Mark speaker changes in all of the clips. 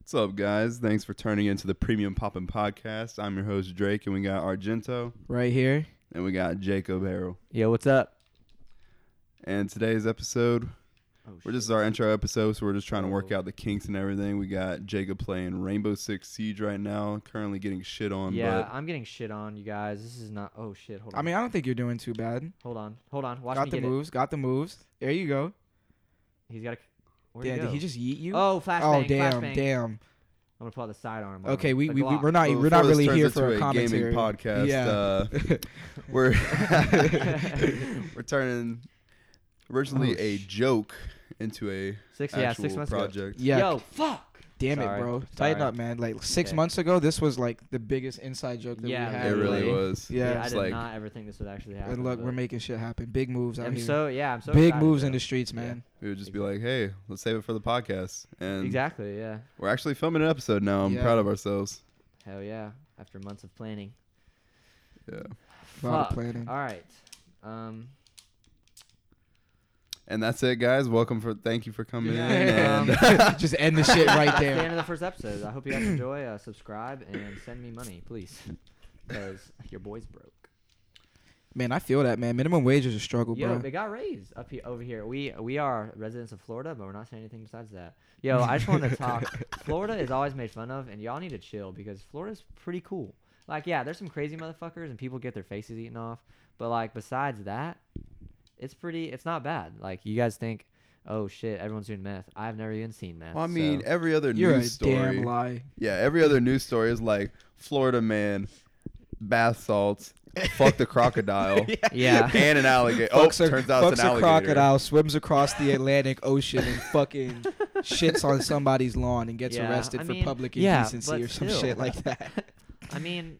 Speaker 1: What's up, guys? Thanks for turning into the Premium Poppin' Podcast. I'm your host, Drake, and we got Argento
Speaker 2: right here.
Speaker 1: and we got Jacob Harrell.
Speaker 2: Yo, what's up?
Speaker 1: And today's episode,
Speaker 2: Oh,
Speaker 1: we're just our intro episode, so we're just trying to work out the kinks and everything. We got Jacob playing Rainbow Six Siege right now, currently getting shit on.
Speaker 3: Yeah, I'm getting shit on, you guys. This is not. Oh shit! Hold on.
Speaker 2: I mean, I don't think you're doing too bad.
Speaker 3: hold on, hold on. Watch
Speaker 2: got
Speaker 3: me
Speaker 2: the
Speaker 3: get
Speaker 2: moves. Got the moves. There you go.
Speaker 3: it. He's got a. Where
Speaker 2: Damn,
Speaker 3: go?
Speaker 2: did he just yeet you?
Speaker 3: Oh,
Speaker 2: Oh,
Speaker 3: flashbang!
Speaker 2: damn,
Speaker 3: flashbang.
Speaker 2: damn.
Speaker 3: I'm gonna pull out the sidearm. on
Speaker 2: Okay,
Speaker 3: him.
Speaker 2: we,
Speaker 3: The
Speaker 2: we, we
Speaker 3: Glock.
Speaker 2: we're not
Speaker 1: But
Speaker 2: we're not
Speaker 1: before this
Speaker 2: really
Speaker 1: turns
Speaker 2: here for
Speaker 1: into
Speaker 2: a
Speaker 1: gaming
Speaker 2: commentary.
Speaker 1: podcast,
Speaker 2: Yeah.
Speaker 1: uh, We're we're turning originally
Speaker 2: Oh,
Speaker 1: a
Speaker 2: sh-
Speaker 1: joke into a
Speaker 3: six. Yeah,
Speaker 1: actual
Speaker 3: six months ago.
Speaker 1: project.
Speaker 2: yeah.
Speaker 3: Yo, fuck.
Speaker 2: damn
Speaker 3: Sorry,
Speaker 2: it, bro.
Speaker 3: sorry.
Speaker 2: Tighten up, man. Like six
Speaker 3: Okay.
Speaker 2: months ago, this was like the biggest inside joke that
Speaker 3: Yeah,
Speaker 2: we
Speaker 1: It
Speaker 2: had.
Speaker 1: really
Speaker 2: like-
Speaker 1: was.
Speaker 2: Yeah.
Speaker 3: I
Speaker 1: It's
Speaker 3: did
Speaker 1: like-
Speaker 3: not ever think this would actually happen.
Speaker 2: And look, we're
Speaker 3: but-
Speaker 2: making shit happen. Big moves out
Speaker 3: I'm
Speaker 2: here.
Speaker 3: so yeah, I'm so
Speaker 2: Big
Speaker 3: excited,
Speaker 2: moves
Speaker 3: though.
Speaker 2: in the streets,
Speaker 3: Yeah.
Speaker 2: man.
Speaker 1: We would just be like, hey, let's save it for the podcast. And
Speaker 3: Exactly. Yeah.
Speaker 1: we're actually filming an episode now. I'm
Speaker 2: Yeah.
Speaker 1: proud of ourselves.
Speaker 3: Hell yeah! After months of planning.
Speaker 1: Yeah.
Speaker 2: A lot of
Speaker 3: Fuck.
Speaker 2: planning.
Speaker 3: All right. Um.
Speaker 1: And that's it, guys. Welcome for thank you for coming
Speaker 3: Yeah.
Speaker 1: in.
Speaker 3: Um,
Speaker 1: And
Speaker 2: Just end the shit right
Speaker 3: That's the
Speaker 2: there.
Speaker 3: end of the first episode. I hope you guys enjoy. Uh, subscribe and send me money, please, because your boy's broke.
Speaker 2: Man, I feel that, man. Minimum wage is a struggle,
Speaker 3: Yo,
Speaker 2: bro.
Speaker 3: they got raised up here over here. We we are residents of Florida, but we're not saying anything besides that. Yo, I just want to talk. Florida is always made fun of, and y'all need to chill because Florida's pretty cool. Like, yeah, there's some crazy motherfuckers, and people get their faces eaten off. But like, besides that, it's pretty. It's not bad. Like, you guys think, oh shit, everyone's doing meth. I've never even seen meth.
Speaker 1: well, I mean,
Speaker 3: so-
Speaker 1: every other
Speaker 2: You're a
Speaker 1: news story.
Speaker 2: damn lie.
Speaker 1: Yeah, every other news story is like Florida man, bath salts, fuck the crocodile,
Speaker 3: yeah.
Speaker 1: and an alligator. Oh,
Speaker 2: Fucks a-
Speaker 1: turns out it's
Speaker 2: fucks
Speaker 1: an
Speaker 2: a
Speaker 1: alligator.
Speaker 2: crocodile, swims across the Atlantic Ocean, and fucking shits on somebody's lawn and gets
Speaker 3: Yeah,
Speaker 2: arrested
Speaker 3: I
Speaker 2: for
Speaker 3: mean,
Speaker 2: public
Speaker 3: yeah,
Speaker 2: indecency
Speaker 3: but
Speaker 2: or some
Speaker 3: still.
Speaker 2: shit like that.
Speaker 3: I mean,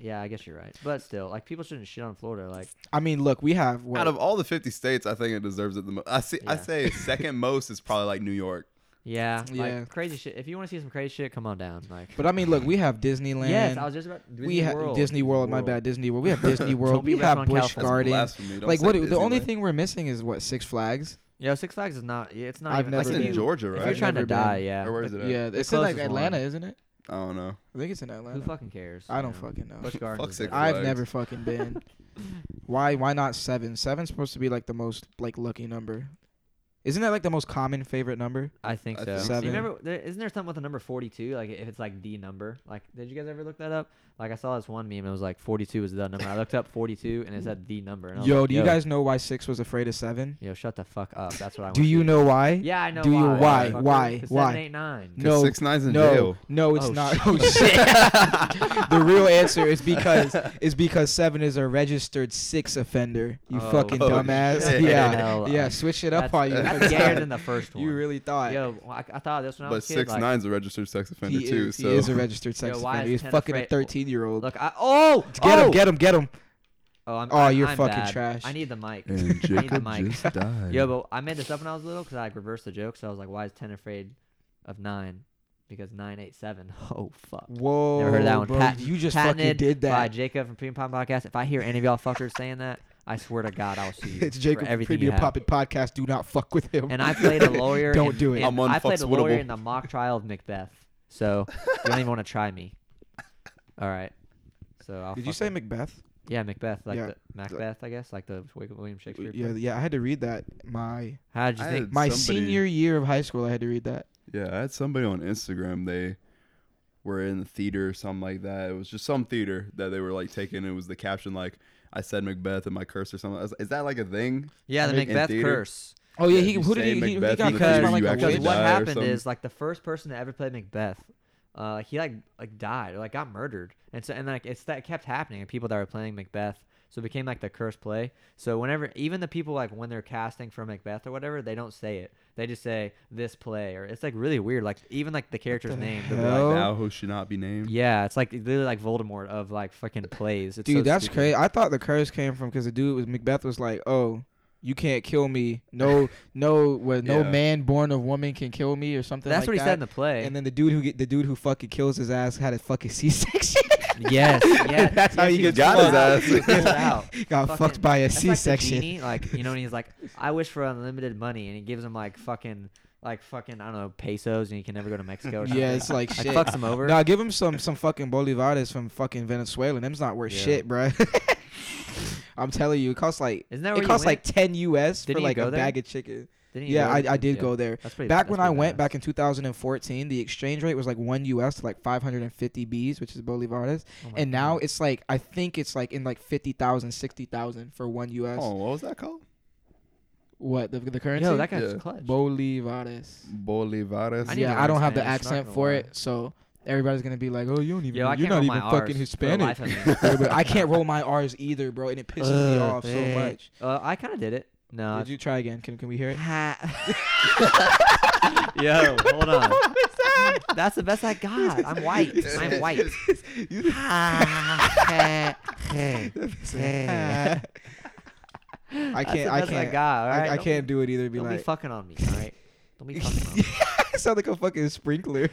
Speaker 3: yeah, I guess you're right. But still, like, people shouldn't shit on Florida. Like,
Speaker 2: I mean, look, we have what,
Speaker 1: Out of all the 50 states, I think it deserves it the most. I see. I
Speaker 3: Yeah.
Speaker 1: say second most is probably like New York.
Speaker 3: yeah,
Speaker 2: Yeah.
Speaker 3: like crazy shit. If you want to see some crazy shit, come on down. Like,
Speaker 2: but I mean, look, we have Disneyland.
Speaker 3: Yes, I was just about Disney
Speaker 2: we have
Speaker 3: World.
Speaker 2: Disney World, My bad, Disney World. We have Disney World.
Speaker 3: Don't be
Speaker 2: we have
Speaker 3: ripping on
Speaker 2: Busch
Speaker 3: California.
Speaker 1: That's
Speaker 2: Gardens.
Speaker 1: blasphemy. Don't
Speaker 2: Like
Speaker 1: say
Speaker 2: what? The only
Speaker 1: Disneyland.
Speaker 2: thing we're missing is what Six Flags.
Speaker 3: Yo, Six Flags is not. yeah, It's not.
Speaker 2: I've
Speaker 3: even,
Speaker 2: never
Speaker 3: like,
Speaker 1: That's
Speaker 3: if
Speaker 1: in
Speaker 2: been.
Speaker 3: you-
Speaker 1: Georgia,
Speaker 3: If
Speaker 1: right?
Speaker 3: you're
Speaker 2: I've
Speaker 3: trying to
Speaker 2: never been.
Speaker 3: die, yeah.
Speaker 1: or where is it? At?
Speaker 2: Yeah,
Speaker 3: The
Speaker 2: it's in like
Speaker 3: closest one.
Speaker 2: Atlanta, isn't it?
Speaker 1: I don't know.
Speaker 2: I think it's in Atlanta.
Speaker 3: Who fucking cares?
Speaker 2: I don't
Speaker 3: you know?
Speaker 2: fucking know.
Speaker 3: Busch
Speaker 1: Fuck
Speaker 3: Gardens is
Speaker 1: Six
Speaker 3: better.
Speaker 2: I've
Speaker 1: Flags.
Speaker 2: never fucking been. why? Why not seven? Seven's supposed to be like the most like lucky number. Isn't that like the most common favorite number?
Speaker 3: I think
Speaker 1: I
Speaker 3: so.
Speaker 1: think
Speaker 3: Do
Speaker 2: Seven.
Speaker 3: You remember? There, isn't there something with the number forty-two? Like if it's like the number. Like, did you guys ever look that up? Like I saw this one meme. It was like forty-two is the number. I looked up forty-two and it said the number. And I was
Speaker 2: Yo,
Speaker 3: like,
Speaker 2: do you guys know why six was afraid of seven?
Speaker 3: Yo, shut the fuck up. That's what I.
Speaker 2: Do
Speaker 3: want
Speaker 2: you know why?
Speaker 3: Yeah, I know.
Speaker 2: do you-
Speaker 1: why?
Speaker 3: why? motherfucker.
Speaker 2: Why?
Speaker 3: 'Cause
Speaker 2: Why?
Speaker 3: Seven, eight, nine.
Speaker 1: 'Cause
Speaker 2: No,
Speaker 1: six nines in
Speaker 2: no,
Speaker 1: jail.
Speaker 2: no, it's
Speaker 3: Oh,
Speaker 2: not.
Speaker 3: shit.
Speaker 2: Oh shit! the real answer is because is because seven is a registered six offender. You
Speaker 3: Oh,
Speaker 2: fucking
Speaker 1: oh,
Speaker 2: dumbass.
Speaker 1: shit.
Speaker 2: Yeah,
Speaker 3: Hell,
Speaker 2: yeah.
Speaker 3: I-
Speaker 2: Switch it up
Speaker 3: That's,
Speaker 2: how you.
Speaker 3: that's gayer than the first one.
Speaker 2: you really thought.
Speaker 3: Yo, well, I, I thought this when I
Speaker 1: But
Speaker 3: was a kid.
Speaker 1: six
Speaker 3: like,
Speaker 1: nine's a registered sex offender
Speaker 2: he,
Speaker 1: too.
Speaker 2: is,
Speaker 1: so
Speaker 2: he is a registered sex
Speaker 3: Yo, why
Speaker 2: offender.
Speaker 3: is
Speaker 2: He's
Speaker 3: Ken
Speaker 2: fucking a
Speaker 3: afraid-
Speaker 2: thirteen year old. Get
Speaker 3: Look, I oh, oh!
Speaker 2: him! Get him! Get him!
Speaker 3: Oh, I'm,
Speaker 2: Oh,
Speaker 3: I'm-
Speaker 2: you're
Speaker 3: I'm
Speaker 2: fucking
Speaker 3: bad.
Speaker 2: trash.
Speaker 3: I need the mic. I
Speaker 1: And
Speaker 3: need the
Speaker 1: Jacob
Speaker 3: mic.
Speaker 1: just died.
Speaker 3: Yo, but I made this up when I was little because I like, reversed the joke. So I was like, "Why is ten afraid of nine? Because nine eight seven. Oh fuck.
Speaker 2: Whoa!
Speaker 3: Never heard that one.
Speaker 2: Bro,
Speaker 3: Pat-
Speaker 2: you just fucking
Speaker 3: patented
Speaker 2: did
Speaker 3: by
Speaker 2: that.
Speaker 3: Jacob from Premium Pop Podcast. If I hear any of y'all fuckers saying that, I swear to God, I'll sue you.
Speaker 2: It's
Speaker 3: for
Speaker 2: Jacob from
Speaker 3: everything you
Speaker 2: Premium
Speaker 3: have.
Speaker 2: Poppin' Podcast. Do not fuck with him.
Speaker 3: And I played a lawyer.
Speaker 2: Don't
Speaker 3: in-
Speaker 2: do it.
Speaker 3: in-
Speaker 1: I'm
Speaker 3: I played a lawyer
Speaker 1: unfuckswittable.
Speaker 3: in the mock trial of Macbeth. So you don't even want to try me. All right. So I'll
Speaker 2: Did you
Speaker 3: fuck
Speaker 2: say
Speaker 3: with-
Speaker 2: Macbeth?
Speaker 3: yeah Macbeth like
Speaker 2: Yeah.
Speaker 3: the Macbeth I guess like the William Shakespeare.
Speaker 2: Yeah,
Speaker 3: play.
Speaker 2: yeah. I had to read that. My
Speaker 3: How did you
Speaker 1: I
Speaker 3: think?
Speaker 1: had
Speaker 2: my
Speaker 1: somebody-
Speaker 2: senior year of high school, I had to read that.
Speaker 1: Yeah, I had somebody on Instagram. They were in the theater or something like that. It was just some theater that they were like taking. It was the caption like, "I said Macbeth and my curse" or something. I was- Is that like a thing?
Speaker 3: Yeah, the
Speaker 1: in
Speaker 3: Macbeth
Speaker 1: theater?
Speaker 3: curse.
Speaker 2: Oh yeah,
Speaker 1: Yeah,
Speaker 2: he
Speaker 1: if you
Speaker 2: who did
Speaker 1: say
Speaker 2: he, he, he
Speaker 1: Macbeth
Speaker 2: got
Speaker 3: in the
Speaker 2: cursed by
Speaker 3: theater,
Speaker 2: like
Speaker 3: you
Speaker 2: a
Speaker 3: Because
Speaker 1: actually
Speaker 2: witch?
Speaker 3: what
Speaker 1: die or
Speaker 3: happened
Speaker 1: something?
Speaker 3: is like the first person to ever play Macbeth, uh, he like like died or like got murdered, and so and like it's that kept happening. And people that were playing Macbeth, so it became like the cursed play. So whenever even the people like when they're casting for Macbeth or whatever, they don't say it. They just say this play, or it's like really weird. Like even like the character's
Speaker 2: the
Speaker 3: name.
Speaker 2: hell?
Speaker 3: they'll be like,
Speaker 2: Oh.
Speaker 1: Thou who should not be named.
Speaker 3: yeah, it's like literally like Voldemort of like fucking plays. It's
Speaker 2: Dude,
Speaker 3: so
Speaker 2: that's
Speaker 3: stupid.
Speaker 2: crazy. I thought the curse came from because the dude was Macbeth was like, "Oh, you can't kill me. No, no, well, no
Speaker 1: Yeah.
Speaker 2: man born of woman can kill me or something."
Speaker 3: That's
Speaker 2: like
Speaker 3: what he
Speaker 2: that.
Speaker 3: said in the play.
Speaker 2: And then the dude who get, the dude who fucking kills his ass had a fucking C section.
Speaker 3: yes, yes.
Speaker 2: That's how
Speaker 3: yes,
Speaker 2: you
Speaker 3: he
Speaker 2: get
Speaker 3: was
Speaker 1: got
Speaker 3: pulled
Speaker 1: his
Speaker 3: out,
Speaker 1: ass.
Speaker 3: he was pulled out.
Speaker 2: Got
Speaker 3: Fucking-
Speaker 2: fucked by a
Speaker 3: That's
Speaker 2: C section.
Speaker 3: Like, the genie, like you know, and he's like, "I wish for unlimited money," and he gives him like fucking like fucking I don't know pesos, and you can never go to Mexico. Or something.
Speaker 2: Yeah, it's like
Speaker 3: like
Speaker 2: shit.
Speaker 3: fucks them over.
Speaker 2: Nah, give him some some fucking bolivares from fucking Venezuela. Them's not worth
Speaker 3: Yeah.
Speaker 2: shit, bruh. I'm telling you, it costs like
Speaker 3: Isn't that where
Speaker 2: it
Speaker 3: you
Speaker 2: costs like
Speaker 3: went?
Speaker 2: ten US
Speaker 3: Didn't
Speaker 2: for
Speaker 3: you
Speaker 2: like
Speaker 3: go
Speaker 2: a
Speaker 3: there?
Speaker 2: bag of chicken.
Speaker 3: Didn't you
Speaker 2: Yeah,
Speaker 3: go
Speaker 2: I,
Speaker 3: there?
Speaker 2: I did
Speaker 3: Yeah.
Speaker 2: go there.
Speaker 3: That's pretty,
Speaker 2: Back
Speaker 3: that's
Speaker 2: when I
Speaker 3: pretty
Speaker 2: went
Speaker 3: badass.
Speaker 2: back in 2014, the exchange rate was like one US to like 550 Bs, which is bolivares,
Speaker 3: Oh my
Speaker 2: and now
Speaker 3: God.
Speaker 2: it's like I think it's like in like 50,000, 60,000 for one US.
Speaker 1: Oh, what was that called?
Speaker 2: What the the currency?
Speaker 3: yo, that guy's
Speaker 1: Yeah.
Speaker 3: clutch.
Speaker 2: bolivares.
Speaker 1: Bolivares.
Speaker 3: I need to
Speaker 2: yeah, I don't
Speaker 3: learn
Speaker 2: have the
Speaker 3: Spanish, not
Speaker 2: accent
Speaker 3: gonna
Speaker 2: for
Speaker 3: lie.
Speaker 2: it, so everybody's gonna be like, "Oh, you don't even,
Speaker 3: Yo, I
Speaker 2: you're
Speaker 3: can't
Speaker 2: not
Speaker 3: roll
Speaker 2: even
Speaker 3: my
Speaker 2: fucking
Speaker 3: Rs for the
Speaker 2: Hispanic."
Speaker 3: life of me.
Speaker 2: Yeah, but I can't roll my R's either, bro, and it pisses me
Speaker 3: Ugh,
Speaker 2: off
Speaker 3: bitch.
Speaker 2: so much.
Speaker 3: Uh, I kind of did it. No.
Speaker 2: Did you try again? Can can we hear it?
Speaker 3: Ha- Yo, hold on. That's the best I got. I'm white. I'm white. Ha- ha- ha-
Speaker 2: I
Speaker 3: That's the
Speaker 2: can't. I
Speaker 3: best
Speaker 2: can't.
Speaker 3: I got. All
Speaker 2: I-
Speaker 3: right?
Speaker 2: I
Speaker 3: Don't
Speaker 2: can't
Speaker 3: Be,
Speaker 2: do it either. Be
Speaker 3: don't be
Speaker 2: like,
Speaker 3: fucking on me. All right. Don't be fucking on me.
Speaker 2: I sound like a fucking sprinkler.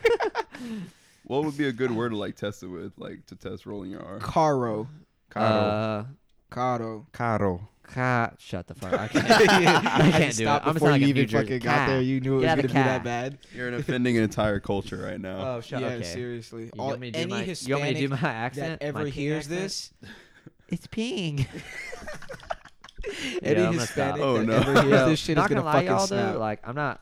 Speaker 1: What would be a good word to like test it with, like to test rolling your R?
Speaker 2: Caro,
Speaker 3: Uh,
Speaker 2: Caro.
Speaker 1: Caro.
Speaker 3: ca- shut the fuck. I can't, I can't do it.
Speaker 2: stopped
Speaker 3: I'm
Speaker 2: before
Speaker 3: just
Speaker 2: you
Speaker 3: like
Speaker 2: even fucking got there. You knew it was
Speaker 3: Get
Speaker 2: gonna
Speaker 3: outta
Speaker 2: be that
Speaker 3: cat.
Speaker 2: bad.
Speaker 1: You're an offending an entire culture right now.
Speaker 3: Oh shut.
Speaker 2: yeah,
Speaker 3: okay.
Speaker 2: seriously.
Speaker 3: You
Speaker 2: All,
Speaker 3: want me to do
Speaker 2: any
Speaker 3: my?
Speaker 2: Hispanic
Speaker 3: you want me to do my accent?
Speaker 2: that ever
Speaker 3: my pink
Speaker 2: hears
Speaker 3: accent?
Speaker 2: this,
Speaker 3: It's ping.
Speaker 2: any
Speaker 3: Yeah, I'm gonna
Speaker 2: Hispanic
Speaker 3: stop.
Speaker 1: Oh,
Speaker 2: that
Speaker 1: no.
Speaker 2: ever hears
Speaker 3: Yo,
Speaker 2: this shit is
Speaker 3: not
Speaker 2: gonna,
Speaker 3: gonna lie,
Speaker 2: fucking
Speaker 3: y'all
Speaker 2: snap.
Speaker 3: though. Like I'm not,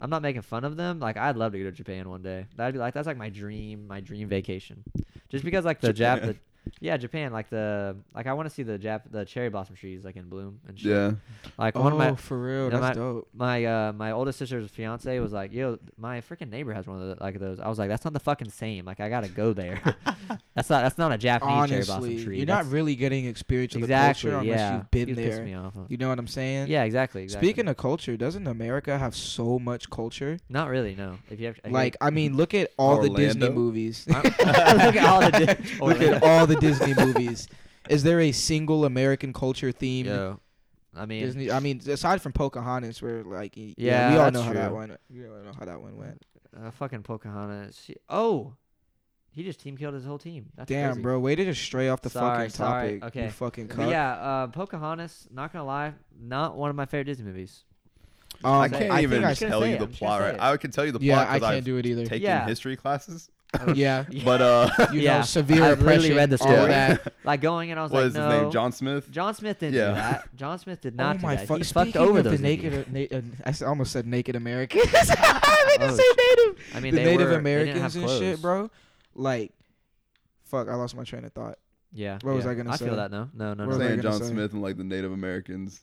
Speaker 3: I'm not making fun of them. Like I'd love to go to Japan one day. That'd be like that's like my dream, my dream vacation. Just because like the Jap,
Speaker 1: Japan.
Speaker 3: the, yeah, Japan. Like the like I want to see the Jap, the cherry blossom trees like in bloom and shit.
Speaker 1: Yeah.
Speaker 3: Like
Speaker 2: oh,
Speaker 3: one of my
Speaker 2: for real,
Speaker 3: you know,
Speaker 2: that's dope.
Speaker 3: my uh my oldest sister's fiance was like, yo, my freaking neighbor has one of the, like those. I was like, that's not the fucking same. Like I gotta go there. that's not that's not a Japanese cherry
Speaker 2: Honestly,
Speaker 3: blossom tree.
Speaker 2: you're
Speaker 3: that's,
Speaker 2: not really getting experience of
Speaker 3: exactly
Speaker 2: the culture unless
Speaker 3: yeah.
Speaker 2: you've been
Speaker 3: He's pissed
Speaker 2: there.
Speaker 3: Me off. huh?
Speaker 2: You know what I'm saying?
Speaker 3: Yeah, exactly. exactly.
Speaker 2: Speaking of culture, doesn't America have so much culture?
Speaker 3: Not really, no. If you have I
Speaker 2: Like,
Speaker 3: hate-
Speaker 2: I mean, look at all the Disney
Speaker 1: Orlando?
Speaker 2: movies.
Speaker 3: I'm- look at all the Di-
Speaker 2: look
Speaker 3: Orlando.
Speaker 2: at all the Disney movies. Is there a single American culture theme?
Speaker 3: Yo, I mean,
Speaker 2: Disney. I mean, aside from Pocahontas, where like y-
Speaker 3: Yeah,
Speaker 2: we all
Speaker 3: that's
Speaker 2: know how that
Speaker 3: true.
Speaker 2: one. We all know how that one went.
Speaker 3: uh, fucking Pocahontas. She, oh, he just team killed his whole team. That's
Speaker 2: Damn,
Speaker 3: crazy.
Speaker 2: bro, way to just stray off the
Speaker 3: Sorry,
Speaker 2: fucking
Speaker 3: sorry,
Speaker 2: topic. You
Speaker 3: okay.
Speaker 2: fucking
Speaker 3: But
Speaker 2: cuck.
Speaker 3: yeah, uh, Pocahontas. Not gonna lie, not one of my favorite Disney movies.
Speaker 2: Um,
Speaker 1: I
Speaker 3: so
Speaker 1: can't
Speaker 2: think
Speaker 1: even
Speaker 2: I-
Speaker 3: just gonna
Speaker 1: tell
Speaker 3: say
Speaker 1: you
Speaker 3: it,
Speaker 1: the
Speaker 3: I'm just
Speaker 1: plot.
Speaker 3: gonna
Speaker 1: Right?
Speaker 3: say it.
Speaker 1: I could tell you the
Speaker 2: yeah,
Speaker 1: plot
Speaker 2: I
Speaker 1: because
Speaker 2: can't
Speaker 1: I've
Speaker 2: do it either.
Speaker 1: taken
Speaker 3: Yeah.
Speaker 1: history classes.
Speaker 2: yeah,
Speaker 1: But uh,
Speaker 2: you know,
Speaker 3: Yeah.
Speaker 2: severe
Speaker 3: I've literally
Speaker 2: oppression.
Speaker 3: read the
Speaker 2: all
Speaker 3: story.
Speaker 2: that.
Speaker 3: Like going and I was
Speaker 1: what
Speaker 3: like,
Speaker 1: is
Speaker 3: no.
Speaker 1: his name? John Smith.
Speaker 3: John Smith didn't
Speaker 1: Yeah.
Speaker 3: do that. John Smith did not
Speaker 2: oh
Speaker 3: do
Speaker 2: my
Speaker 3: that.
Speaker 2: fuck!
Speaker 3: he
Speaker 2: Speaking
Speaker 3: fucked over
Speaker 2: of
Speaker 3: those
Speaker 2: the naked,
Speaker 3: Indians.
Speaker 2: uh, na- uh, I s- almost said naked Americans. I meant to
Speaker 3: Oh,
Speaker 2: say native.
Speaker 3: I mean,
Speaker 2: the Native
Speaker 3: they were, they didn't have
Speaker 2: Americans and
Speaker 3: clothes.
Speaker 2: shit, bro. Like, fuck! I lost my train of thought.
Speaker 3: Yeah.
Speaker 2: What was
Speaker 3: yeah.
Speaker 2: I gonna say?
Speaker 3: I feel that no, no, no,
Speaker 2: What was
Speaker 3: no.
Speaker 2: I
Speaker 1: Saying
Speaker 2: gonna
Speaker 1: John
Speaker 2: say?
Speaker 1: Smith and like the Native Americans.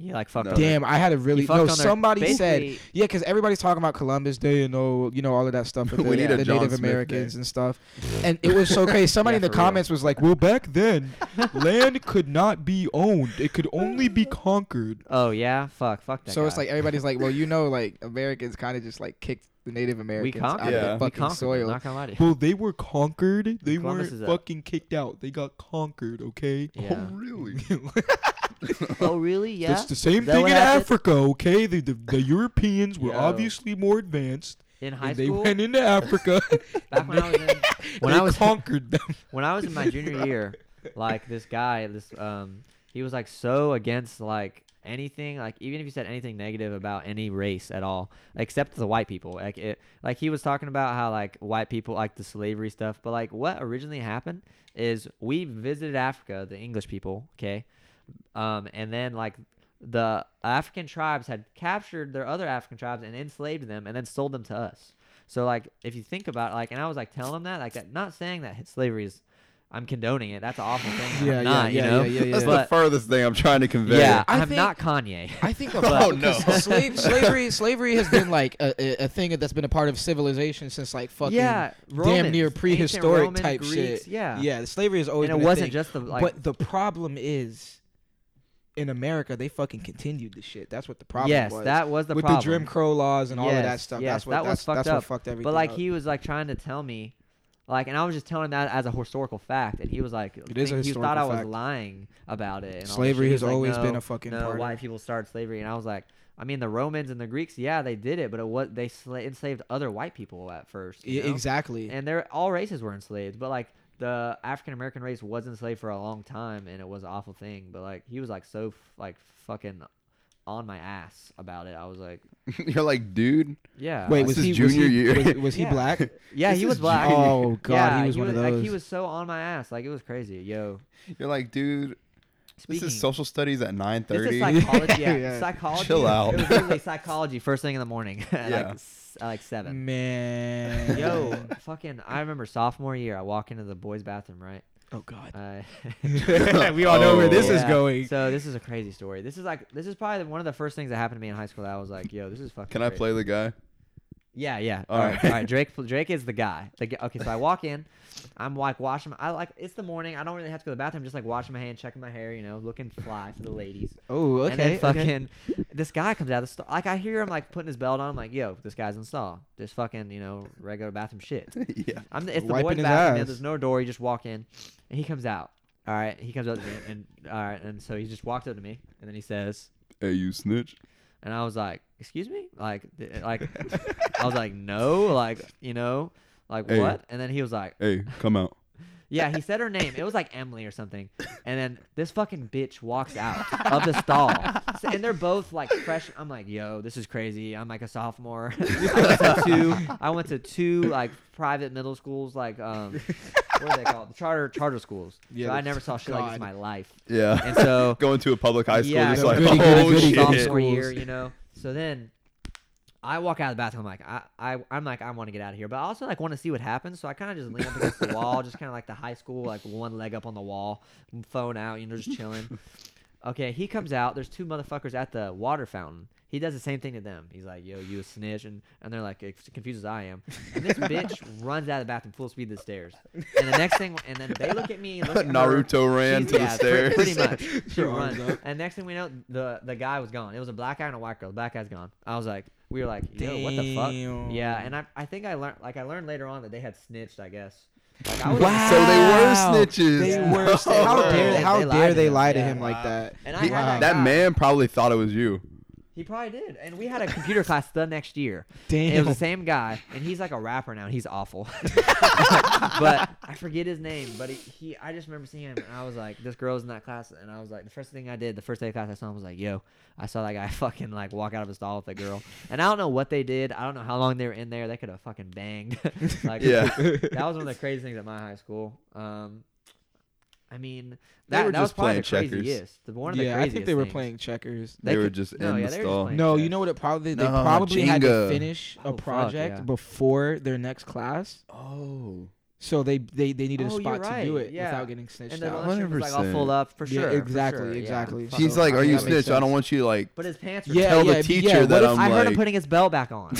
Speaker 3: He like fucked
Speaker 1: No.
Speaker 3: up.
Speaker 2: Damn, I had a really no. Somebody said, yeah, because everybody's talking about Columbus Day and oh, you know all of that stuff with the,
Speaker 1: We need a
Speaker 2: the
Speaker 1: John
Speaker 2: Native
Speaker 1: Smith Day.
Speaker 2: Americans and stuff. And it was so crazy. Somebody
Speaker 3: Yeah,
Speaker 2: in the
Speaker 3: for real.
Speaker 2: comments was like, "Well, back then, land could not be owned; it could only be conquered."
Speaker 3: Oh yeah, fuck, fuck that.
Speaker 2: so it's
Speaker 3: guy.
Speaker 2: like everybody's like, well, you know, like Americans kind of just like kicked the Native
Speaker 3: we
Speaker 2: Americans out
Speaker 3: conquered.
Speaker 2: of
Speaker 1: Yeah.
Speaker 2: the
Speaker 1: We
Speaker 3: We
Speaker 2: fucking
Speaker 3: conquered,
Speaker 2: soil.
Speaker 3: Not gonna lie to you.
Speaker 2: Well, they were conquered. They
Speaker 3: Columbus
Speaker 2: weren't
Speaker 3: is a-
Speaker 2: fucking kicked out. They got conquered. Okay.
Speaker 3: Yeah.
Speaker 1: Oh really?
Speaker 3: oh really? Yeah.
Speaker 2: It's the same
Speaker 3: Is that
Speaker 2: thing
Speaker 3: what
Speaker 2: in
Speaker 3: happened?
Speaker 2: Africa. Okay. The the, the Europeans were
Speaker 3: Yo.
Speaker 2: obviously more advanced.
Speaker 3: In high
Speaker 2: and they
Speaker 3: school,
Speaker 2: went into Africa.
Speaker 3: back when I was in, when
Speaker 2: they
Speaker 3: I was
Speaker 2: conquered them.
Speaker 3: when I was in my junior year, like this guy, this um, he was like so against like anything, like even if you said anything negative about any race at all, except the white people. Like it, like he was talking about how like white people like the slavery stuff, but like what originally happened is we visited Africa, the English people, okay, um, and then like. The African tribes had captured their other African tribes and enslaved them, and then sold them to us. So like, if you think about it, like, and I was like telling him that, like, that, not saying that slavery is, I'm condoning it. That's an awful thing.
Speaker 2: Yeah,
Speaker 3: I'm not,
Speaker 2: yeah,
Speaker 3: you
Speaker 2: yeah,
Speaker 3: know?
Speaker 2: yeah, yeah,
Speaker 1: That's the
Speaker 3: But-
Speaker 1: furthest thing I'm trying to convey.
Speaker 3: yeah,
Speaker 2: I
Speaker 3: I'm
Speaker 2: think-
Speaker 3: not Kanye.
Speaker 2: I think a
Speaker 1: Oh, no.
Speaker 2: because slave, slavery slavery has been like a, a, a thing that's been a part of civilization since like fucking
Speaker 3: yeah,
Speaker 2: damn
Speaker 3: Romans,
Speaker 2: near
Speaker 3: ancient
Speaker 2: prehistoric
Speaker 3: Roman,
Speaker 2: type
Speaker 3: Greeks,
Speaker 2: shit.
Speaker 3: Yeah,
Speaker 2: yeah. Slavery has always
Speaker 3: and it
Speaker 2: been a
Speaker 3: wasn't
Speaker 2: thing.
Speaker 3: just the like.
Speaker 2: but the problem is, in America, they fucking continued the shit. That's what the problem
Speaker 3: yes,
Speaker 2: was.
Speaker 3: that was the
Speaker 2: with
Speaker 3: problem.
Speaker 2: the Jim Crow laws and all of that
Speaker 3: Yes,
Speaker 2: stuff.
Speaker 3: yes,
Speaker 2: that's what
Speaker 3: that was
Speaker 2: that's,
Speaker 3: fucked
Speaker 2: that's
Speaker 3: up.
Speaker 2: what fucked everything.
Speaker 3: But like
Speaker 2: up.
Speaker 3: he was like trying to tell me, like, and I was just telling him that as a historical fact, and he was like,
Speaker 2: It is a
Speaker 3: think- he thought I
Speaker 2: historical
Speaker 3: was
Speaker 2: fact.
Speaker 3: lying about it. And all this
Speaker 2: slavery
Speaker 3: shit. He
Speaker 2: has
Speaker 3: was like,
Speaker 2: always
Speaker 3: "No,
Speaker 2: been a fucking
Speaker 3: no,
Speaker 2: part. of-
Speaker 3: white people started slavery, and I was like, I mean, the Romans and the Greeks, yeah, they did it, but it was they sla- enslaved other white people at first.
Speaker 2: Yeah,
Speaker 3: you know?
Speaker 2: exactly.
Speaker 3: And they're all races were enslaved, but like the African American race was enslaved for a long time, and it was an awful thing. But like he was like so f- like fucking on my ass about it. I was like,
Speaker 1: You're like, dude.
Speaker 3: yeah.
Speaker 2: Wait,
Speaker 1: This
Speaker 2: was
Speaker 1: is
Speaker 2: he
Speaker 1: junior
Speaker 2: was he,
Speaker 1: year.
Speaker 2: Was, was he
Speaker 3: Yeah.
Speaker 2: black?
Speaker 3: yeah,
Speaker 1: this
Speaker 3: he
Speaker 1: is
Speaker 3: was black.
Speaker 1: genius.
Speaker 2: Oh god,
Speaker 3: yeah,
Speaker 2: he was one of those.
Speaker 3: Like, he was so on my ass. Like it was crazy. Yo,
Speaker 1: You're like, dude.
Speaker 3: speaking.
Speaker 1: This is social studies at nine
Speaker 3: This is
Speaker 1: thirty.
Speaker 3: psychology. Yeah,
Speaker 2: Yeah.
Speaker 3: psychology.
Speaker 1: Chill out.
Speaker 3: It was literally psychology first thing in the morning. at
Speaker 1: Yeah.
Speaker 3: like, s- at like
Speaker 2: Mm.
Speaker 3: seven.
Speaker 2: Man,
Speaker 3: Yo, fucking! I remember sophomore year. I walk into the boys' bathroom, right?
Speaker 2: Oh god.
Speaker 3: Uh,
Speaker 2: we all know where this is
Speaker 3: Oh, yeah.
Speaker 2: going.
Speaker 3: So this is a crazy story. This is like this is probably one of the first things that happened to me in high school. That I was like, yo, this is fucking.
Speaker 1: Can I
Speaker 3: crazy.
Speaker 1: play the guy?
Speaker 3: Yeah, yeah.
Speaker 1: All
Speaker 3: All right,
Speaker 1: right.
Speaker 3: all right. Drake, Drake is the guy. The, gu- okay, so I walk in, I'm like washing. My, I like it's the morning. I don't really have to go to the bathroom. Just like washing my hand, checking my hair. You know, looking fly for the ladies.
Speaker 2: Oh, okay.
Speaker 3: And then
Speaker 2: okay.
Speaker 3: fucking this guy comes out of the store. Like I hear him like putting his belt on. I'm like, yo, this guy's in stall. Just fucking you know regular bathroom shit.
Speaker 1: yeah.
Speaker 3: I'm the, it's the
Speaker 2: Wiping
Speaker 3: boys'
Speaker 2: his
Speaker 3: bathroom. you know,
Speaker 2: ass.
Speaker 3: There's no door. You just walk in, and he comes out. All right, he comes up to me, and all right, and so he just walked up to me, and then he says,
Speaker 1: Hey, you snitch.
Speaker 3: and I was like, "Excuse me?" Like, th- like, I was like, "No," like, you know, like
Speaker 1: Hey.
Speaker 3: what? And then he was like,
Speaker 1: Hey, come out.
Speaker 3: "Yeah." He said her name. It was like Emily or something. And then this fucking bitch walks out of the stall, S- and they're both like fresh. I'm like, "Yo, this is crazy." I'm like a sophomore. I went to two. I went to two like private middle schools, like um, what are they called? Charter charter schools.
Speaker 2: Yeah,
Speaker 3: so I never saw shit like this in
Speaker 2: God.
Speaker 3: my life.
Speaker 1: Yeah.
Speaker 3: And so
Speaker 1: Going to a public high school,
Speaker 3: yeah,
Speaker 1: just
Speaker 2: no,
Speaker 1: like,
Speaker 2: goody, goody,
Speaker 1: oh
Speaker 2: goody,
Speaker 1: shit.
Speaker 2: goody.
Speaker 3: sophomore year,
Speaker 2: Schools.
Speaker 3: you know. So then I walk out of the bathroom. I'm like, I, I, I'm like, I want to get out of here, but I also like want to see what happens. So I kind of just lean up against the wall, just kind of like the high school, like one leg up on the wall, phone out, you know, just chilling. Okay, he comes out. There's two motherfuckers at the water fountain. He does the same thing to them. He's like, "Yo, you a snitch," and, and they're like, as confused as I am. And this bitch runs out of the bathroom full speed to the stairs. And the next thing, and then they look at me. Look at her.
Speaker 1: Naruto ran to
Speaker 3: She's-
Speaker 1: the
Speaker 3: yeah,
Speaker 1: stairs.
Speaker 3: pre- Pretty, much. She
Speaker 2: Her arms
Speaker 3: runs.
Speaker 2: up.
Speaker 3: And next thing we know, the the guy was gone. It was a black guy and a white girl. The black guy's gone. I was like, we were like, yo, what the fuck? Yeah,
Speaker 2: Damn.
Speaker 3: and I, I think I learned like I learned later on that they had snitched. I guess.
Speaker 1: Wow. So they were snitches.
Speaker 2: They
Speaker 3: Yeah.
Speaker 2: were snitches. How
Speaker 1: They-
Speaker 2: dare
Speaker 1: they
Speaker 2: how
Speaker 3: lied
Speaker 2: dare
Speaker 3: to
Speaker 2: they
Speaker 3: him.
Speaker 2: lie to
Speaker 3: Yeah.
Speaker 2: him like
Speaker 1: Wow.
Speaker 2: that?
Speaker 3: And I
Speaker 1: He-
Speaker 3: had
Speaker 1: that
Speaker 3: that guy.
Speaker 1: man probably thought it was you.
Speaker 3: He probably did. And we had a computer class the next year.
Speaker 2: Damn.
Speaker 3: And it was the same guy, and he's like a rapper now. And he's awful, but I forget his name. But he, he, I just remember seeing him, and I was like, this girl's in that class, and I was like, the first thing I did, the first day of class, I saw him was like, yo, I saw that guy fucking like walk out of his stall with a girl, and I don't know what they did. I don't know how long they were in there. They could have fucking banged. like,
Speaker 1: Yeah.
Speaker 3: that was one of the crazy things at my high school. Um, I mean, that,
Speaker 1: were
Speaker 3: that was
Speaker 1: just
Speaker 3: probably the
Speaker 1: playing checkers.
Speaker 3: craziest. The one of the
Speaker 2: yeah, I
Speaker 3: craziest
Speaker 2: think they were
Speaker 3: things.
Speaker 2: playing checkers.
Speaker 1: They,
Speaker 3: They
Speaker 1: were
Speaker 3: could-
Speaker 1: just in
Speaker 3: no, yeah,
Speaker 1: the
Speaker 3: they were just
Speaker 1: stall.
Speaker 3: playing-
Speaker 2: No,
Speaker 3: chess.
Speaker 2: you know what? It probably they
Speaker 1: No,
Speaker 2: probably had
Speaker 1: Uh-huh. Jenga.
Speaker 2: to finish
Speaker 3: Oh,
Speaker 2: a
Speaker 3: fuck,
Speaker 2: project
Speaker 3: yeah.
Speaker 2: before their next class,
Speaker 1: oh.
Speaker 2: so they they, they needed
Speaker 3: Oh,
Speaker 2: a
Speaker 3: you're
Speaker 2: spot to do
Speaker 3: right,
Speaker 2: it
Speaker 3: yeah.
Speaker 2: without getting snitched
Speaker 3: And then
Speaker 2: out.
Speaker 1: one-
Speaker 3: lunch was like all full
Speaker 1: 100%.
Speaker 3: up for
Speaker 2: Yeah,
Speaker 3: sure. for
Speaker 2: exactly,
Speaker 3: sure, yeah.
Speaker 2: exactly.
Speaker 3: Fuck.
Speaker 1: He's
Speaker 2: So,
Speaker 1: like,
Speaker 2: I
Speaker 1: are
Speaker 2: mean,
Speaker 1: you
Speaker 2: that makes
Speaker 1: snitch? I don't
Speaker 2: sense.
Speaker 1: want you to like
Speaker 3: But his pants were
Speaker 2: Yeah,
Speaker 1: tell
Speaker 2: yeah,
Speaker 1: the
Speaker 2: yeah,
Speaker 1: teacher
Speaker 2: what
Speaker 1: that
Speaker 2: if-
Speaker 1: I'm
Speaker 3: I heard
Speaker 1: like.
Speaker 3: him putting his belt back on.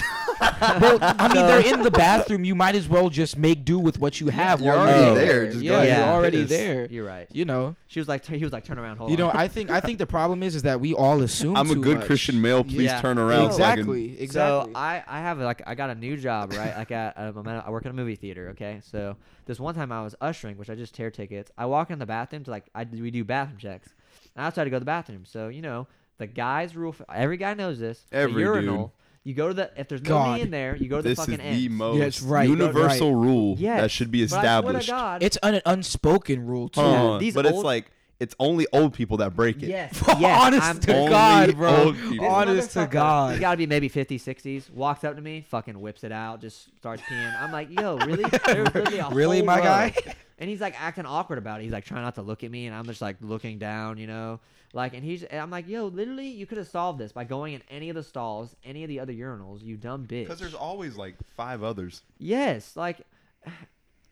Speaker 2: Well, I mean, they're in the bathroom. You might as well just make do with what you have.
Speaker 1: You're
Speaker 2: while
Speaker 1: already there. Just go
Speaker 2: yeah,
Speaker 3: ahead
Speaker 2: you're
Speaker 3: and
Speaker 2: already
Speaker 1: piss.
Speaker 2: there.
Speaker 3: You're right.
Speaker 2: You know,
Speaker 3: She was like, he was like, turn around, hold
Speaker 2: you know.
Speaker 3: on.
Speaker 2: I think I think the problem is is that we all assume
Speaker 1: I'm a
Speaker 2: too
Speaker 1: good
Speaker 2: much.
Speaker 1: Christian male. Please
Speaker 3: Yeah.
Speaker 1: turn around. so I can-
Speaker 2: Exactly,
Speaker 3: so
Speaker 2: exactly.
Speaker 3: I, I have like I got a new job right like at, um, I'm at I work in a movie theater okay so this one time I was ushering which I just tear tickets I walk in the bathroom to like I we do bathroom checks and I try to go to the bathroom so you know the guys rule f- every guy knows this the
Speaker 1: Every dude.
Speaker 3: urinal you go to the if there's
Speaker 2: God.
Speaker 3: nobody in there you go to
Speaker 1: this
Speaker 3: the
Speaker 1: is
Speaker 3: fucking end
Speaker 1: the most
Speaker 2: Yeah, it's right,
Speaker 1: universal rule
Speaker 3: Yes,
Speaker 1: that should be
Speaker 3: but I swear to
Speaker 1: established.
Speaker 3: God,
Speaker 2: it's an unspoken rule too.
Speaker 1: Hold
Speaker 3: Yeah,
Speaker 1: on,
Speaker 3: these
Speaker 1: but it's
Speaker 3: old-
Speaker 1: like it's only old people that break it.
Speaker 3: Yes.
Speaker 2: Honest
Speaker 3: yes I'm-
Speaker 2: to
Speaker 1: Only
Speaker 2: God, bro.
Speaker 1: old people.
Speaker 3: This
Speaker 2: Honest to
Speaker 3: motherfucker,
Speaker 2: God.
Speaker 3: You gotta be maybe 50, 60s. Walks up to me, fucking whips it out, just starts peeing. I'm like, yo, really? There was literally a
Speaker 2: Really,
Speaker 3: whole
Speaker 2: my
Speaker 3: row.
Speaker 2: guy?
Speaker 3: And he's like acting awkward about it. He's like trying not to look at me, and I'm just like looking down, you know? Like, and he's, and I'm like, yo, literally, you could have solved this by going in any of the stalls, any of the other urinals, you dumb bitch.
Speaker 1: Because there's always like five others.
Speaker 3: Yes, like,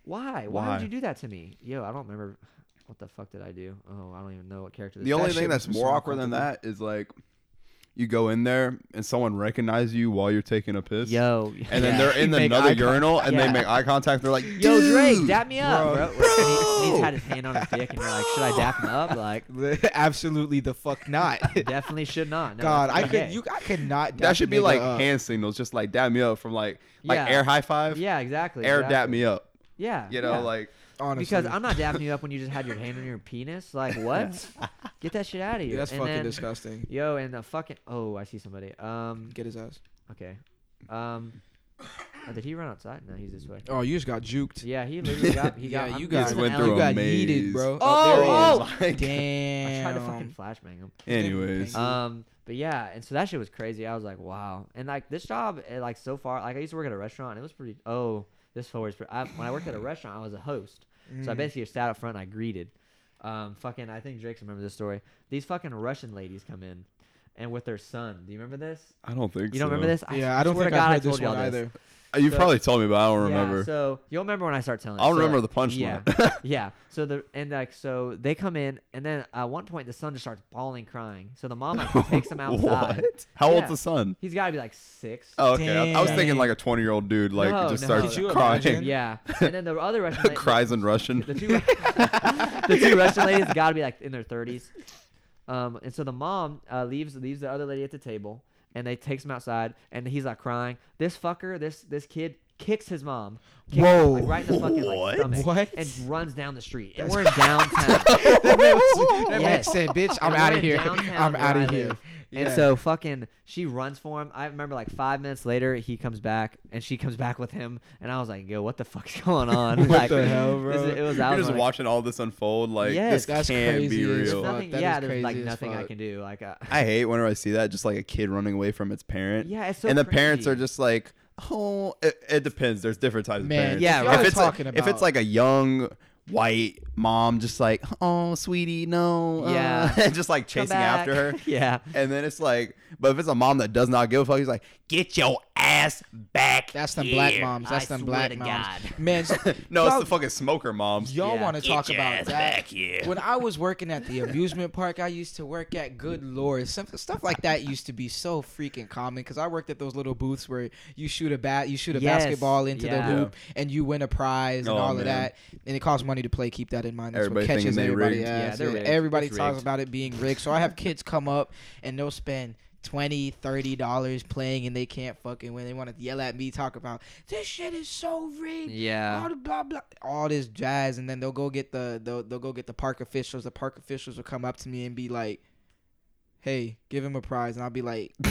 Speaker 3: why? why?
Speaker 1: Why?
Speaker 3: would you do that to me? Yo, I don't remember. What the fuck did I do? Oh, I don't even know what character. This
Speaker 1: The only
Speaker 2: shit
Speaker 1: thing
Speaker 2: makes
Speaker 1: that's
Speaker 2: me
Speaker 1: more
Speaker 2: so
Speaker 1: awkward than that
Speaker 2: uncomfortable.
Speaker 1: is like you go in there and someone recognizes you while you're taking a piss.
Speaker 3: yo,
Speaker 1: And then
Speaker 3: Yeah.
Speaker 1: they're in
Speaker 2: You make
Speaker 1: another
Speaker 2: eye con-
Speaker 1: urinal and they
Speaker 3: Yeah.
Speaker 1: make eye contact. They're like,
Speaker 3: Yo, Drake,
Speaker 1: "Dude!"
Speaker 3: dap me up,
Speaker 2: Bro.
Speaker 3: bro. And he, he's had his hand on his dick, and you're like, should I dap him up? Like,
Speaker 2: Absolutely, the fuck not.
Speaker 3: definitely should not. No,
Speaker 2: God,
Speaker 3: that's
Speaker 2: I
Speaker 3: not
Speaker 2: could
Speaker 3: gay.
Speaker 2: you I could not.
Speaker 1: That should be
Speaker 2: dap
Speaker 1: like
Speaker 2: nigga up.
Speaker 1: hand signals, just like dap me up from like like
Speaker 3: Uh. Yeah.
Speaker 1: air high five,
Speaker 3: Yeah, exactly.
Speaker 1: air
Speaker 3: exactly.
Speaker 1: dap me up.
Speaker 3: Yeah,
Speaker 1: You know,
Speaker 3: yeah.
Speaker 1: like
Speaker 2: honestly.
Speaker 3: because I'm not dapping you up when you just had your hand on your penis. Like, what? Get that shit out of
Speaker 2: Yeah,
Speaker 3: here.
Speaker 2: that's
Speaker 3: and
Speaker 2: fucking
Speaker 3: then,
Speaker 2: disgusting.
Speaker 3: Yo, and the fucking. Oh, I see somebody. Um,
Speaker 2: Get his ass.
Speaker 3: okay. Um, Or did he run outside? No, he's this way.
Speaker 2: Oh, you just got juked.
Speaker 3: Yeah, he literally got. He got.
Speaker 2: yeah,
Speaker 3: I'm
Speaker 2: you
Speaker 3: down
Speaker 2: got
Speaker 1: Just
Speaker 3: an
Speaker 1: went
Speaker 3: alley.
Speaker 1: through
Speaker 2: you
Speaker 1: a
Speaker 2: got
Speaker 1: maze.
Speaker 2: yeated, bro.
Speaker 3: Oh,
Speaker 1: There he is.
Speaker 3: I
Speaker 2: damn.
Speaker 3: tried to fucking flashbang him.
Speaker 1: Anyways,
Speaker 2: Uh,
Speaker 3: Um, but yeah, and so that shit was crazy. I was like, wow. And like this job, eh, like so far, like I used to work at a restaurant. And it was pretty. Oh, this forward. is pre- I, when I worked at a restaurant, I was a host. So I
Speaker 2: Mm.
Speaker 3: basically just sat up front and I greeted. Um, fucking, I think Drake's remember this story. These fucking Russian ladies come in, and with their son. Do you remember this?
Speaker 1: I don't think
Speaker 3: You don't remember this?
Speaker 2: yeah, I don't
Speaker 3: swear
Speaker 2: think
Speaker 3: to God,
Speaker 2: I've
Speaker 3: I
Speaker 2: heard
Speaker 3: told
Speaker 2: this one
Speaker 3: y'all this.
Speaker 2: either.
Speaker 1: Uh, You
Speaker 3: So-
Speaker 1: probably told me, but I don't remember.
Speaker 3: Yeah, so you'll remember when I start telling.
Speaker 1: I'll
Speaker 3: So,
Speaker 1: remember the punchline.
Speaker 3: Yeah, yeah. So the and like so they come in and then at one point the son just starts bawling, crying. So the mom like, takes him outside.
Speaker 1: What? How old's
Speaker 3: Yeah.
Speaker 1: the son?
Speaker 3: He's got to be like six.
Speaker 1: Oh, okay. I, I was thinking
Speaker 2: Dang.
Speaker 1: like a twenty-year-old dude, like
Speaker 3: No,
Speaker 1: just
Speaker 3: no.
Speaker 1: starts
Speaker 3: Could you
Speaker 1: crying,
Speaker 2: imagine?
Speaker 3: Yeah. And then the other Russian lady,
Speaker 1: cries in
Speaker 3: The
Speaker 1: Russian.
Speaker 3: two, the two Russian ladies got to be like in their thirties. Um, and so the mom uh, leaves leaves the other lady at the table, and they takes him outside, and he's like crying. This fucker, this this kid kicks his mom. kicks her,
Speaker 2: Whoa.
Speaker 3: like, right in the fucking like,
Speaker 1: What?
Speaker 3: stomach,
Speaker 2: What?
Speaker 3: And runs down the street. And we're in downtown.
Speaker 2: that man, was- that man
Speaker 3: Yes.
Speaker 2: said, "Bitch, I'm
Speaker 3: And
Speaker 2: out
Speaker 3: we're
Speaker 2: of
Speaker 3: in
Speaker 2: here.
Speaker 3: downtown
Speaker 2: I'm
Speaker 3: where
Speaker 2: out
Speaker 3: I
Speaker 2: of here."
Speaker 3: live. And
Speaker 2: Yeah.
Speaker 3: so fucking she runs for him. I remember like five minutes later he comes back and she comes back with him and I was like, yo, what the fuck's going on?
Speaker 2: What
Speaker 3: like,
Speaker 2: the hell,
Speaker 3: this is-
Speaker 2: bro?
Speaker 3: it was
Speaker 1: You're
Speaker 3: out
Speaker 1: just watching all this unfold. Like
Speaker 3: Yes.
Speaker 1: this
Speaker 2: That's
Speaker 1: can't be
Speaker 2: crazy as
Speaker 3: There's
Speaker 1: real.
Speaker 2: fuck.
Speaker 3: nothing,
Speaker 2: That
Speaker 3: yeah,
Speaker 2: is
Speaker 3: there's like
Speaker 2: crazy as
Speaker 3: nothing I
Speaker 2: fuck.
Speaker 3: can do. Like, uh,
Speaker 1: I hate whenever I see that, just like a kid running away from its parent.
Speaker 3: yeah, it's so.
Speaker 1: and the parents
Speaker 3: cringy.
Speaker 1: are just like, oh, it, it depends. There's different types
Speaker 2: Man,
Speaker 1: of parents.
Speaker 3: Yeah, y'all
Speaker 1: if
Speaker 3: are
Speaker 1: it's
Speaker 2: talking
Speaker 1: a, if it's
Speaker 2: about-
Speaker 1: like a young white mom, just like, oh, sweetie, no, uh,"
Speaker 3: Yeah.
Speaker 1: and just like
Speaker 3: Come
Speaker 1: chasing after her.
Speaker 3: back. yeah.
Speaker 1: And then it's like, but if it's a mom that does not give a fuck, he's like, get your ass back.
Speaker 2: That's them
Speaker 1: here.
Speaker 2: black moms. That's
Speaker 3: I
Speaker 2: them
Speaker 3: swear
Speaker 2: black
Speaker 3: to
Speaker 2: moms.
Speaker 3: God.
Speaker 2: Man, s-
Speaker 1: No, it's
Speaker 2: y'all-
Speaker 1: the fucking smoker moms.
Speaker 2: y'all
Speaker 3: Yeah.
Speaker 2: want to
Speaker 1: Get
Speaker 2: talk
Speaker 1: your
Speaker 2: about
Speaker 1: ass
Speaker 2: that?
Speaker 1: back here.
Speaker 2: When I was working at the amusement park I used to work at, good lord, stuff, stuff like that used to be so freaking common because I worked at those little booths where you shoot a bat, you shoot a
Speaker 3: Yes,
Speaker 2: basketball into
Speaker 3: yeah.
Speaker 2: the hoop, and you win a prize and
Speaker 1: Oh,
Speaker 2: all
Speaker 1: man.
Speaker 2: of that, and it costs money to play. Keep that in mind. That's
Speaker 1: Everybody
Speaker 2: what catches
Speaker 1: thinking they
Speaker 2: everybody.
Speaker 1: rigged.
Speaker 3: Yeah,
Speaker 2: ass.
Speaker 3: they're
Speaker 2: Yeah,
Speaker 3: rigged.
Speaker 2: everybody
Speaker 3: It's
Speaker 2: talks
Speaker 3: rigged.
Speaker 2: about it being rigged. So I have kids come up and they'll spend. 20 30 dollars playing and they can't fucking win they want to yell at me talk about this shit is so rigged all
Speaker 3: Yeah.
Speaker 2: the blah blah, all this jazz, and then they'll go get the they'll, they'll go get the park officials. The park officials will come up to me and be like, "Hey, give him a prize," and I'll be like,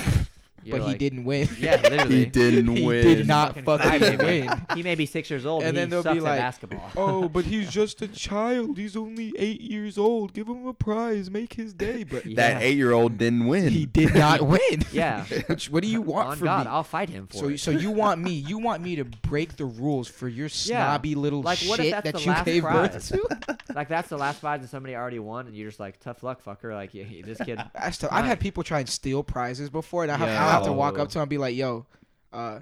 Speaker 3: You're
Speaker 2: "But he
Speaker 3: like-
Speaker 2: didn't win."
Speaker 3: Yeah, literally.
Speaker 1: he didn't
Speaker 2: He
Speaker 1: win.
Speaker 2: did not fucking
Speaker 3: five-year-old.
Speaker 2: win.
Speaker 3: He may be six years old,
Speaker 2: And
Speaker 3: and
Speaker 2: then
Speaker 3: then
Speaker 2: they'll
Speaker 3: he sucks
Speaker 2: be like,
Speaker 3: at basketball.
Speaker 2: oh, but he's just a child. He's only eight years old. Give him a prize. Make his day. But
Speaker 3: Yeah.
Speaker 1: That eight year old didn't win.
Speaker 2: he did not win.
Speaker 3: Yeah.
Speaker 2: Which, what do you want
Speaker 3: On
Speaker 2: from
Speaker 3: God,
Speaker 2: me?
Speaker 3: I'll fight him for
Speaker 2: so,
Speaker 3: it.
Speaker 2: so you want me? You want me to break the rules for your snobby little
Speaker 3: Like, what if
Speaker 2: shit
Speaker 3: that's the
Speaker 2: that you
Speaker 3: last
Speaker 2: gave
Speaker 3: prize?
Speaker 2: birth to?
Speaker 3: like that's the last prize, and somebody already won, and you're just like, tough luck, fucker. Like yeah, yeah, this kid.
Speaker 2: I still, I've had people try and steal prizes before, and I have, I'll have to walk up to them and be like, "Yo, uh,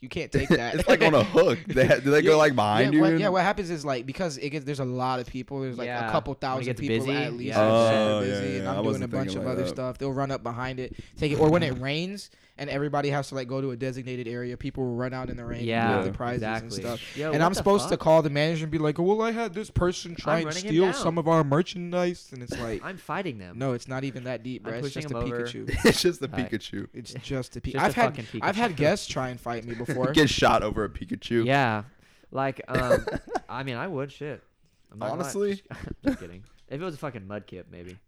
Speaker 2: you can't take that."
Speaker 1: it's like on a hook. They, ha- do they
Speaker 2: Yeah,
Speaker 1: go like behind
Speaker 2: yeah,
Speaker 1: you?
Speaker 2: What,
Speaker 1: and-
Speaker 2: yeah, what happens is like because it gets there's a lot of people. There's like
Speaker 3: Yeah,
Speaker 2: a couple
Speaker 3: when it
Speaker 2: thousand
Speaker 3: gets
Speaker 2: people
Speaker 3: busy,
Speaker 2: at least.
Speaker 3: yeah.
Speaker 2: and shit,
Speaker 1: Oh,
Speaker 2: busy,
Speaker 1: yeah, yeah,
Speaker 2: and
Speaker 1: yeah. I
Speaker 2: I'm doing
Speaker 1: wasn't
Speaker 2: a bunch
Speaker 1: thinking
Speaker 2: of
Speaker 1: like
Speaker 2: other
Speaker 1: that.
Speaker 2: stuff. They'll run up behind it, take it, or when it rains and everybody has to like go to a designated area, people will run out in the rain
Speaker 3: Yeah,
Speaker 2: and get the prizes
Speaker 3: exactly.
Speaker 2: and stuff.
Speaker 3: Yo,
Speaker 2: and
Speaker 3: what
Speaker 2: I'm
Speaker 3: the
Speaker 2: supposed to
Speaker 3: fuck?
Speaker 2: call the manager and be like, "Well, I had this person try and
Speaker 3: running him
Speaker 2: steal
Speaker 3: down."
Speaker 2: some of our merchandise," and it's like.
Speaker 3: I'm fighting them.
Speaker 2: No, it's not even that deep,
Speaker 3: I'm
Speaker 2: bro. It's
Speaker 3: pushing
Speaker 2: just a
Speaker 3: him over.
Speaker 2: Pikachu.
Speaker 1: it's just a
Speaker 3: All right.
Speaker 1: Pikachu.
Speaker 2: It's just a Pikachu.
Speaker 3: Just
Speaker 2: I've
Speaker 3: a
Speaker 2: had
Speaker 3: fucking
Speaker 2: I've
Speaker 3: Pikachu.
Speaker 2: had guests try and fight me before.
Speaker 1: Get shot over a Pikachu.
Speaker 3: Yeah. Like, um, I mean, I would shit. I'm not gonna lie.
Speaker 1: Honestly?
Speaker 3: just kidding. If it was a fucking mudkip, maybe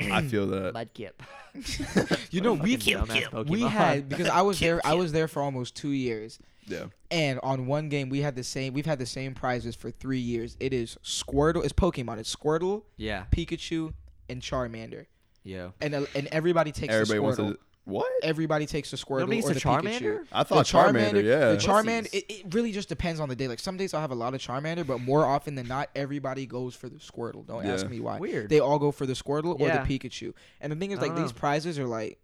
Speaker 1: I feel that.
Speaker 3: mudkip.
Speaker 2: you know,
Speaker 3: Fucking
Speaker 2: we
Speaker 3: dumbass
Speaker 2: we
Speaker 3: Pokemon.
Speaker 2: had because I was there. I was there for almost two years,
Speaker 1: Yeah.
Speaker 2: and on one game we had the same. We've had the same prizes for three years. It is Squirtle. It's Pokemon. It's Squirtle,
Speaker 3: Yeah.
Speaker 2: Pikachu, and Charmander.
Speaker 3: Yo.
Speaker 2: And uh, and everybody takes
Speaker 1: Everybody
Speaker 2: the
Speaker 1: wants
Speaker 2: Squirtle.
Speaker 1: to. What?
Speaker 2: Everybody takes the Squirtle
Speaker 3: Nobody eats
Speaker 2: or
Speaker 3: a
Speaker 2: the
Speaker 3: Charmander.
Speaker 2: Pikachu.
Speaker 1: I thought Charmander, yeah.
Speaker 2: The Charmander.
Speaker 3: Pussies.
Speaker 2: It, it really just depends on the day. Like some days I'll have a lot of Charmander, but more often than not, everybody goes for the Squirtle. Don't
Speaker 1: Yeah.
Speaker 2: ask me why.
Speaker 3: Weird.
Speaker 2: They all go for the Squirtle or
Speaker 3: Yeah.
Speaker 2: the Pikachu. And the thing is,
Speaker 3: I
Speaker 2: like
Speaker 3: don't
Speaker 2: these
Speaker 3: know.
Speaker 2: prizes are like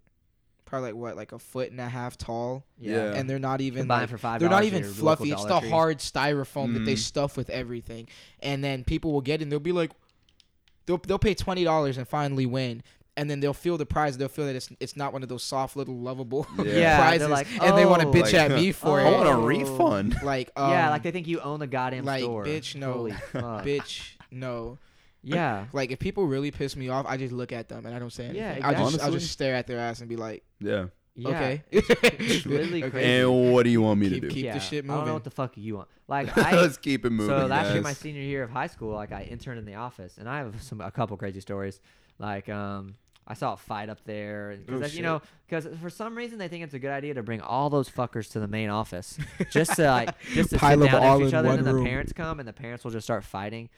Speaker 2: probably like what, like a foot and a half tall,
Speaker 1: Yeah.
Speaker 2: and they're not even
Speaker 3: Combined
Speaker 2: like,
Speaker 3: for $5
Speaker 2: they're not
Speaker 3: at
Speaker 2: even
Speaker 3: your local
Speaker 2: fluffy. It's
Speaker 3: Dollar
Speaker 2: the
Speaker 3: Tree. Mm.
Speaker 2: hard styrofoam that they
Speaker 1: Mhm.
Speaker 2: stuff with everything. And then people will get it and they'll be like, they'll they'll pay twenty dollars and finally win. And then they'll feel the prize. They'll feel that it's it's not one of those soft little lovable
Speaker 1: Yeah.
Speaker 3: Yeah, they're
Speaker 2: prizes,
Speaker 3: like,
Speaker 2: and they want to
Speaker 3: "Oh."
Speaker 2: bitch
Speaker 1: Like,
Speaker 2: at me for
Speaker 1: I
Speaker 2: it.
Speaker 1: want a
Speaker 3: Oh.
Speaker 1: refund.
Speaker 2: Like um,
Speaker 3: yeah, like they think you own the goddamn
Speaker 2: like,
Speaker 3: store.
Speaker 2: bitch, no.
Speaker 3: Holy fuck.
Speaker 2: um, bitch. No,
Speaker 3: Yeah.
Speaker 2: like if people really piss me off, I just look at them and I don't say anything.
Speaker 3: Yeah,
Speaker 2: I just I
Speaker 1: exactly.
Speaker 2: just stare at their ass and be like,
Speaker 1: Yeah.
Speaker 3: Yeah.
Speaker 2: okay,
Speaker 3: It's literally
Speaker 2: Okay.
Speaker 3: crazy.
Speaker 1: And what do you want me to
Speaker 2: Keep,
Speaker 1: do?
Speaker 2: keep the
Speaker 3: Yeah.
Speaker 2: shit
Speaker 3: I don't know
Speaker 2: moving.
Speaker 3: what the fuck you want. Like, I,
Speaker 1: Let's keep it moving.
Speaker 3: so last year,
Speaker 1: guys.
Speaker 3: my senior year of high school, like I interned in the office, and I have some a couple crazy stories. Like, um, I saw a fight up there
Speaker 1: Oh,
Speaker 3: because you
Speaker 1: shit.
Speaker 3: know because for some reason they think it's a good idea to bring all those fuckers to the main office just to like just to
Speaker 2: Pile
Speaker 3: sit
Speaker 2: them
Speaker 3: down
Speaker 2: all
Speaker 3: next to each
Speaker 2: in
Speaker 3: other and
Speaker 2: one
Speaker 3: then
Speaker 2: room.
Speaker 3: the parents come and the parents will just start fighting.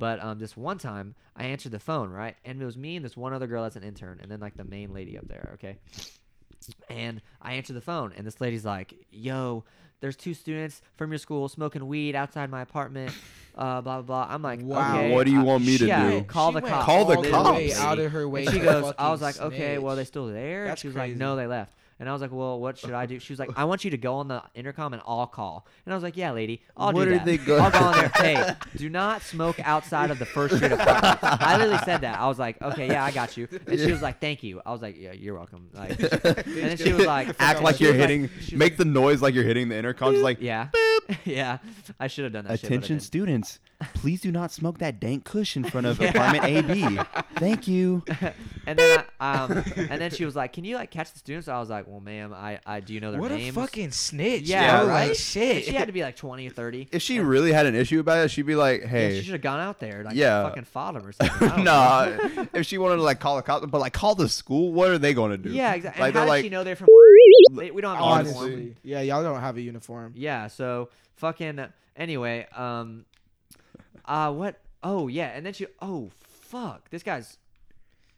Speaker 3: But um, this one time I answered the phone right, and it was me and this one other girl that's an intern, and then like the main lady up there. Okay, and I answer the phone, and this lady's like, "Yo, there's two students from your school smoking weed outside my apartment." Uh, blah blah blah. I'm like,
Speaker 2: Wow.
Speaker 3: "Okay,
Speaker 1: What do you
Speaker 3: uh,
Speaker 1: want me to
Speaker 3: yeah,
Speaker 1: do?"
Speaker 3: Call
Speaker 2: She
Speaker 3: the
Speaker 2: went
Speaker 3: cops.
Speaker 1: Call the
Speaker 2: all Way
Speaker 1: cops.
Speaker 2: out of her way.
Speaker 3: And she
Speaker 2: to
Speaker 3: goes, I
Speaker 2: fucking
Speaker 3: was like, okay, well, they
Speaker 2: snitch."
Speaker 3: still there. And
Speaker 2: That's
Speaker 3: she was like, no, they left. And I was like, well, what should I do? She was like, I want you to go on the intercom and I'll call. And I was like, yeah, lady, I'll
Speaker 1: What
Speaker 3: do
Speaker 1: are
Speaker 3: that.
Speaker 1: they go-
Speaker 3: I'll go on there. Hey, do not smoke outside of the first street apartment. I literally said that. I was like, okay, yeah, I got you. And she was like, thank you. I was like, yeah, you're welcome. Like, and then she was like,
Speaker 1: act like
Speaker 3: she
Speaker 1: you're
Speaker 3: was like-
Speaker 1: hitting,
Speaker 3: she was
Speaker 1: make the noise like you're hitting the intercom. Just like,
Speaker 3: yeah, yeah. I should have done that. shit, but I
Speaker 1: attention
Speaker 3: didn't.
Speaker 1: students, please do not smoke that dank kush in front of
Speaker 3: Yeah.
Speaker 1: apartment AB. Thank you.
Speaker 3: and then I, um, and then she was like, "Can you like catch the students?" I was like, "Well, ma'am, I, I do you know their
Speaker 2: What
Speaker 3: names?"
Speaker 2: a fucking snitch.
Speaker 3: yeah,
Speaker 2: bro,
Speaker 1: right?
Speaker 2: Like,
Speaker 3: And
Speaker 2: shit.
Speaker 3: She had to be like twenty or thirty.
Speaker 1: If she really had an issue about it, she'd be like,
Speaker 3: Yeah,
Speaker 1: hey.
Speaker 3: she should have gone out there, like
Speaker 1: Yeah.
Speaker 3: fucking fought him or something. I don't
Speaker 1: nah,
Speaker 3: know.
Speaker 1: if she wanted to like call a cop, but like call the school, what are they going to do?
Speaker 3: yeah, exactly.
Speaker 1: Like
Speaker 3: how
Speaker 1: they're
Speaker 3: did
Speaker 1: like,
Speaker 3: she know they're from? They- we don't have a
Speaker 1: Honestly.
Speaker 3: uniform.
Speaker 2: Honestly. Yeah, y'all don't have a uniform.
Speaker 3: Yeah, so fucking anyway, um, uh, what? Oh yeah, and then she. Oh fuck, this guy's.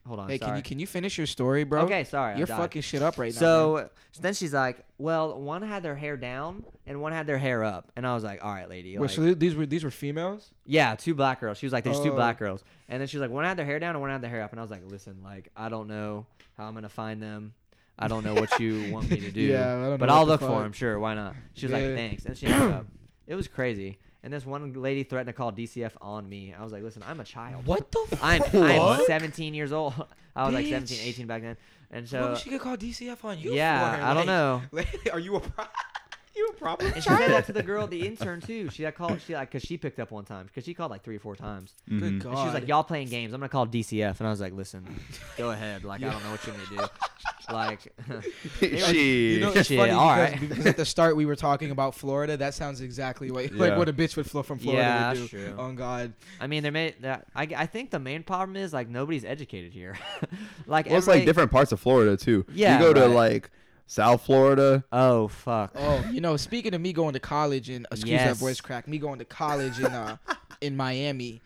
Speaker 3: Hold on.
Speaker 2: Hey,
Speaker 3: sorry.
Speaker 2: can you can you finish your story, bro?
Speaker 3: Okay, sorry. I
Speaker 2: You're
Speaker 3: died.
Speaker 2: fucking shit up right now. man.
Speaker 3: So then she's like, "Well, one had their hair down and one had their hair up," and I was like, "All right, lady."
Speaker 2: Wait,
Speaker 3: like-
Speaker 2: so th- these were these were females?
Speaker 3: yeah, two black girls. She was like, "There's two
Speaker 2: Oh.
Speaker 3: black girls," and then she was like, "One had their hair down and one had their hair up," and I was like, "Listen, like I don't know how I'm gonna find them. I don't know what you want me to do,
Speaker 2: Yeah, I don't
Speaker 3: but
Speaker 2: know what
Speaker 3: I'll
Speaker 2: the
Speaker 3: look for 'em, for
Speaker 2: fuck.
Speaker 3: them. Sure, why not?" She was
Speaker 2: Yeah.
Speaker 3: like, "Thanks," and she hung up. It was crazy. And this one lady threatened to call DCF on me. I was like, "Listen, I'm a child.
Speaker 2: What the fuck?
Speaker 3: I'm I'm 17 years old. I was like
Speaker 2: Bitch.
Speaker 3: 17, 18 back then, and
Speaker 2: Bro,
Speaker 3: so."
Speaker 2: she could call DCF on you.
Speaker 3: Yeah,
Speaker 2: for,
Speaker 3: I don't
Speaker 2: like-
Speaker 3: know.
Speaker 2: like, are you a pro- you a problem?
Speaker 3: And she said that to the girl, the intern too. She got called. She like, cause she picked up one time, cause she called like three or four times.
Speaker 2: Good God.
Speaker 3: And she was like, "Y'all playing games? I'm gonna call DCF." And I was like, "Listen, go ahead. Like, I don't know what you're gonna do. Like,
Speaker 1: she.
Speaker 2: You know, it's
Speaker 3: Shit,
Speaker 2: funny
Speaker 3: all
Speaker 2: because,
Speaker 3: right.
Speaker 2: because at the start we were talking about Florida. That sounds exactly what
Speaker 1: Yeah.
Speaker 2: like what a bitch would flow from Florida
Speaker 3: Yeah,
Speaker 2: would do.
Speaker 3: that's true.
Speaker 2: On God,
Speaker 3: I mean, there may. That, I I think the main problem is like nobody's educated here. like,
Speaker 1: Well, it's like
Speaker 3: everybody-
Speaker 1: different parts of Florida too.
Speaker 3: Yeah,
Speaker 1: you go to
Speaker 3: right.
Speaker 1: like South Florida.
Speaker 3: Oh fuck.
Speaker 2: oh, you know, speaking of me going to college and excuse that
Speaker 3: Yes.
Speaker 2: voice crack, me going to college in uh in Miami,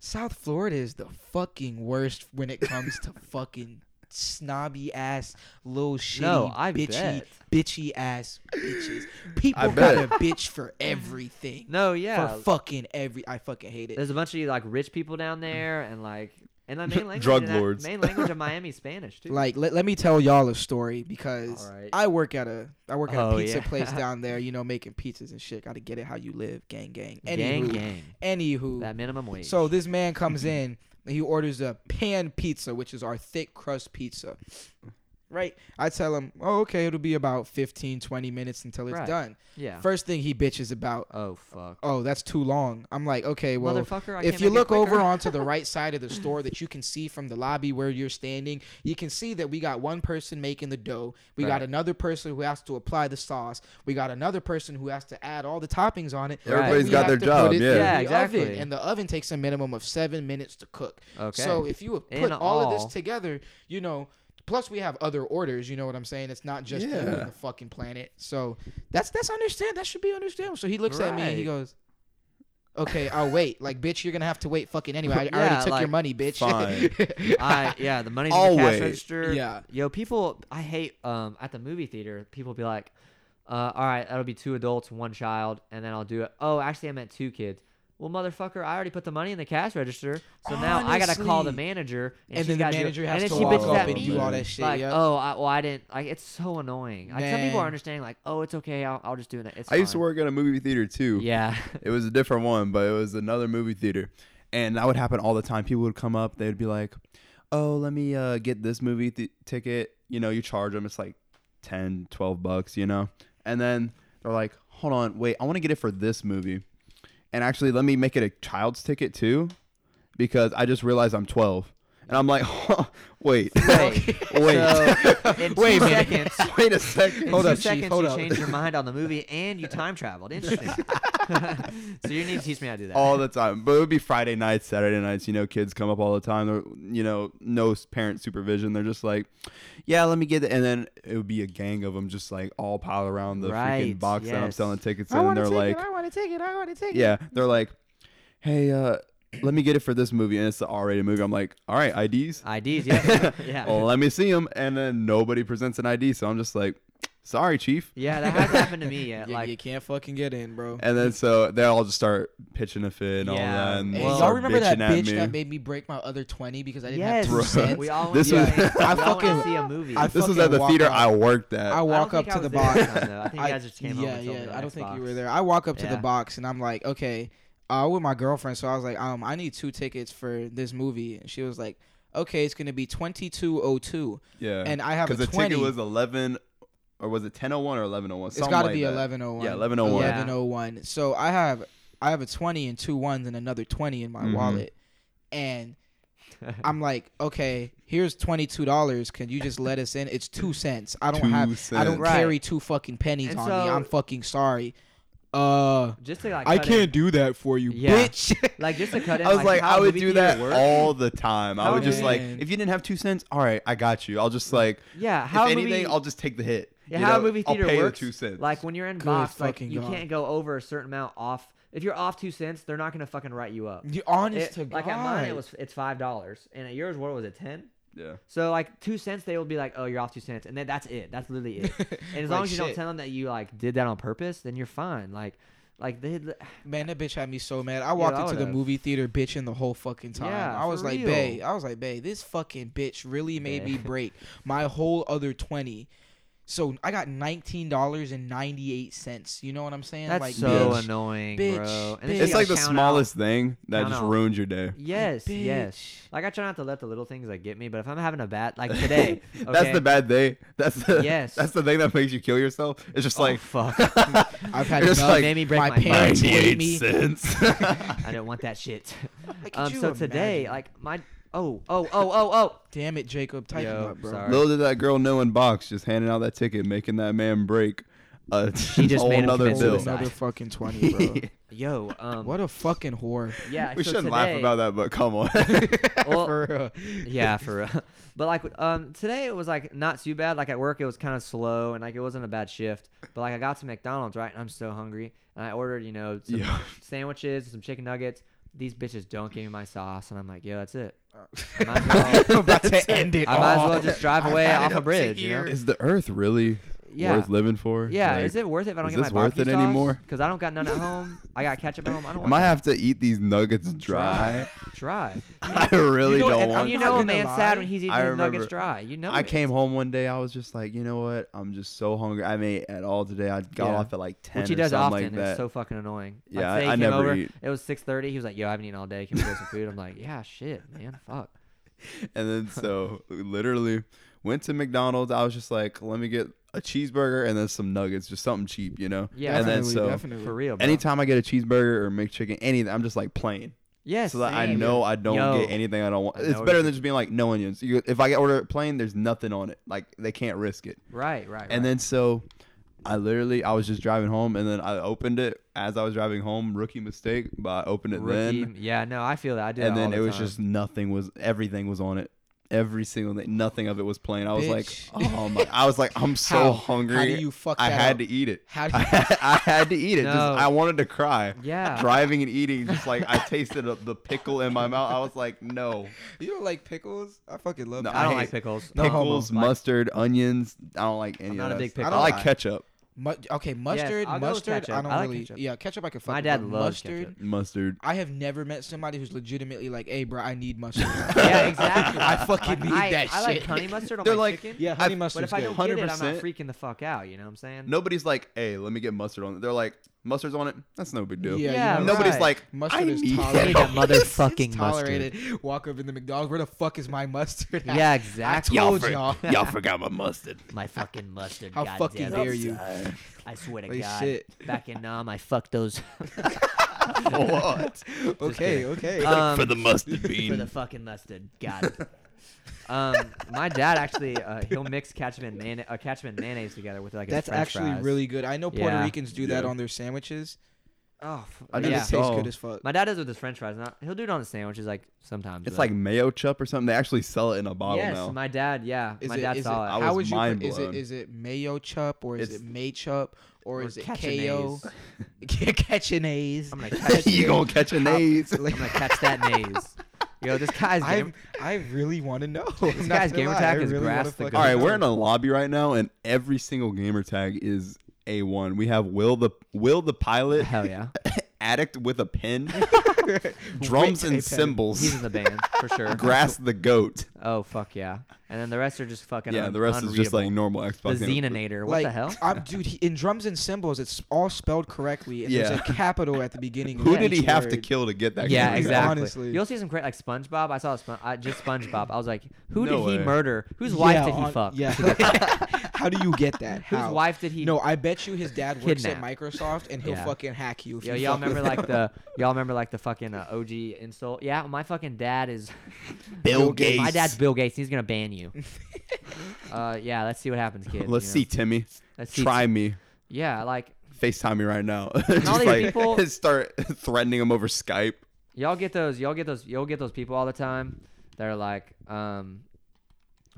Speaker 2: South Florida is the fucking worst when it comes to fucking snobby ass little shitty
Speaker 3: No, I
Speaker 2: bitchy
Speaker 3: bet.
Speaker 2: bitchy ass bitches. People
Speaker 1: I
Speaker 2: got
Speaker 1: bet.
Speaker 2: a bitch for everything.
Speaker 3: No, yeah.
Speaker 2: For fucking every, I fucking hate it.
Speaker 3: There's a bunch of like rich people down there, and like, and the main language.
Speaker 1: Drug
Speaker 3: of that-
Speaker 1: lords.
Speaker 3: Main language of Miami is Spanish too.
Speaker 2: Like let, let me tell y'all a story because
Speaker 3: All right.
Speaker 2: I work at a I work at
Speaker 3: Oh,
Speaker 2: a pizza
Speaker 3: yeah.
Speaker 2: place down there, you know, making pizzas and shit. Gotta get it how you live, gang gang. Anywho,
Speaker 3: gang, gang.
Speaker 2: anywho.
Speaker 3: That minimum wage.
Speaker 2: so this man comes in and he orders a pan pizza, which is our thick crust pizza. Right? I tell him, Oh, okay, it'll be about 15, 20 minutes until it's
Speaker 3: Right.
Speaker 2: done.
Speaker 3: yeah.
Speaker 2: First thing he bitches about,
Speaker 3: oh fuck.
Speaker 2: Oh, that's too long. I'm like, okay, well
Speaker 3: Motherfucker, I
Speaker 2: if
Speaker 3: can't
Speaker 2: you
Speaker 3: make it
Speaker 2: look over
Speaker 3: quicker.
Speaker 2: onto the right side of the store that you can see from the lobby where you're standing, you can see that we got one person making the dough. We got
Speaker 3: Right.
Speaker 2: another person who has to apply the sauce. We got another person who has to add all the toppings on it.
Speaker 1: Right.
Speaker 3: Everybody's
Speaker 2: Everybody's
Speaker 1: got their job, yeah.
Speaker 3: Yeah, exactly.
Speaker 2: Oven, and the oven takes a minimum of seven minutes to cook.
Speaker 3: Okay.
Speaker 2: So if you would put
Speaker 3: In
Speaker 2: all, of
Speaker 3: all.
Speaker 2: this together, you know. Plus, we have other orders. You know what I'm saying? It's not just you
Speaker 1: Yeah.
Speaker 2: on the fucking planet. So that's that's understand. That should be understandable. So he looks at me and he
Speaker 3: Right.
Speaker 2: goes, Okay, I'll wait. Like, bitch, you're gonna have to wait. Fucking anyway. I, I already
Speaker 3: Yeah,
Speaker 2: took your
Speaker 3: like,
Speaker 2: money, bitch.
Speaker 1: fine.
Speaker 3: I yeah, the money's in the
Speaker 1: Always.
Speaker 3: cash register.
Speaker 2: Yeah.
Speaker 3: Yo, people I hate um at the movie theater, people be like, uh, all right, that'll be two adults, one child, and then I'll do it. Oh, actually I meant two kids. Well, motherfucker, I already put the money in the cash register, so now I gotta call the
Speaker 2: Honestly.
Speaker 3: manager,
Speaker 2: and
Speaker 3: and, she's
Speaker 2: then the
Speaker 3: gotta do it.
Speaker 2: manager has
Speaker 3: and
Speaker 2: to
Speaker 3: then she
Speaker 2: walk
Speaker 3: bitches
Speaker 2: up
Speaker 3: at
Speaker 2: and
Speaker 3: me.
Speaker 2: do all that shit.
Speaker 3: like,
Speaker 2: yeah.
Speaker 3: oh, I, well, I didn't. Like, it's so annoying. Like, some people
Speaker 2: Man.
Speaker 3: are understanding, like, oh, it's okay. I'll, I'll just do it. It's
Speaker 1: I used to
Speaker 3: fine."
Speaker 1: work at a movie theater too.
Speaker 3: Yeah.
Speaker 1: It was a different one, but it was another movie theater. And that would happen all the time. People would come up, they'd be like, "Oh, let me uh, get this movie th- ticket." You know, you charge them it's like 10, 12 bucks, you know. And then they're like, "Hold on, wait, I want to get it for this movie." And actually, let me make it a child's ticket too because I just realized I'm 12. And I'm like, wait,
Speaker 3: Wait.
Speaker 1: wait,
Speaker 3: So, in two
Speaker 2: Wait a minute.
Speaker 3: seconds.
Speaker 1: wait a second.
Speaker 3: In
Speaker 2: Hold
Speaker 3: two
Speaker 2: up, Chief,
Speaker 3: seconds,
Speaker 2: hold
Speaker 3: you
Speaker 2: up.
Speaker 3: changed your mind on the movie and you time traveled. Interesting. so you need to teach me how to do that.
Speaker 1: all the time. But it would be Friday nights, Saturday nights. You know, kids come up all the time. They're, you know, no s- parent supervision. They're just like, yeah, let me get it. And then it would be a gang of them just like all piled around the freaking
Speaker 3: Right,
Speaker 1: box that I'm
Speaker 3: yes.
Speaker 1: selling tickets in.
Speaker 2: I
Speaker 1: And
Speaker 2: want to
Speaker 1: they're like,
Speaker 2: take it. I want to take it. I want to take it.
Speaker 1: yeah, they're like, hey, uh, let me get it for this movie. And it's the R rated movie. I'm like, all right, IDs.
Speaker 3: IDs, yeah, yeah.
Speaker 1: Oh, Well, let me see them. And then nobody presents an ID. So I'm just like, sorry, chief.
Speaker 3: Yeah, that has happened to me. Yeah,
Speaker 2: You,
Speaker 3: like
Speaker 2: you can't fucking get in, bro.
Speaker 1: And then so they all just start pitching a fit and all
Speaker 3: Yeah.
Speaker 1: that. And
Speaker 2: Hey,
Speaker 3: Well-
Speaker 1: start
Speaker 2: y'all remember that
Speaker 1: bitching at
Speaker 2: bitch
Speaker 1: me.
Speaker 2: that made me break my other twenty because I didn't
Speaker 3: yes,
Speaker 2: have two
Speaker 1: Bro.
Speaker 2: cents?
Speaker 3: we all
Speaker 1: This
Speaker 3: went,
Speaker 1: was-
Speaker 3: yeah, we
Speaker 2: I
Speaker 3: all went
Speaker 2: fucking-
Speaker 3: to see a movie.
Speaker 2: I
Speaker 1: This was
Speaker 2: fucking
Speaker 1: at the
Speaker 2: walk
Speaker 1: theater
Speaker 2: out.
Speaker 1: I worked at.
Speaker 2: I walk
Speaker 3: don't
Speaker 2: up to
Speaker 3: think I
Speaker 2: the
Speaker 3: was there
Speaker 2: box.
Speaker 3: that time, though. I think you guys just came home
Speaker 2: yeah,
Speaker 3: and told me
Speaker 2: yeah.
Speaker 3: about
Speaker 2: I don't think you
Speaker 3: Xbox.
Speaker 2: were there. I walk up to the
Speaker 3: Yeah.
Speaker 2: box and I'm like, okay, uh, with my girlfriend. So I was like, um, I need two tickets for this movie, and she was like, okay, it's gonna be twenty two oh two,
Speaker 1: yeah.
Speaker 2: and I have a
Speaker 1: Because the
Speaker 2: twenty.
Speaker 1: ticket was 11, or was it 1001 or 1101?
Speaker 2: it's got to be eleven oh one.
Speaker 1: Yeah, 1101.
Speaker 3: Yeah.
Speaker 2: Eleven oh one. So I have I have a twenty and two ones and another twenty in my
Speaker 1: Mhm.
Speaker 2: wallet, and I'm like, okay, here's twenty two dollars. Can you just let us in? It's two cents. I don't
Speaker 1: Two
Speaker 2: have. I don't
Speaker 1: cents.
Speaker 3: Right.
Speaker 2: carry two fucking pennies
Speaker 3: And
Speaker 2: on me.
Speaker 3: so-
Speaker 2: I'm fucking sorry. Uh,
Speaker 3: Just to like,
Speaker 2: I
Speaker 3: cut
Speaker 2: can't
Speaker 3: In,
Speaker 2: do that for you,
Speaker 3: Yeah.
Speaker 2: bitch.
Speaker 3: like just to cut in.
Speaker 1: I was like,
Speaker 3: how
Speaker 1: I would
Speaker 3: movie
Speaker 1: do
Speaker 3: theater
Speaker 1: that
Speaker 3: works.
Speaker 1: all the time. I
Speaker 3: How
Speaker 1: would just like,
Speaker 2: man.
Speaker 1: if you didn't have two cents, all right, I got you. I'll just like,
Speaker 3: yeah, how
Speaker 1: if
Speaker 3: a
Speaker 1: anything,
Speaker 3: movie,
Speaker 1: I'll just take the hit.
Speaker 3: yeah,
Speaker 1: You
Speaker 3: how
Speaker 1: know,
Speaker 3: a movie theater
Speaker 1: I'll pay the
Speaker 3: works.
Speaker 1: two cents.
Speaker 3: Like when you're in
Speaker 2: Good
Speaker 3: box, like
Speaker 2: fucking
Speaker 3: you
Speaker 2: God.
Speaker 3: can't go over a certain amount off. If you're off two cents, they're not gonna fucking write you up.
Speaker 2: You honest
Speaker 3: It-
Speaker 2: to God.
Speaker 3: like at mine, it was it's five dollars, and at yours, what was it, ten?
Speaker 1: yeah.
Speaker 3: So like two cents, they will be like, "Oh, you're off two cents," and then that's it. That's literally it. And as long
Speaker 2: Like,
Speaker 3: as you don't
Speaker 2: shit.
Speaker 3: tell them that you like did that on purpose, then you're fine. Like, like they,
Speaker 2: Man, that bitch had me so mad. I walked
Speaker 3: I
Speaker 2: into the
Speaker 3: would've.
Speaker 2: movie theater bitching the whole fucking time.
Speaker 3: Yeah,
Speaker 2: I was
Speaker 3: for
Speaker 2: like,
Speaker 3: real.
Speaker 2: "Bae," I was like, "Bae, this fucking bitch really made me
Speaker 3: Bae.
Speaker 2: break my whole other 20." So I got $19.98. You know what I'm saying?
Speaker 3: that's
Speaker 2: like,
Speaker 3: so
Speaker 2: bitch,
Speaker 3: annoying,
Speaker 2: bitch,
Speaker 3: bro.
Speaker 2: bitch.
Speaker 3: you
Speaker 1: It's
Speaker 2: Yeah,
Speaker 1: like the
Speaker 3: gotta count
Speaker 1: smallest thing that
Speaker 3: Count
Speaker 1: just
Speaker 3: out.
Speaker 1: ruins your day.
Speaker 3: out- Yes,
Speaker 2: bitch.
Speaker 3: yes. Like I try not to let the little things like get me, but if I'm having a bad like today,
Speaker 1: That's
Speaker 3: okay,
Speaker 1: the bad day. That's the,
Speaker 3: Yes.
Speaker 1: That's the thing that makes you kill yourself. It's just
Speaker 3: Oh,
Speaker 1: like
Speaker 3: fuck.
Speaker 2: I've had
Speaker 1: You're
Speaker 2: enough.
Speaker 1: just like,
Speaker 3: made me break
Speaker 2: my
Speaker 3: my
Speaker 2: parents
Speaker 3: mind.
Speaker 1: 98
Speaker 2: made me.
Speaker 1: cents.
Speaker 3: I don't want that shit.
Speaker 2: Like, could
Speaker 3: Um,
Speaker 2: you
Speaker 3: so today,
Speaker 2: imagine?
Speaker 3: like my oh oh oh oh oh.
Speaker 2: damn it, Jacob, tighten
Speaker 3: Yo,
Speaker 2: up, bro.
Speaker 3: sorry.
Speaker 1: Little did that girl know in box, just handing out that ticket, making that man break a she
Speaker 3: just made him
Speaker 1: another
Speaker 3: commit
Speaker 2: Hold
Speaker 1: bill.
Speaker 3: suicide.
Speaker 2: another fucking 20, bro.
Speaker 3: Yo, um,
Speaker 2: what a fucking whore.
Speaker 3: yeah.
Speaker 1: We
Speaker 3: so
Speaker 1: shouldn't
Speaker 3: today,
Speaker 1: laugh about that, but come on.
Speaker 3: Well,
Speaker 2: For real.
Speaker 3: yeah, for real. But like um today it was like not too bad. Like at work it was kind of slow and like it wasn't a bad shift. But like I got to McDonald's, right? And I'm so hungry. And I ordered, you know, some
Speaker 1: Yeah.
Speaker 3: sandwiches, some chicken nuggets. These bitches don't give me my sauce and I'm like, yo, that's it. I might as
Speaker 2: I'm
Speaker 3: well,
Speaker 2: about to end it.
Speaker 3: I might as well
Speaker 2: all.
Speaker 3: just drive
Speaker 2: I've
Speaker 3: away
Speaker 2: had it
Speaker 3: off a
Speaker 2: up to
Speaker 3: bridge, you know?
Speaker 2: here.
Speaker 1: Is the Earth really
Speaker 3: Yeah.
Speaker 1: worth living for?
Speaker 3: Yeah,
Speaker 1: Like,
Speaker 3: is it worth it if I don't
Speaker 1: is
Speaker 3: get my
Speaker 1: this worth
Speaker 3: barbecue
Speaker 1: it
Speaker 3: sauce?
Speaker 1: anymore?
Speaker 3: Cuz I don't got none at home. I got ketchup at home. I don't
Speaker 1: Am I
Speaker 3: want
Speaker 1: have to eat these nuggets dry?
Speaker 3: dry.
Speaker 1: I really
Speaker 2: You know,
Speaker 1: don't
Speaker 2: and
Speaker 1: want.
Speaker 3: you
Speaker 2: not
Speaker 3: know a
Speaker 2: gonna
Speaker 3: man's
Speaker 2: lie.
Speaker 3: sad when he's eating
Speaker 1: I
Speaker 3: his nuggets
Speaker 1: remember-
Speaker 3: dry. You know
Speaker 1: I
Speaker 3: it.
Speaker 1: came home one day. I was just like, you know what? I'm just so hungry. I made at all today. I got
Speaker 3: Yeah.
Speaker 1: off at like ten
Speaker 3: which he
Speaker 1: or
Speaker 3: does
Speaker 1: something
Speaker 3: often.
Speaker 1: like
Speaker 3: It's
Speaker 1: that.
Speaker 3: so fucking annoying. Like,
Speaker 1: Yeah, I-
Speaker 3: today he
Speaker 1: I
Speaker 3: came
Speaker 1: never
Speaker 3: over,
Speaker 1: eat.
Speaker 3: It was six thirty. He was like, "Yo, I haven't eaten all day. Can we get some food?" I'm like, "Yeah, shit, man, fuck."
Speaker 1: and then so we literally went to McDonald's. I was just like, let me get a cheeseburger and then some nuggets, just something cheap, you know?
Speaker 3: Yeah,
Speaker 1: and then
Speaker 2: Definitely,
Speaker 1: so
Speaker 2: definitely.
Speaker 3: For real, bro.
Speaker 1: anytime I get a cheeseburger or McChicken, anything, I'm just like plain.
Speaker 3: Yes.
Speaker 1: so that I
Speaker 3: same.
Speaker 1: know I don't
Speaker 3: Yo.
Speaker 1: get anything I don't want.
Speaker 3: I
Speaker 1: It's
Speaker 3: know
Speaker 1: better
Speaker 3: what
Speaker 1: than just being like no onions. You, if I order it plain, there's nothing on it. Like they can't risk it.
Speaker 3: Right, right.
Speaker 1: And then so I literally I was just driving home and then I opened it as I was driving home. Rookie mistake, but I opened it
Speaker 3: Rookie,
Speaker 1: then,
Speaker 3: yeah, no, I feel that. I do.
Speaker 1: and
Speaker 3: that all
Speaker 1: then
Speaker 3: the
Speaker 1: it was
Speaker 3: time.
Speaker 1: just nothing was everything was on it. Every single thing, nothing of it was plain. I was
Speaker 2: Bitch.
Speaker 1: like, oh my! I was like, I'm so
Speaker 2: How-
Speaker 1: hungry.
Speaker 2: how do you fuck
Speaker 1: I
Speaker 2: that
Speaker 1: had
Speaker 2: up?
Speaker 1: to eat it.
Speaker 2: How do
Speaker 1: I,
Speaker 2: you-
Speaker 1: had, I had to eat it.
Speaker 3: No.
Speaker 1: Just I wanted to cry.
Speaker 3: Yeah.
Speaker 1: Driving and eating, just like I tasted a, the pickle in my mouth. I was like, no.
Speaker 2: You don't like pickles? I fucking love
Speaker 1: No,
Speaker 3: I
Speaker 2: pickles.
Speaker 3: don't
Speaker 1: I
Speaker 3: like
Speaker 1: hate
Speaker 3: pickles.
Speaker 2: No homo.
Speaker 1: pickles, mustard, onions. I don't like any
Speaker 3: I'm
Speaker 1: of
Speaker 3: not a
Speaker 1: that
Speaker 3: big
Speaker 1: stuff.
Speaker 3: pickle
Speaker 1: I like
Speaker 2: guy.
Speaker 1: ketchup,
Speaker 2: Mu- okay, mustard,
Speaker 3: I'll go with
Speaker 2: mustard.
Speaker 3: ketchup.
Speaker 2: I don't
Speaker 3: I like
Speaker 2: really.
Speaker 3: ketchup.
Speaker 2: Yeah, ketchup. I can fuck.
Speaker 3: My
Speaker 2: with,
Speaker 3: dad
Speaker 2: but
Speaker 3: loves
Speaker 2: mustard.
Speaker 3: ketchup.
Speaker 1: mustard.
Speaker 2: I have never met somebody who's legitimately like, "Hey, bro, I need mustard."
Speaker 3: yeah, exactly.
Speaker 2: I fucking
Speaker 3: Like,
Speaker 2: need
Speaker 3: I,
Speaker 2: that
Speaker 3: I
Speaker 2: shit.
Speaker 3: like honey mustard on
Speaker 1: They're
Speaker 3: my
Speaker 1: like-
Speaker 3: chicken.
Speaker 2: yeah, honey mustard.
Speaker 3: But if I don't get it, I'm not
Speaker 1: 100%.
Speaker 3: freaking the fuck out. You know what I'm saying?
Speaker 1: Nobody's like, hey, let me get mustard on it. They're like, mustard's on it. That's no big deal.
Speaker 2: Yeah,
Speaker 3: Yeah,
Speaker 2: you know,
Speaker 1: Nobody's
Speaker 3: right.
Speaker 1: like,
Speaker 2: mustard
Speaker 1: I
Speaker 2: is
Speaker 1: need
Speaker 2: tolerated.
Speaker 1: that
Speaker 2: It's-
Speaker 3: motherfucking
Speaker 2: it's tolerated. Walk up in the McDonald's. Where the fuck is my mustard? at?
Speaker 3: Yeah, exactly.
Speaker 2: I told y'all.
Speaker 1: Y'all forgot my mustard.
Speaker 3: My fucking mustard.
Speaker 2: How fucking
Speaker 3: goddamn
Speaker 2: dare
Speaker 3: it.
Speaker 2: you?
Speaker 3: I swear to
Speaker 2: Like,
Speaker 3: God.
Speaker 2: shit.
Speaker 3: Back in Nam, I fucked those.
Speaker 1: what?
Speaker 2: Okay, okay.
Speaker 3: Um,
Speaker 1: For the mustard
Speaker 3: for the
Speaker 1: bean.
Speaker 3: fucking mustard. God. Um, my dad actually uh, he'll mix ketchup and mayonnaise, uh, ketchup and mayonnaise together with like his
Speaker 2: That's
Speaker 3: French
Speaker 2: actually
Speaker 3: fries.
Speaker 2: really good. I know Puerto
Speaker 3: Yeah.
Speaker 2: Ricans do that
Speaker 1: Yeah.
Speaker 2: on their sandwiches.
Speaker 3: oh f-
Speaker 1: I
Speaker 2: And
Speaker 1: do
Speaker 2: it
Speaker 3: yeah.
Speaker 1: this-
Speaker 2: tastes
Speaker 1: Oh.
Speaker 2: good as fuck.
Speaker 3: My dad does it with his French fries. Not he'll do it on the sandwiches like sometimes.
Speaker 1: It's
Speaker 3: but-
Speaker 1: like mayo chup or something. They actually sell it in a bottle
Speaker 3: yes,
Speaker 1: now.
Speaker 3: my dad. Yeah,
Speaker 2: Is
Speaker 3: my
Speaker 2: it,
Speaker 3: dad
Speaker 2: is
Speaker 3: saw
Speaker 2: it,
Speaker 1: I
Speaker 3: it.
Speaker 1: was
Speaker 2: How would you? put-
Speaker 1: mind
Speaker 2: Is it
Speaker 1: blown.
Speaker 2: is it mayo chup or is
Speaker 1: It's-
Speaker 2: it may chup or,
Speaker 3: Or
Speaker 2: is it ko?
Speaker 3: catch-a-naze.
Speaker 2: Catchinaise.
Speaker 3: I'm gonna catch.
Speaker 1: you gonna catch a naze?
Speaker 3: I'm gonna catch that naze. Yo, this guy's
Speaker 2: I
Speaker 3: game.
Speaker 2: I really want to know.
Speaker 3: This guy's gamer tag is grass the
Speaker 1: All right, we're in a lobby right now, and every single gamer tag is a one. We have Will the Will the pilot,
Speaker 3: Hell yeah,
Speaker 1: addict with a pen, drums and
Speaker 3: he's
Speaker 1: cymbals,
Speaker 3: in the band for sure.
Speaker 1: grass the goat.
Speaker 3: Oh fuck yeah! And then the rest are just fucking.
Speaker 1: Yeah,
Speaker 3: un-
Speaker 1: the rest is just like normal
Speaker 3: unreadable.
Speaker 1: Xbox.
Speaker 3: the
Speaker 1: gamer.
Speaker 3: Xenonator. What
Speaker 2: like,
Speaker 3: the hell?
Speaker 2: I'm, dude, he, in drums and cymbals, it's all spelled correctly, and there's
Speaker 1: Yeah.
Speaker 2: a capital at the beginning.
Speaker 1: Who
Speaker 2: of
Speaker 1: did he
Speaker 2: each
Speaker 1: have to
Speaker 2: word.
Speaker 1: kill to get that?
Speaker 3: Yeah,
Speaker 1: gamer tag?
Speaker 3: exactly.
Speaker 2: Honestly.
Speaker 3: You'll see some great like SpongeBob. I saw a Spon- I, just SpongeBob. I was like, who
Speaker 1: No
Speaker 3: did he
Speaker 1: way.
Speaker 3: murder? Whose wife
Speaker 2: Yeah,
Speaker 3: did he
Speaker 2: on-
Speaker 3: fuck?
Speaker 2: Yeah. How do you get that?
Speaker 3: Whose
Speaker 2: How?
Speaker 3: wife did he?
Speaker 2: No, I bet you his dad works at
Speaker 3: Kidnap.
Speaker 2: Microsoft, and he'll
Speaker 3: Yeah.
Speaker 2: fucking hack you. If
Speaker 3: Yo,
Speaker 2: you
Speaker 3: y'all
Speaker 2: fuck with
Speaker 3: remember like
Speaker 2: him.
Speaker 3: the y'all remember like the fucking uh, OG insult? Yeah, my fucking dad is
Speaker 1: Bill Gates.
Speaker 3: My dad's Bill Gates. He's gonna ban you. uh, yeah, let's see what happens, kid.
Speaker 1: Let's
Speaker 3: you
Speaker 1: see,
Speaker 3: know?
Speaker 1: Timmy.
Speaker 3: Let's see.
Speaker 1: Try me.
Speaker 3: Yeah, like
Speaker 1: FaceTime me right now.
Speaker 3: all
Speaker 1: Just
Speaker 3: these
Speaker 1: like
Speaker 3: people-
Speaker 1: start threatening him over Skype.
Speaker 3: y'all get those. Y'all get those. Y'all get those people all the time. They're like, um,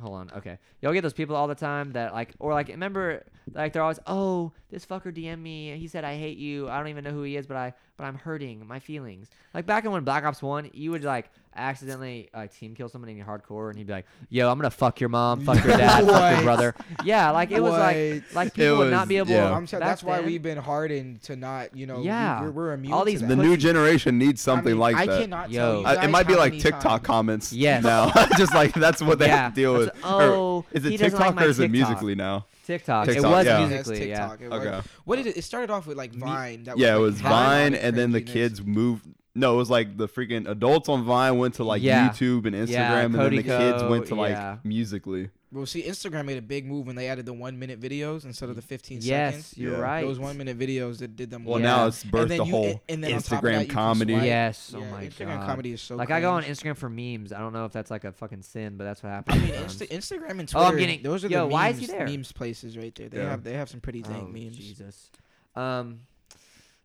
Speaker 3: hold on. Okay, y'all get those people all the time that like, or like, remember, like they're always, oh, this fucker DM me. He said I hate you. I don't even know who he is, but I, but I'm hurting my feelings. Like back in when Black Ops One, you would like accidentally like team kill somebody in your hardcore, and he'd be like, yo, I'm gonna fuck your mom, fuck your dad, fuck
Speaker 2: What?
Speaker 3: your brother. Yeah, like it was like,
Speaker 2: What?
Speaker 3: like people would
Speaker 1: was-
Speaker 3: not be able.
Speaker 1: yeah.
Speaker 2: I'm sorry,
Speaker 3: back
Speaker 2: that's why
Speaker 3: then-
Speaker 2: we've been hardened to not, you know, we-
Speaker 3: Yeah.
Speaker 2: we're, we're immune.
Speaker 3: All
Speaker 2: to
Speaker 3: these
Speaker 2: that.
Speaker 1: The new generation needs something
Speaker 2: I mean,
Speaker 1: like
Speaker 2: I
Speaker 1: that.
Speaker 2: cannot
Speaker 3: Yo.
Speaker 2: tell you.
Speaker 1: I-
Speaker 2: guys
Speaker 1: it might be
Speaker 2: how
Speaker 1: like
Speaker 2: many
Speaker 1: TikTok
Speaker 2: times-
Speaker 1: comments.
Speaker 3: Yes.
Speaker 1: Now, just like that's what they
Speaker 3: Yeah.
Speaker 1: have to deal with.
Speaker 3: It's, oh,
Speaker 1: or, is it
Speaker 3: he doesn't like
Speaker 1: TikTok
Speaker 3: my
Speaker 1: or is it
Speaker 3: TikTok.
Speaker 1: Musically now?
Speaker 3: TikTok. It
Speaker 1: TikTok,
Speaker 3: was
Speaker 1: yeah.
Speaker 2: That's
Speaker 3: musically, yeah.
Speaker 2: TikTok. It was-
Speaker 1: Okay.
Speaker 2: What did it? It started off with like Vine. That
Speaker 1: Yeah, it
Speaker 2: like,
Speaker 1: was
Speaker 2: Vine
Speaker 1: Vine,
Speaker 2: on
Speaker 1: and then the
Speaker 2: cringiness.
Speaker 1: kids moved. No, it was like the freaking adults on Vine went to like
Speaker 3: Yeah.
Speaker 1: YouTube and Instagram,
Speaker 3: Yeah,
Speaker 1: and then the
Speaker 3: Cody
Speaker 1: kids
Speaker 3: Co,
Speaker 1: went to like
Speaker 3: yeah.
Speaker 1: Musically.
Speaker 2: Well, see, Instagram made a big move when they added the one minute videos instead of the 15
Speaker 3: Yes,
Speaker 2: seconds.
Speaker 3: you're
Speaker 1: Yeah.
Speaker 3: right.
Speaker 2: Those one minute videos that did them.
Speaker 1: Well,
Speaker 2: well.
Speaker 1: now
Speaker 3: Yeah.
Speaker 1: it's birthed
Speaker 2: then
Speaker 1: the
Speaker 2: you-
Speaker 1: whole
Speaker 2: and- and then on top of
Speaker 1: Instagram
Speaker 2: that, you can
Speaker 1: comedy.
Speaker 2: swipe.
Speaker 3: Yes. oh
Speaker 2: Yeah,
Speaker 3: my
Speaker 2: Instagram
Speaker 3: god.
Speaker 2: comedy is so.
Speaker 3: like I go on
Speaker 2: cringe.
Speaker 3: Instagram for memes. I don't know if that's like a fucking sin, but that's what
Speaker 2: I
Speaker 3: happens.
Speaker 2: mean,
Speaker 3: sometimes.
Speaker 2: Insta- Instagram and Twitter.
Speaker 3: Oh, I'm getting-
Speaker 2: Those are
Speaker 3: Yo,
Speaker 2: the
Speaker 3: why is
Speaker 2: memes,
Speaker 3: he there?
Speaker 2: memes places right there. They
Speaker 1: Yeah.
Speaker 2: have they have some pretty dank
Speaker 3: oh,
Speaker 2: memes.
Speaker 3: Jesus. Um,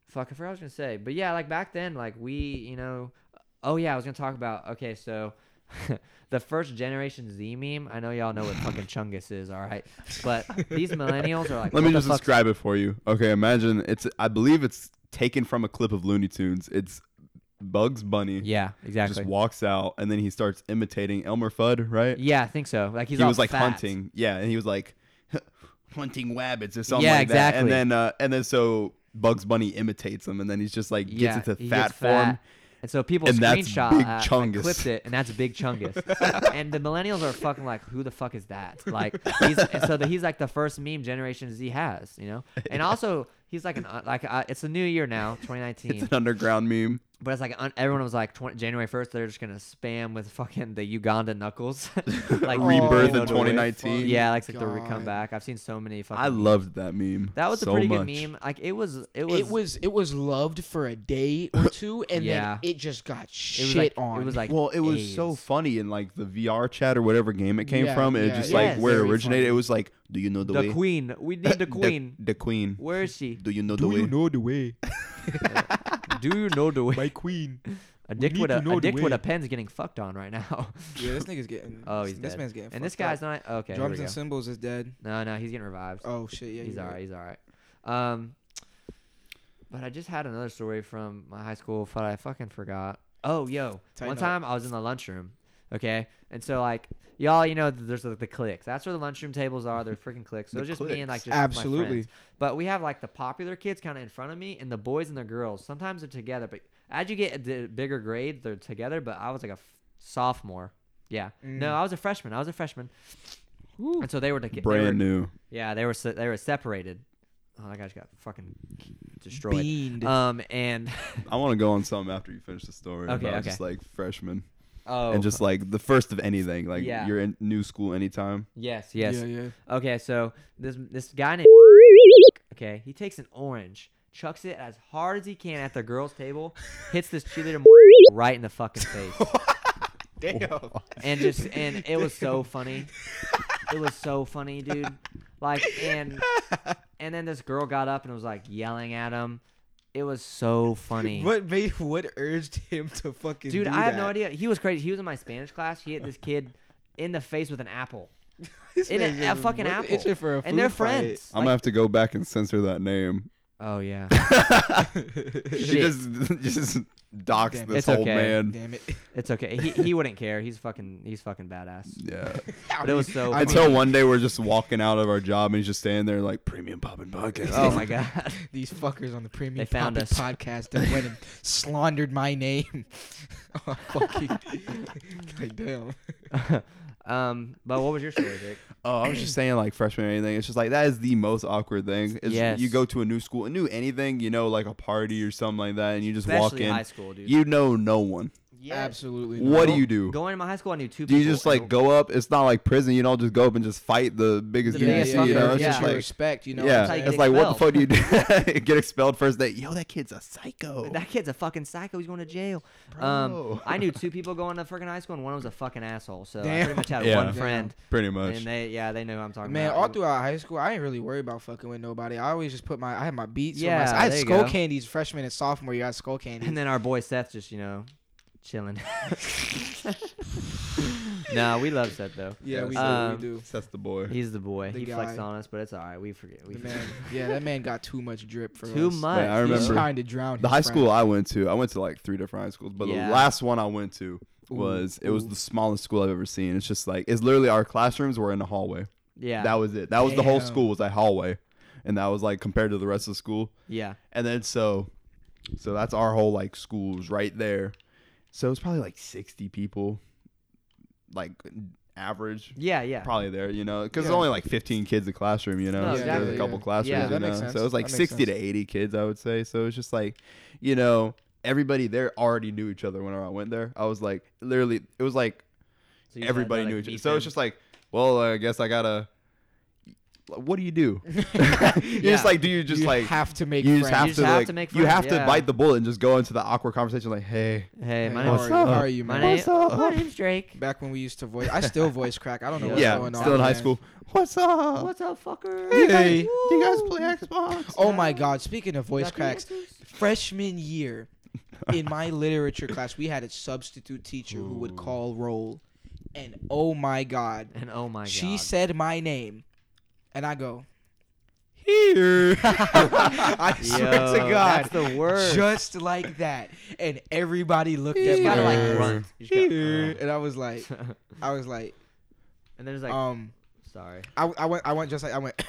Speaker 3: fuck, I forgot what I was gonna say. But yeah, like back then, like we, you know, oh yeah, I was gonna talk about. Okay, so. the first generation Z meme. I know y'all know what fucking Chungus is, all right. But these millennials are
Speaker 1: Let
Speaker 3: like, what
Speaker 1: me
Speaker 3: the
Speaker 1: just
Speaker 3: fuck's-
Speaker 1: describe it for you. Okay, imagine it's. I believe it's taken from a clip of Looney Tunes. It's Bugs Bunny.
Speaker 3: Yeah, exactly.
Speaker 1: Just walks out, and then he starts imitating Elmer Fudd. Right.
Speaker 3: yeah, I think so. Like he's
Speaker 1: he
Speaker 3: all
Speaker 1: was like
Speaker 3: fat.
Speaker 1: hunting. Yeah, and he was like hunting wabbits or something
Speaker 3: Yeah,
Speaker 1: like that.
Speaker 3: exactly.
Speaker 1: And then uh, and then so Bugs Bunny imitates him, and then he's just like gets
Speaker 3: yeah,
Speaker 1: into
Speaker 3: he
Speaker 1: fat
Speaker 3: gets
Speaker 1: form.
Speaker 3: fat. And so people
Speaker 1: And that's
Speaker 3: screenshot
Speaker 1: Big
Speaker 3: uh,
Speaker 1: Chungus.
Speaker 3: Like, clipped it, and that's Big Chungus. and the millennials are fucking like, who the fuck is that? Like, he's, and so that he's like the first meme Generation Z has, you know. And also, he's like an uh, like uh, it's a new year now, 2019.
Speaker 1: It's an underground meme.
Speaker 3: But it's like un- everyone was like twen- January 1st, they're just gonna spam with fucking the Uganda knuckles, like
Speaker 2: Oh,
Speaker 1: Rebirth
Speaker 3: no
Speaker 1: in
Speaker 3: way.
Speaker 1: 2019.
Speaker 3: Yeah, like, like the re-
Speaker 2: God.
Speaker 3: comeback. I've seen so many fucking.
Speaker 1: I
Speaker 3: memes.
Speaker 1: loved that meme.
Speaker 3: that was
Speaker 1: so
Speaker 3: a pretty
Speaker 1: much.
Speaker 3: good meme. Like it was, it was,
Speaker 2: It was it was loved for a day or two, and
Speaker 3: Yeah.
Speaker 2: then it just got
Speaker 3: it was
Speaker 2: shit
Speaker 3: like,
Speaker 2: on.
Speaker 3: It was like
Speaker 1: well, it was so
Speaker 3: AIDS.
Speaker 1: funny in like the VR chat or whatever game it came
Speaker 2: Yeah,
Speaker 1: from. It
Speaker 2: yeah,
Speaker 1: was just
Speaker 3: yeah.
Speaker 1: like
Speaker 3: Yes.
Speaker 1: where it
Speaker 2: Very
Speaker 1: originated.
Speaker 2: funny.
Speaker 1: It was like, do you know the,
Speaker 3: the
Speaker 1: way?
Speaker 3: queen. We need the queen.
Speaker 1: The, queen.
Speaker 3: Where is she?
Speaker 1: Do you know the way?
Speaker 2: know the way,
Speaker 3: Do you know the way?
Speaker 2: queen?
Speaker 3: A dick
Speaker 2: need
Speaker 3: with
Speaker 2: to
Speaker 3: a,
Speaker 2: know
Speaker 3: a
Speaker 2: the
Speaker 3: dick with
Speaker 2: way.
Speaker 3: a pen's getting fucked on right now.
Speaker 2: Yeah, this nigga's getting.
Speaker 3: Oh,
Speaker 2: this-
Speaker 3: he's
Speaker 2: this
Speaker 3: dead.
Speaker 2: man's getting.
Speaker 3: and this
Speaker 2: fucked up.
Speaker 3: guy's not okay. here we
Speaker 2: drums and
Speaker 3: go.
Speaker 2: cymbals is dead.
Speaker 3: No, no, he's getting revived.
Speaker 2: Oh shit, yeah,
Speaker 3: he's
Speaker 2: you're
Speaker 3: all right.
Speaker 2: right.
Speaker 3: He's all right. Um, but I just had another story from my high school, but I fucking forgot. Oh, yo,
Speaker 2: Tighten
Speaker 3: one
Speaker 2: up.
Speaker 3: time I was in the lunchroom. Okay, and so like y'all, you know, there's like the cliques. That's where the lunchroom tables are. They're freaking cliques. So
Speaker 1: The
Speaker 3: it's just me and like
Speaker 1: cliques.
Speaker 3: just my
Speaker 2: Absolutely.
Speaker 3: friends. But we have like the popular kids kind of in front of me, and the boys and the girls. Sometimes they're together, but as you get a d- bigger grade, they're together. But I was like a f- sophomore. Yeah. No, I was a freshman. I was a freshman. And so they were together.
Speaker 1: Brand new.
Speaker 3: Yeah, they were se- they were separated. Oh, that guy just got fucking destroyed.
Speaker 2: Beaned.
Speaker 3: Um and
Speaker 1: I want to go on something after you finish the story.
Speaker 3: Okay,
Speaker 1: about
Speaker 3: okay.
Speaker 1: Just like freshman.
Speaker 3: oh
Speaker 1: and just like the first of anything, like
Speaker 3: Yeah.
Speaker 1: you're in new school anytime.
Speaker 3: yes yes
Speaker 2: Yeah, yeah.
Speaker 3: okay so this this guy named okay he takes an orange chucks it as hard as he can at the girls table hits this cheerleader right in the fucking face
Speaker 2: Damn.
Speaker 3: and just and it was so funny. It was so funny, dude. Like and and then this girl got up and was like yelling at him. It was so funny.
Speaker 2: What made what urged him to fucking
Speaker 3: Dude,
Speaker 2: do
Speaker 3: I have no
Speaker 2: that?
Speaker 3: idea. He was crazy. He was in my Spanish class. He hit this kid in the face with an apple.
Speaker 2: This
Speaker 3: In a-
Speaker 2: man's
Speaker 3: a fucking
Speaker 2: what-
Speaker 3: apple.
Speaker 2: itching for a
Speaker 3: And they're
Speaker 2: food fight.
Speaker 3: friends.
Speaker 1: I'm gonna have to go back and censor that name.
Speaker 3: Oh yeah.
Speaker 1: She just just doxed
Speaker 2: Damn,
Speaker 1: this
Speaker 3: it's
Speaker 1: old
Speaker 3: okay.
Speaker 1: man.
Speaker 2: Damn it.
Speaker 3: It's okay. He he wouldn't care. He's fucking he's fucking badass.
Speaker 1: Yeah.
Speaker 3: But it was so funny.
Speaker 1: Until one day we're just walking out of our job and he's just standing there like premium poppin' podcast.
Speaker 3: Oh my god.
Speaker 2: These fuckers on the Premium
Speaker 3: They found
Speaker 2: Poppin'
Speaker 3: us.
Speaker 2: podcast that went and slandered my name. oh, fucking. like, damn.
Speaker 3: um but what was your story, Jake?
Speaker 1: Oh, I was just saying like freshman or anything. It's just like that is the most awkward thing. It's
Speaker 3: Yes.
Speaker 1: you go to a new school, a new anything, you know, like a party or something like that, and you just walk
Speaker 3: Especially
Speaker 1: in.
Speaker 3: high school, dude.
Speaker 1: You know no one.
Speaker 2: Absolutely.
Speaker 1: What do
Speaker 3: Go-
Speaker 1: you do?
Speaker 3: Going to my high school I knew two
Speaker 1: Do
Speaker 3: people.
Speaker 1: you just
Speaker 3: and-
Speaker 1: like go up? It's not like prison. You don't just go up and just fight the biggest
Speaker 3: The
Speaker 1: dude you
Speaker 3: biggest
Speaker 1: see. You know,
Speaker 3: fucker,
Speaker 1: it's
Speaker 2: yeah.
Speaker 1: just
Speaker 2: Your
Speaker 1: like
Speaker 2: respect, you know.
Speaker 1: yeah,
Speaker 3: how you
Speaker 1: it's
Speaker 3: get
Speaker 1: like what the fuck do you do? get expelled first day. Yo, that kid's a psycho.
Speaker 3: That kid's a fucking psycho. He's going to jail. Um,
Speaker 1: Bro.
Speaker 3: I knew two people going to freaking high school, and one was a fucking asshole. So I
Speaker 2: Damn.
Speaker 3: pretty much had
Speaker 1: Yeah.
Speaker 3: one
Speaker 1: Damn.
Speaker 3: friend,
Speaker 1: Pretty much.
Speaker 3: and they yeah they know who I'm talking
Speaker 2: Man, all
Speaker 3: about.
Speaker 2: throughout high school, I didn't really worry about fucking with nobody. I always just put my, I had my beats. Yeah,
Speaker 3: Yeah,
Speaker 2: I had
Speaker 3: there you
Speaker 2: skull
Speaker 3: go.
Speaker 2: candies freshman and sophomore year. I had skull candies.
Speaker 3: and then our boy Seth just you know chilling. nah, we love Seth though.
Speaker 2: yeah, we, do,
Speaker 3: Um,
Speaker 2: we do.
Speaker 1: That's the boy.
Speaker 3: He's the boy.
Speaker 2: The
Speaker 3: he flexed
Speaker 2: guy.
Speaker 3: on us, but it's all right. We forget. We
Speaker 2: The man,
Speaker 3: forget.
Speaker 2: yeah, that man got too much drip for
Speaker 3: Too
Speaker 2: us.
Speaker 3: much.
Speaker 1: Man, I
Speaker 2: He's
Speaker 1: remember-
Speaker 2: trying to drown
Speaker 1: the
Speaker 2: his
Speaker 1: high
Speaker 2: friend.
Speaker 1: school I went to, I went to like three different high schools, but
Speaker 3: Yeah.
Speaker 1: the last one I went to was it was the smallest school I've ever seen. It's just like it's literally our classrooms were in the hallway.
Speaker 3: Yeah.
Speaker 1: That was it. That was the whole
Speaker 2: Damn.
Speaker 1: school was that hallway, and that was like compared to the rest of the school.
Speaker 3: yeah.
Speaker 1: And then so, so that's our whole like schools right there. So it's probably like sixty people, like average.
Speaker 3: Yeah. Yeah.
Speaker 1: Probably there, you know, because
Speaker 2: Yeah.
Speaker 1: it's only like 15 kids a classroom, you know.
Speaker 3: No,
Speaker 1: so
Speaker 2: exactly,
Speaker 1: There's a couple
Speaker 2: yeah.
Speaker 1: classrooms,
Speaker 3: Yeah,
Speaker 1: you
Speaker 2: that
Speaker 1: know.
Speaker 2: makes sense.
Speaker 1: So it was like
Speaker 2: That makes
Speaker 1: 60 to 80 kids, I would say. So it's just like, you know, everybody there already knew each other whenever I went there. I was like, literally, it was like
Speaker 3: So you just had to,
Speaker 1: everybody
Speaker 3: like,
Speaker 1: knew each
Speaker 3: meet
Speaker 1: other. So it's
Speaker 3: them.
Speaker 1: just like, well, I guess I gotta. What do you do? You're
Speaker 3: Yeah.
Speaker 1: just like, do you just
Speaker 2: you
Speaker 1: like
Speaker 2: have to make
Speaker 1: you
Speaker 2: friends.
Speaker 1: just have
Speaker 3: You just
Speaker 1: to
Speaker 3: have
Speaker 1: like
Speaker 3: to make
Speaker 1: you have
Speaker 3: friends, yeah.
Speaker 1: to bite the bullet and just go into the awkward conversation like, hey,
Speaker 3: Hey, my
Speaker 2: how,
Speaker 3: name's
Speaker 1: What's
Speaker 2: are you, how
Speaker 1: up?
Speaker 2: are you,
Speaker 3: my,
Speaker 2: man?
Speaker 3: name,
Speaker 1: What's up?
Speaker 3: my name's Drake.
Speaker 2: Back when we used to voice, I still voice crack. I don't know what's
Speaker 1: yeah,
Speaker 2: going on.
Speaker 1: still in high
Speaker 2: man.
Speaker 1: school. What's up?
Speaker 3: What's up, fucker?
Speaker 1: Do you guys-
Speaker 2: Hey.
Speaker 1: do you guys play Xbox?
Speaker 2: Oh my God! Speaking of voice
Speaker 3: Got the
Speaker 2: cracks,
Speaker 3: answers?
Speaker 2: freshman year in my literature class, we had a substitute teacher who would call roll, and oh my God,
Speaker 3: And oh my god.
Speaker 2: she said my name, and I go.
Speaker 1: Here.
Speaker 2: I swear to
Speaker 3: Yo,
Speaker 2: God,
Speaker 3: that's the worst.
Speaker 2: just like that, and everybody looked
Speaker 3: You
Speaker 2: at
Speaker 3: just
Speaker 2: me
Speaker 3: gotta like
Speaker 1: Yeah.
Speaker 3: grunt. You just gotta, oh.
Speaker 2: and I was like, I was like,
Speaker 3: and then it's like,
Speaker 2: um,
Speaker 3: sorry.
Speaker 2: I, I went, I went just like I went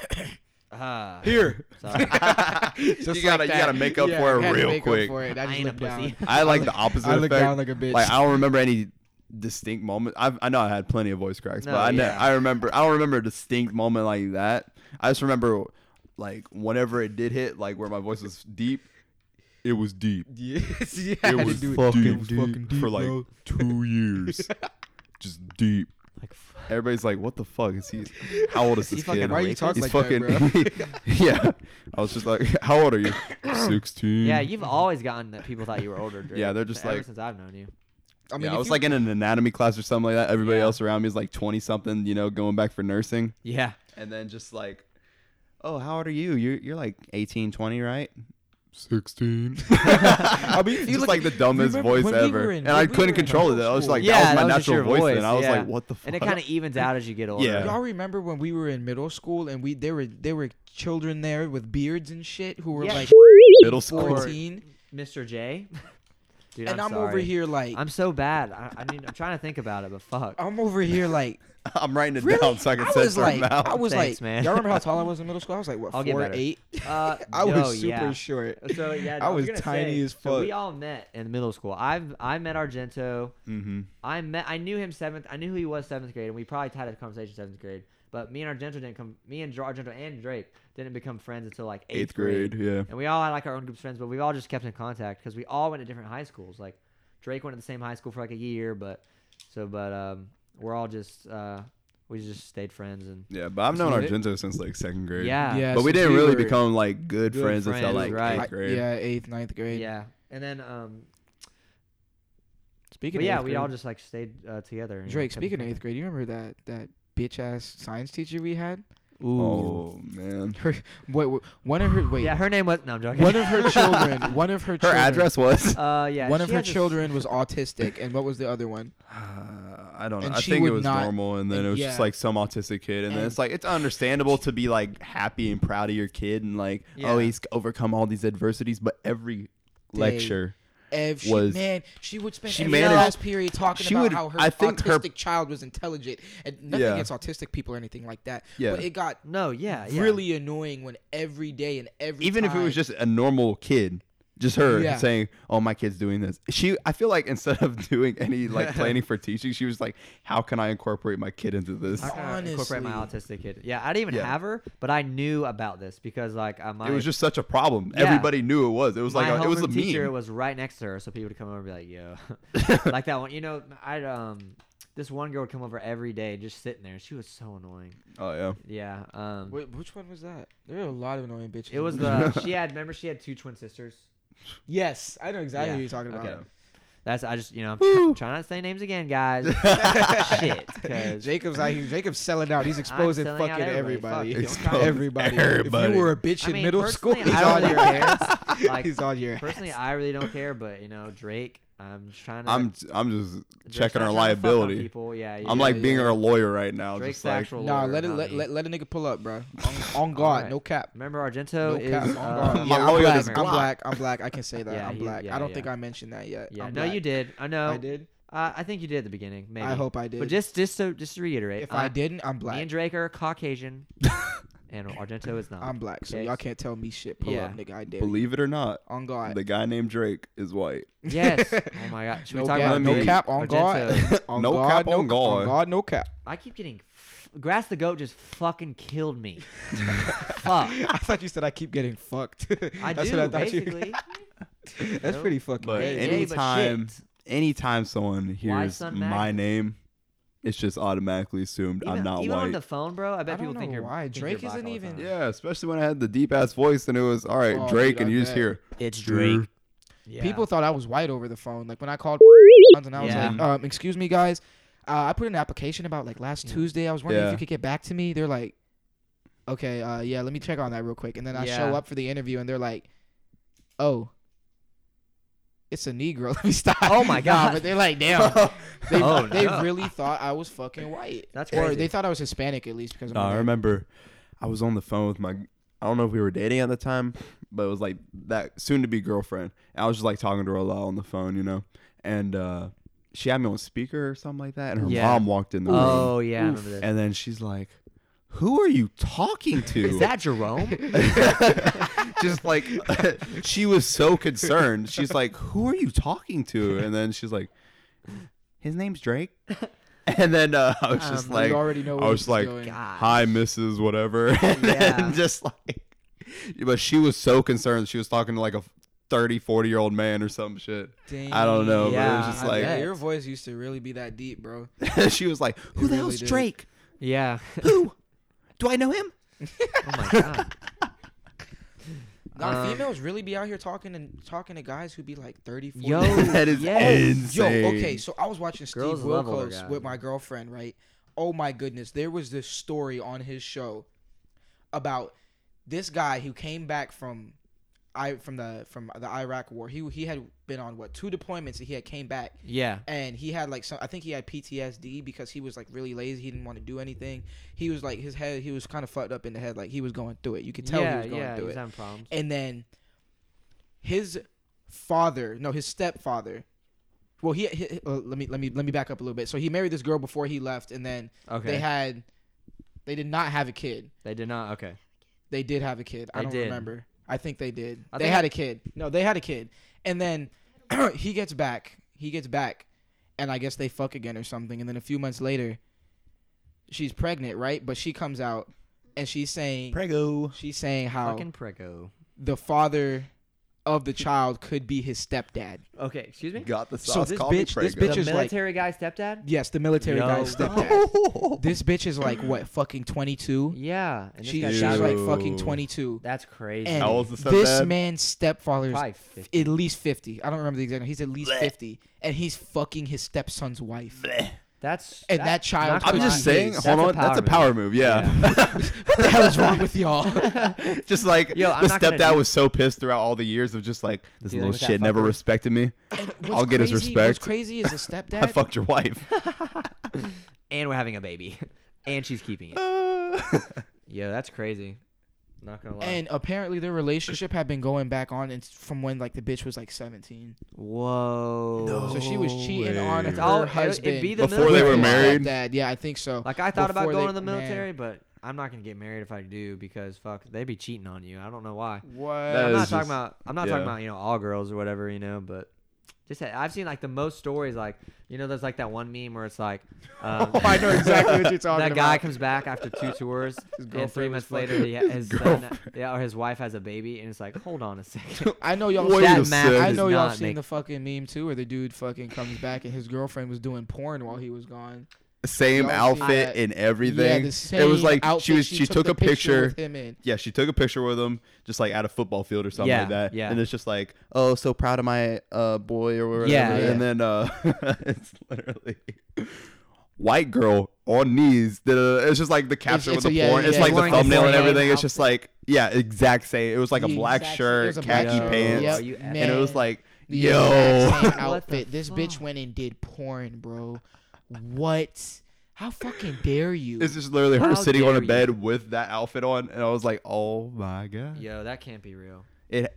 Speaker 3: Ah,
Speaker 2: here.
Speaker 3: sorry.
Speaker 1: you
Speaker 2: Just
Speaker 1: gotta you gotta
Speaker 2: like that.
Speaker 1: make up
Speaker 2: Yeah,
Speaker 1: for
Speaker 2: I
Speaker 1: it
Speaker 2: had to
Speaker 1: real
Speaker 2: make up
Speaker 1: quick.
Speaker 2: for it. I
Speaker 3: I
Speaker 2: just
Speaker 3: ain't a
Speaker 2: looked down.
Speaker 3: pussy.
Speaker 1: I like the opposite
Speaker 2: I looked
Speaker 1: effect.
Speaker 2: down like a bitch.
Speaker 1: Like I don't remember any distinct moment. I I know I had plenty of voice cracks,
Speaker 3: No,
Speaker 1: but I ne-
Speaker 3: yeah.
Speaker 1: I remember I don't remember a distinct moment like that. I just remember like whenever it did hit, like where my voice was deep, it was deep.
Speaker 2: yes, yeah, I
Speaker 1: It
Speaker 2: didn't
Speaker 1: was,
Speaker 2: do
Speaker 1: fucking,
Speaker 2: It was
Speaker 1: deep
Speaker 2: fucking deep,
Speaker 1: for like
Speaker 2: bro.
Speaker 1: two years, just deep.
Speaker 3: like, f-
Speaker 1: Everybody's like, "What the fuck is he? How old is
Speaker 3: Is he
Speaker 1: this
Speaker 3: fucking
Speaker 1: kid?
Speaker 2: Why you talk
Speaker 1: He's
Speaker 2: like
Speaker 1: fucking
Speaker 2: that, bro?
Speaker 1: yeah." I was just like, "How old are you? 16.
Speaker 3: yeah, you've always gotten that people thought you were older. Drake,
Speaker 1: Yeah, they're just
Speaker 3: ever
Speaker 1: like-
Speaker 3: since I've known you.
Speaker 2: I mean,
Speaker 1: yeah, I
Speaker 2: if
Speaker 1: was
Speaker 2: you-
Speaker 1: like in an anatomy class or something like that. Everybody
Speaker 3: Yeah.
Speaker 1: else around me is like twenty something, you know, going back for nursing.
Speaker 3: Yeah,
Speaker 1: And then just like, oh, how old are you? You're you're like 18, 20, right? Sixteen. I
Speaker 2: mean, if you
Speaker 1: just
Speaker 2: look-
Speaker 1: like the dumbest
Speaker 2: remember
Speaker 1: voice
Speaker 2: when we
Speaker 1: ever,
Speaker 2: were in-
Speaker 1: and
Speaker 2: when
Speaker 1: I
Speaker 2: we were
Speaker 1: couldn't
Speaker 2: in
Speaker 1: control it.
Speaker 2: middle
Speaker 1: That was
Speaker 2: school.
Speaker 1: like
Speaker 3: Yeah,
Speaker 1: that was
Speaker 3: that
Speaker 1: my
Speaker 3: was just
Speaker 1: natural
Speaker 3: your
Speaker 1: voice,
Speaker 3: voice,
Speaker 1: and I was
Speaker 3: yeah.
Speaker 1: like, what the fuck?
Speaker 3: and it kind of evens out as you get older.
Speaker 1: Yeah.
Speaker 2: Y'all remember when we were in middle school and we there were there were children there with beards and shit who were
Speaker 3: Yeah.
Speaker 2: like
Speaker 1: middle school.
Speaker 3: Or-
Speaker 2: 14
Speaker 3: Mr. J. Dude,
Speaker 2: and I'm,
Speaker 3: I'm
Speaker 2: over
Speaker 3: sorry.
Speaker 2: here like
Speaker 3: I'm
Speaker 2: I'm,
Speaker 3: so bad. I, I mean, I'm trying to think about it, but fuck.
Speaker 2: over here like
Speaker 1: I'm writing it
Speaker 2: really?
Speaker 1: down so I can
Speaker 2: was
Speaker 1: censor
Speaker 2: like
Speaker 1: him out.
Speaker 2: I was
Speaker 3: Thanks,
Speaker 2: like
Speaker 3: man.
Speaker 2: y'all remember how tall I was in middle school I was like what
Speaker 3: I'll get
Speaker 2: 4
Speaker 3: better.
Speaker 2: 8
Speaker 3: Uh,
Speaker 2: I
Speaker 3: yo,
Speaker 2: was super
Speaker 3: yeah.
Speaker 2: short
Speaker 3: So yeah,
Speaker 2: I was
Speaker 3: gonna
Speaker 2: tiny
Speaker 3: say,
Speaker 2: as
Speaker 3: So we
Speaker 2: fuck.
Speaker 3: all met in middle school. I've I met Argento.
Speaker 1: mm-hmm.
Speaker 3: I met I knew him seventh. I knew who he was seventh grade, and we probably had a conversation seventh grade. But me and Argento didn't come. Me and Dra- Argento and Drake didn't become friends until like eighth,
Speaker 1: Eighth grade, yeah.
Speaker 3: And we all had like our own groups of friends, but we all just kept in contact because we all went to different high schools. Like Drake went to the same high school for like a year, but so but um we're all just uh we just stayed friends and
Speaker 1: Yeah, but I've known Argento since like second grade.
Speaker 3: yeah
Speaker 2: Yeah.
Speaker 1: but we
Speaker 2: since
Speaker 1: didn't
Speaker 2: we
Speaker 1: really
Speaker 2: were
Speaker 1: become like good,
Speaker 3: good
Speaker 1: friends,
Speaker 3: friends,
Speaker 1: until like
Speaker 3: right.
Speaker 1: eighth
Speaker 2: I-
Speaker 1: grade.
Speaker 2: yeah 8th ninth grade
Speaker 3: yeah. And then um
Speaker 2: Speaking
Speaker 3: But
Speaker 2: of
Speaker 3: yeah,
Speaker 2: eighth
Speaker 3: we all
Speaker 2: grade-
Speaker 3: just like stayed uh, together. and
Speaker 2: Drake.
Speaker 3: kept
Speaker 2: Speaking of
Speaker 3: friends.
Speaker 2: eighth grade, you remember that that bitch ass science teacher we had?
Speaker 1: Oh man.
Speaker 2: Her, wait, wait, one of her wait,
Speaker 3: Yeah, her name was no, I'm joking.
Speaker 2: one of her children, one of her,
Speaker 1: Her
Speaker 2: children,
Speaker 1: address was.
Speaker 3: Uh, yeah,
Speaker 2: one of
Speaker 3: she
Speaker 2: her
Speaker 3: has this-
Speaker 2: children was autistic, and what was the other one?
Speaker 1: Uh, I don't know.
Speaker 2: And
Speaker 1: I
Speaker 2: she
Speaker 1: think it
Speaker 2: would
Speaker 1: was
Speaker 2: not-
Speaker 1: normal, and then
Speaker 2: and
Speaker 1: it was just
Speaker 2: yeah.
Speaker 1: like some autistic kid, and, then
Speaker 2: And-
Speaker 1: it's like it's understandable to be like happy and proud of your kid, and like oh
Speaker 3: Yeah.
Speaker 1: he's overcome all these adversities, but every lecture
Speaker 2: Ev, she,
Speaker 1: Was-
Speaker 2: man, she would spend
Speaker 1: she
Speaker 2: every
Speaker 1: managed-
Speaker 2: last period talking
Speaker 1: she
Speaker 2: about
Speaker 1: would-
Speaker 2: how her
Speaker 1: I think her-
Speaker 2: autistic child was intelligent, and nothing
Speaker 1: Yeah.
Speaker 2: against autistic people or anything like that.
Speaker 1: Yeah.
Speaker 2: But it got
Speaker 3: No, yeah, yeah.
Speaker 2: really annoying when every day and every
Speaker 1: even if it was
Speaker 2: time-
Speaker 1: just a normal kid just her
Speaker 2: Yeah.
Speaker 1: saying oh my kid's doing this she i feel like instead of doing any like planning for teaching she was like how can i incorporate my kid into this
Speaker 3: How can I incorporate my autistic kid. Yeah, I didn't even
Speaker 1: Yeah.
Speaker 3: have her, but I knew about this because like uh, my
Speaker 1: it was just such a problem
Speaker 3: Yeah.
Speaker 1: everybody knew it was it was
Speaker 3: my
Speaker 1: like a, it was a
Speaker 3: homeroom teacher
Speaker 1: meme
Speaker 3: was right next to her, so people would come over and be like, "Yo," like that one. You know, I um, this one girl would come over every day, just sitting there. She was so annoying.
Speaker 1: oh yeah
Speaker 3: Yeah. Um,
Speaker 2: Wait, which one was that? There were a lot of annoying bitches.
Speaker 3: it was the she had. Remember, she had two twin sisters.
Speaker 2: yes, I know exactly
Speaker 3: Yeah,
Speaker 2: who you're talking about.
Speaker 3: Okay. That's I just you know I'm trying not to say names again, guys. Shit, 'cause-
Speaker 2: Jacob's out here. Jacob's selling out. He's exposing
Speaker 3: selling out
Speaker 2: fucking
Speaker 3: everybody.
Speaker 2: everybody.
Speaker 3: Fuck,
Speaker 1: don't count.
Speaker 2: everybody. If
Speaker 1: Everybody.
Speaker 2: you were a bitch
Speaker 3: I
Speaker 2: in
Speaker 3: mean,
Speaker 2: middle school,
Speaker 3: personally,
Speaker 2: he's
Speaker 3: I
Speaker 2: on
Speaker 3: don't
Speaker 2: your
Speaker 3: really
Speaker 2: ass.
Speaker 3: Like,
Speaker 2: he's on your
Speaker 3: personally, I really don't care, but you know Drake, I'm just trying to.
Speaker 1: i'm i'm just
Speaker 3: Drake's
Speaker 1: checking
Speaker 3: not
Speaker 1: her
Speaker 3: trying to fuck on
Speaker 1: liability
Speaker 3: People, yeah. you
Speaker 1: i'm
Speaker 3: know,
Speaker 1: like
Speaker 2: yeah,
Speaker 1: being
Speaker 2: yeah.
Speaker 1: her lawyer right now
Speaker 3: Drake's
Speaker 1: just like
Speaker 3: actual
Speaker 2: Nah,
Speaker 3: lawyer,
Speaker 2: let it
Speaker 3: not
Speaker 2: let,
Speaker 3: me.
Speaker 2: let let a nigga pull up, bro. On, on God,
Speaker 3: Alright.
Speaker 2: no cap.
Speaker 3: Remember Argento
Speaker 2: no
Speaker 3: is
Speaker 2: cap. On
Speaker 3: uh,
Speaker 2: God.
Speaker 1: My
Speaker 2: Yeah, I'm
Speaker 1: lawyer
Speaker 2: black.
Speaker 1: is
Speaker 2: I'm
Speaker 1: Glock.
Speaker 2: black. I'm black. I can say that.
Speaker 3: Yeah,
Speaker 2: I'm
Speaker 3: he-
Speaker 2: black.
Speaker 3: yeah,
Speaker 2: I don't
Speaker 3: yeah.
Speaker 2: think I mentioned that yet.
Speaker 3: Yeah,
Speaker 2: I'm
Speaker 3: no, you
Speaker 2: black.
Speaker 3: did. I know.
Speaker 2: I did.
Speaker 3: Uh, I think you did at the beginning. Maybe.
Speaker 2: I hope I did.
Speaker 3: But just just so just to reiterate,
Speaker 2: if
Speaker 3: I
Speaker 2: I didn't, I'm
Speaker 3: me
Speaker 2: black.
Speaker 3: and Drake are Caucasian, and Argento is not.
Speaker 2: I'm black, so
Speaker 3: Okay.
Speaker 2: y'all can't tell me shit. Pull
Speaker 3: Yeah.
Speaker 2: up, nigga. I dare. you.
Speaker 1: believe it or not
Speaker 2: On God.
Speaker 1: the guy named drake is white
Speaker 3: yes. Oh my God. Should
Speaker 2: no
Speaker 3: we talk
Speaker 2: cap,
Speaker 1: about
Speaker 3: about
Speaker 1: me?
Speaker 2: no
Speaker 3: Drake?
Speaker 2: cap on
Speaker 3: Argento.
Speaker 2: God. On
Speaker 1: No
Speaker 2: God,
Speaker 1: cap
Speaker 2: no,
Speaker 1: on
Speaker 2: On
Speaker 1: God.
Speaker 2: Oh, God, no cap.
Speaker 3: I keep getting. F- Grass the goat just fucking killed me. Fuck.
Speaker 2: I thought you said I keep getting fucked.
Speaker 3: I
Speaker 2: That's
Speaker 3: do
Speaker 2: what I thought you-
Speaker 3: basically.
Speaker 2: That's
Speaker 3: No.
Speaker 2: pretty fucking.
Speaker 1: But
Speaker 2: gay.
Speaker 3: Hey, hey, but
Speaker 1: anytime,
Speaker 3: shit.
Speaker 1: anytime someone hears
Speaker 3: son
Speaker 1: my
Speaker 3: Magnus?
Speaker 1: name, it's just automatically assumed
Speaker 3: Even,
Speaker 1: I'm not
Speaker 3: even on
Speaker 1: white.
Speaker 3: the phone, bro. I bet
Speaker 2: I don't
Speaker 3: people think
Speaker 2: know
Speaker 3: you're.
Speaker 2: why.
Speaker 3: think you're
Speaker 2: Drake
Speaker 3: black
Speaker 2: isn't
Speaker 3: all the
Speaker 2: even-
Speaker 3: time.
Speaker 1: yeah, especially when I had the deep ass voice and it was all right,
Speaker 2: Oh,
Speaker 1: Drake,
Speaker 2: dude,
Speaker 1: and
Speaker 2: I
Speaker 1: you just
Speaker 2: bet.
Speaker 1: hear
Speaker 3: It's
Speaker 1: Drake.
Speaker 3: Yeah.
Speaker 2: People thought I was white over the phone. Like when I called and I was
Speaker 3: Yeah.
Speaker 2: like, um, "Excuse me, guys, uh, I put in an application about like last
Speaker 3: Yeah.
Speaker 2: Tuesday. I was wondering if
Speaker 1: Yeah.
Speaker 2: you could get back to me." They're like, "Okay, uh, yeah, let me check on that real quick." And then I
Speaker 3: Yeah.
Speaker 2: show up for the interview, and they're like, "Oh, it's a Negro. Let me stop."
Speaker 3: Oh my
Speaker 2: Nah,
Speaker 3: God.
Speaker 2: but they're like, "Damn." They,
Speaker 3: Oh,
Speaker 2: they
Speaker 3: no.
Speaker 2: really thought I was fucking white.
Speaker 3: That's
Speaker 2: Or
Speaker 3: crazy.
Speaker 2: they thought I was Hispanic at least because of
Speaker 1: No,
Speaker 2: my
Speaker 1: I
Speaker 2: name.
Speaker 1: remember I was on the phone with my I don't know if we were dating at the time, but it was like that soon to be girlfriend. And I was just like talking to her a lot on the phone, you know. And uh she had me on speaker or something like that, and her
Speaker 3: Yeah.
Speaker 1: mom walked in the room.
Speaker 3: oh yeah, I
Speaker 2: Oof.
Speaker 3: remember this.
Speaker 1: And then she's like, Who are you talking to?
Speaker 3: Is that Jerome?
Speaker 1: just like she was so concerned. She's like, "Who are you talking to?" And then she's like, "His name's Drake." And then uh, I was just
Speaker 3: Um,
Speaker 1: like,
Speaker 2: you already know.
Speaker 1: I
Speaker 2: where
Speaker 1: was
Speaker 2: this is
Speaker 1: like,
Speaker 2: going.
Speaker 3: God.
Speaker 1: "Hi, Mrs. Whatever," and
Speaker 3: Yeah.
Speaker 1: then just like, but she was so concerned. She was talking to like a 30, 40 year old man or some shit. I don't know,
Speaker 3: but it was Yeah, just I like- bet.
Speaker 2: your voice used to really be that deep, bro.
Speaker 1: she was like, "Who the
Speaker 2: really
Speaker 1: hell's
Speaker 2: did.
Speaker 1: Drake?
Speaker 3: yeah.
Speaker 1: Who? Do I know him?"
Speaker 3: Oh my god.
Speaker 2: Nah,
Speaker 3: Um,
Speaker 2: females really be out here talking and talking to guys who be like 30, 40.
Speaker 3: Yo,
Speaker 1: that is
Speaker 3: yes.
Speaker 2: Oh, Yo,
Speaker 1: insane.
Speaker 2: okay, so I was watching Steve
Speaker 3: Girls love older
Speaker 2: Wilkos
Speaker 3: guys.
Speaker 2: with my girlfriend, right? Oh my goodness, there was this story on his show about this guy who came back from I from the from the Iraq war. He he had been on what two deployments and he had came back
Speaker 3: Yeah.
Speaker 2: and he had like some i think he had ptsd because he was like really lazy he didn't want to do anything he was like his head he was kind of fucked up in the head like he was going through it you could tell he
Speaker 3: yeah,
Speaker 2: was going
Speaker 3: yeah,
Speaker 2: through
Speaker 3: he's
Speaker 2: it
Speaker 3: having problems.
Speaker 2: and then his father no his stepfather well he, he uh, let me let me let me back up a little bit so he married this girl before he left and then
Speaker 3: Okay.
Speaker 2: they had they did not have a kid
Speaker 3: They did not. Okay.
Speaker 2: they did have a kid. I
Speaker 3: They
Speaker 2: don't
Speaker 3: did.
Speaker 2: remember. I think they did.
Speaker 3: I
Speaker 2: they
Speaker 3: think-
Speaker 2: had a kid. No, they had a kid. And then he gets back. He gets back. And I guess they fuck again or something. And then a few months later, she's pregnant, right? But she comes out and she's saying
Speaker 1: Prego.
Speaker 2: she's saying how
Speaker 3: Fucking prego.
Speaker 2: the father of the child could be his stepdad.
Speaker 3: Okay, excuse me.
Speaker 1: Got the
Speaker 2: So
Speaker 1: sauce.
Speaker 2: this
Speaker 1: Call me
Speaker 2: bitch- this
Speaker 1: Prego.
Speaker 2: bitch
Speaker 3: the
Speaker 2: is like-
Speaker 3: military guy's stepdad.
Speaker 2: Yes, the military
Speaker 3: Yo.
Speaker 2: guy's stepdad. this bitch is like what, fucking twenty two?
Speaker 3: Yeah, and this
Speaker 2: She,
Speaker 3: guy's
Speaker 2: she's
Speaker 1: Dude.
Speaker 3: stepdad-
Speaker 2: like fucking twenty two.
Speaker 3: that's crazy.
Speaker 2: And
Speaker 1: How old's the
Speaker 2: this
Speaker 1: stepdad?
Speaker 2: man's stepfather is
Speaker 3: Probably
Speaker 2: f-
Speaker 3: 50.
Speaker 2: at least fifty. I don't remember the exact. He's at least fifty, and he's fucking his stepson's wife.
Speaker 3: that's
Speaker 2: and that child
Speaker 3: not
Speaker 2: could
Speaker 1: I'm
Speaker 3: gonna
Speaker 2: Come
Speaker 1: just
Speaker 2: on,
Speaker 3: lie.
Speaker 1: saying.
Speaker 3: That's
Speaker 1: hold
Speaker 3: a
Speaker 1: on, that's a power move. Yeah.
Speaker 2: what the hell is wrong with y'all?
Speaker 1: just like
Speaker 3: Yo, I'm
Speaker 1: the
Speaker 3: not gonna
Speaker 1: stepdad
Speaker 3: do-
Speaker 1: was so pissed throughout all the years of just like this
Speaker 3: Dealing
Speaker 1: little
Speaker 3: with that
Speaker 1: shit never
Speaker 3: fucker.
Speaker 1: respected me.
Speaker 2: What's
Speaker 1: I'll get his
Speaker 2: crazy- What's
Speaker 1: respect.
Speaker 2: crazy is a
Speaker 1: I
Speaker 2: stepdad.
Speaker 1: fucked your wife.
Speaker 3: and we're having a baby, and she's keeping it. Yo, that's crazy. Not gonna lie.
Speaker 2: and apparently their relationship had been going back on and from when like the bitch was like 17
Speaker 3: Whoa.
Speaker 1: No.
Speaker 2: so she was cheating on
Speaker 1: It's
Speaker 2: her
Speaker 3: all- it'd- it'd
Speaker 2: husband
Speaker 3: be the
Speaker 1: Before they were
Speaker 2: Yeah,
Speaker 1: married?
Speaker 2: stepdad. yeah i think so
Speaker 3: Like I thought about
Speaker 2: Before
Speaker 3: going
Speaker 2: they-
Speaker 3: to the
Speaker 2: man.
Speaker 3: military, but I'm not gonna get married if I do because fuck, they'd be cheating on you. I don't know why.
Speaker 2: what
Speaker 1: That
Speaker 3: I'm not
Speaker 1: is
Speaker 3: talking
Speaker 1: just-
Speaker 3: about. I'm not talking
Speaker 1: yeah.
Speaker 3: about you know all girls or whatever you know, but just that- I've seen like the most stories like you know there's like that one meme where it's like um,
Speaker 2: Oh, I know exactly what you're talking
Speaker 3: that guy
Speaker 2: about.
Speaker 3: comes back after two tours and three
Speaker 2: girlfriend was
Speaker 3: months later
Speaker 2: fucking-
Speaker 3: he, his son,
Speaker 1: girlfriend.
Speaker 3: yeah or his wife has a baby and it's like hold on a second
Speaker 2: i know y'all
Speaker 1: Wait
Speaker 2: seen-
Speaker 1: a
Speaker 3: math
Speaker 1: second.
Speaker 2: i
Speaker 3: does
Speaker 2: know y'all
Speaker 3: not
Speaker 2: seen
Speaker 3: make-
Speaker 2: the fucking meme too where the dude fucking comes back and his girlfriend was doing porn while he was gone
Speaker 1: Same
Speaker 2: Y'all see
Speaker 1: outfit
Speaker 2: that?
Speaker 1: and
Speaker 2: yeah,
Speaker 1: everything.
Speaker 2: the same
Speaker 1: it was like she
Speaker 2: outfit
Speaker 1: was. She, took,
Speaker 2: the
Speaker 1: a picture.
Speaker 2: with him in
Speaker 1: yeah, she took a picture with him, just like at a football field or something
Speaker 3: Yeah,
Speaker 1: like that.
Speaker 3: yeah.
Speaker 1: And it's just like, oh, so proud of my uh boy or whatever.
Speaker 3: Yeah, yeah.
Speaker 1: And then uh, it's literally white girl on knees. da, da, da. It's just like the caption
Speaker 2: it's
Speaker 1: with
Speaker 2: a-
Speaker 1: the
Speaker 2: yeah,
Speaker 1: porn.
Speaker 2: yeah,
Speaker 1: it's
Speaker 2: yeah.
Speaker 1: like the
Speaker 3: Wearing the
Speaker 1: thumbnail and
Speaker 3: same
Speaker 1: everything. It's
Speaker 3: outfit.
Speaker 1: just like, yeah, exact same. It was like a
Speaker 2: The
Speaker 1: black
Speaker 2: exact same- it
Speaker 1: shirt,
Speaker 2: was a black
Speaker 1: khaki
Speaker 3: shirt.
Speaker 1: pants,
Speaker 3: Yep.
Speaker 1: and
Speaker 3: and
Speaker 1: it was
Speaker 2: man.
Speaker 1: like,
Speaker 2: the
Speaker 1: yo,
Speaker 2: exact same
Speaker 3: What the
Speaker 2: outfit. This bitch
Speaker 3: fuck?
Speaker 2: went and did porn, bro. What? How fucking dare you?
Speaker 1: it's just literally her
Speaker 3: How
Speaker 1: sitting on
Speaker 3: dare
Speaker 1: a
Speaker 3: you.
Speaker 1: bed with that outfit on, and I was like, oh my god,
Speaker 3: yo that can't be real
Speaker 1: it.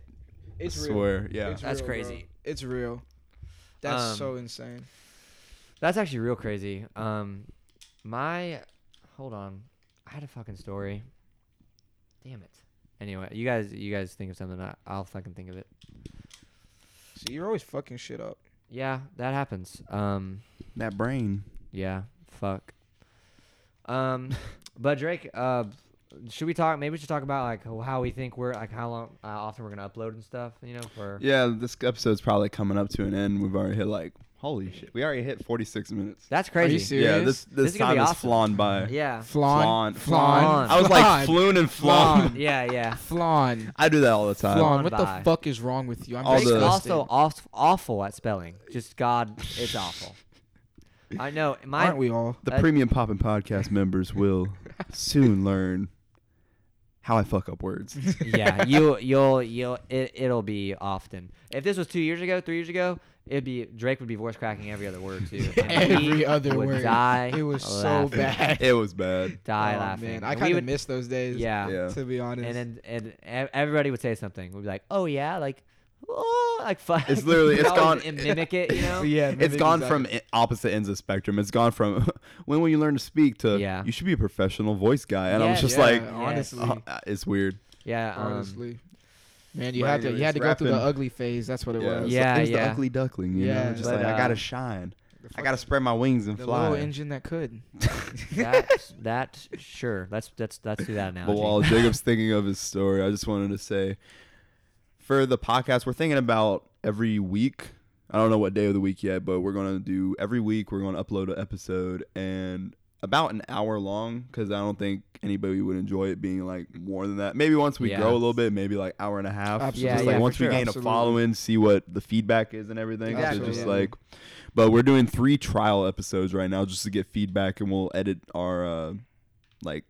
Speaker 2: It's
Speaker 1: I
Speaker 2: real.
Speaker 1: swear, yeah.
Speaker 2: It's
Speaker 3: That's
Speaker 2: real,
Speaker 3: crazy.
Speaker 2: bro. It's real. That's
Speaker 3: Um,
Speaker 2: so insane.
Speaker 3: That's actually real crazy. Um, my, hold on, I had a fucking story. Damn it. Anyway, you guys, you guys think of something. I, I'll fucking think of it.
Speaker 2: See, you're always fucking shit up.
Speaker 3: Yeah, that happens. Um,
Speaker 1: that brain.
Speaker 3: yeah, fuck. Um, but Drake, uh, should we talk? Maybe we should talk about like ho- how we think we're like how long, uh, often we're gonna upload and stuff. You know, for
Speaker 1: Yeah, this episode's probably coming up to an end. We've already hit like holy shit. We already hit 46 minutes.
Speaker 3: that's crazy.
Speaker 2: serious?
Speaker 1: Yeah, this
Speaker 3: This
Speaker 1: this,
Speaker 3: is gonna
Speaker 1: time
Speaker 3: be
Speaker 1: is
Speaker 3: awesome.
Speaker 1: flown by.
Speaker 3: Yeah,
Speaker 1: Flan.
Speaker 2: Flan. Flan.
Speaker 3: Flan.
Speaker 1: I was like flown and
Speaker 2: Flan.
Speaker 1: flown.
Speaker 3: yeah, yeah.
Speaker 2: Flan.
Speaker 1: I do that all the time.
Speaker 2: Flan. What the
Speaker 3: Flan.
Speaker 2: fuck is wrong with you? I'm
Speaker 1: All
Speaker 3: Drake's
Speaker 1: the-
Speaker 2: disgusted.
Speaker 3: also awf- awful at spelling. Just God, it's awful. I know. My
Speaker 2: aren't we all?
Speaker 1: The
Speaker 3: That-
Speaker 1: premium poppin' podcast members will soon learn how I fuck up words.
Speaker 3: yeah, you you'll you'll it, it'll be often. If this was two years ago, three years ago, it'd be Drake would be voice cracking every other word too. and he
Speaker 2: Every other
Speaker 3: would
Speaker 2: word.
Speaker 3: Die.
Speaker 2: It was so
Speaker 3: laughing,
Speaker 2: bad.
Speaker 1: it was bad.
Speaker 3: Die
Speaker 2: Oh,
Speaker 3: laughing.
Speaker 2: Man, I
Speaker 3: And we
Speaker 2: kind of
Speaker 3: would-
Speaker 2: miss those days.
Speaker 3: Yeah.
Speaker 1: Yeah.
Speaker 2: To be honest.
Speaker 3: And then and e- everybody would say something. We'd be like, oh yeah, like oh like fuck.
Speaker 1: It's literally-
Speaker 3: We'd
Speaker 1: it's
Speaker 3: always
Speaker 1: gone-
Speaker 3: and mimic it, you know.
Speaker 2: yeah.
Speaker 1: It's gone from i- opposite ends of spectrum. It's gone from when will you learn to speak to
Speaker 3: Yeah.
Speaker 1: you should be a professional voice guy. And I was
Speaker 3: Yeah,
Speaker 1: just
Speaker 3: yeah.
Speaker 1: like,
Speaker 2: honestly.
Speaker 1: uh, it's weird.
Speaker 3: Yeah. um,
Speaker 2: Honestly. Man, you
Speaker 1: But
Speaker 2: had to you
Speaker 1: anyways,
Speaker 2: had to go through the
Speaker 1: rapping.
Speaker 2: ugly phase. That's what it
Speaker 1: Yeah,
Speaker 2: was.
Speaker 3: Yeah.
Speaker 1: it was the ugly duckling. You
Speaker 2: Yeah,
Speaker 1: know, just
Speaker 3: but,
Speaker 1: like
Speaker 3: uh,
Speaker 1: I gotta shine.
Speaker 2: The
Speaker 1: I gotta
Speaker 2: fucking-
Speaker 1: spread my wings and
Speaker 2: the
Speaker 1: fly.
Speaker 2: little engine that could.
Speaker 3: that that sure. That's that's that's do that now.
Speaker 1: But while Jacob's thinking of his story, I just wanted to say for the podcast, we're thinking about every week. I don't know what day of the week yet, but we're going to do every week, we're going to upload an episode and about an hour long because I don't think anybody would enjoy it being like more than that. Maybe once we
Speaker 3: Yeah.
Speaker 1: grow a little bit, maybe like hour and a half.
Speaker 2: Absolutely.
Speaker 1: Just
Speaker 3: Yeah,
Speaker 1: like
Speaker 3: yeah,
Speaker 1: once
Speaker 2: for
Speaker 1: we
Speaker 2: sure.
Speaker 1: gain
Speaker 2: Absolutely.
Speaker 1: a following, see what the feedback is and everything. So
Speaker 2: Exactly.
Speaker 1: just like, but we're doing three trial episodes right now just to get feedback and we'll edit our uh, like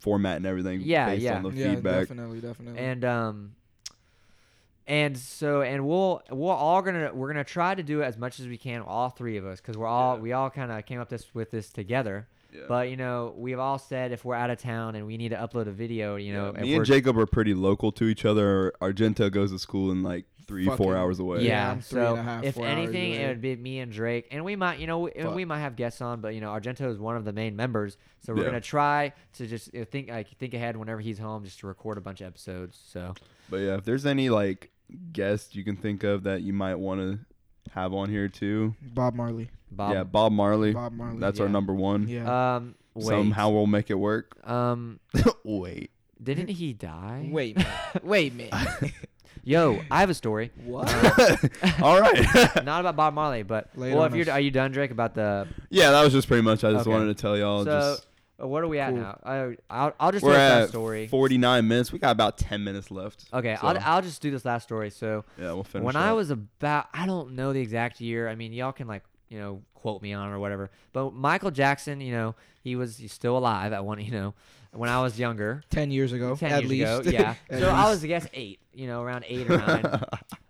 Speaker 1: format and everything
Speaker 3: Yeah,
Speaker 1: based
Speaker 3: yeah.
Speaker 1: on the
Speaker 2: yeah,
Speaker 1: feedback.
Speaker 2: definitely,
Speaker 1: Mm.
Speaker 2: definitely.
Speaker 3: and um and so and we'll we're all gonna we're gonna try to do it as much as we can all three of us because we're all
Speaker 1: Yeah.
Speaker 3: we all kind of came up this with this together
Speaker 1: Yeah.
Speaker 3: but you know we've all said if we're out of town and we need to upload a video you know if
Speaker 1: Me
Speaker 3: we're,
Speaker 1: and Jacob are pretty local to each other. Argento goes to school in like three,
Speaker 2: Fucking-
Speaker 1: four hours away.
Speaker 2: Yeah,
Speaker 3: yeah,
Speaker 2: three
Speaker 3: so
Speaker 2: and a half,
Speaker 3: if
Speaker 2: four hours
Speaker 3: anything
Speaker 2: away.
Speaker 3: it would be me and drake and we might you know we, and we might have guests on but you know argento is one of the main members so we're
Speaker 1: Yeah.
Speaker 3: gonna try to just you know, think like think ahead whenever he's home just to record a bunch of episodes so
Speaker 1: But yeah, if there's any like guest you can think of that you might want to have on here too,
Speaker 2: Bob Marley.
Speaker 3: bob
Speaker 1: yeah, Bob Marley.
Speaker 2: Bob Marley.
Speaker 1: That's our
Speaker 3: yeah.
Speaker 1: number one.
Speaker 2: yeah.
Speaker 3: um wait.
Speaker 1: Somehow we'll make it work.
Speaker 3: um
Speaker 1: wait.
Speaker 3: didn't he die
Speaker 2: Wait, a minute. wait, a minute.
Speaker 3: Yo, I have a story.
Speaker 2: What?
Speaker 1: All right.
Speaker 3: Not about Bob Marley, but
Speaker 2: Lay it
Speaker 3: well,
Speaker 2: on
Speaker 3: if
Speaker 2: us.
Speaker 3: you're are you done, Drake, about the
Speaker 1: yeah, that was just pretty much. I just
Speaker 3: Okay.
Speaker 1: wanted to tell y'all.
Speaker 3: so
Speaker 1: just
Speaker 3: uh, what are we at
Speaker 2: Cool.
Speaker 3: now? I, I'll I'll just do
Speaker 1: we're
Speaker 3: this
Speaker 1: at
Speaker 3: last story.
Speaker 1: 49 minutes. We got about 10 minutes left.
Speaker 3: okay,
Speaker 1: so,
Speaker 3: I'll I'll just do this last story. So
Speaker 1: yeah, we'll finish.
Speaker 3: when I
Speaker 1: up.
Speaker 3: was about, I don't know the exact year. I mean, y'all can like, you know, quote me on it or whatever. But Michael Jackson, you know, he was he's still alive at one, you know, when I was younger,
Speaker 2: Ten years ago,
Speaker 3: ten
Speaker 2: at
Speaker 3: years
Speaker 2: least.
Speaker 3: ago, yeah.
Speaker 2: At
Speaker 3: so I
Speaker 2: least.
Speaker 3: was, I guess, eight, you know, around eight or nine.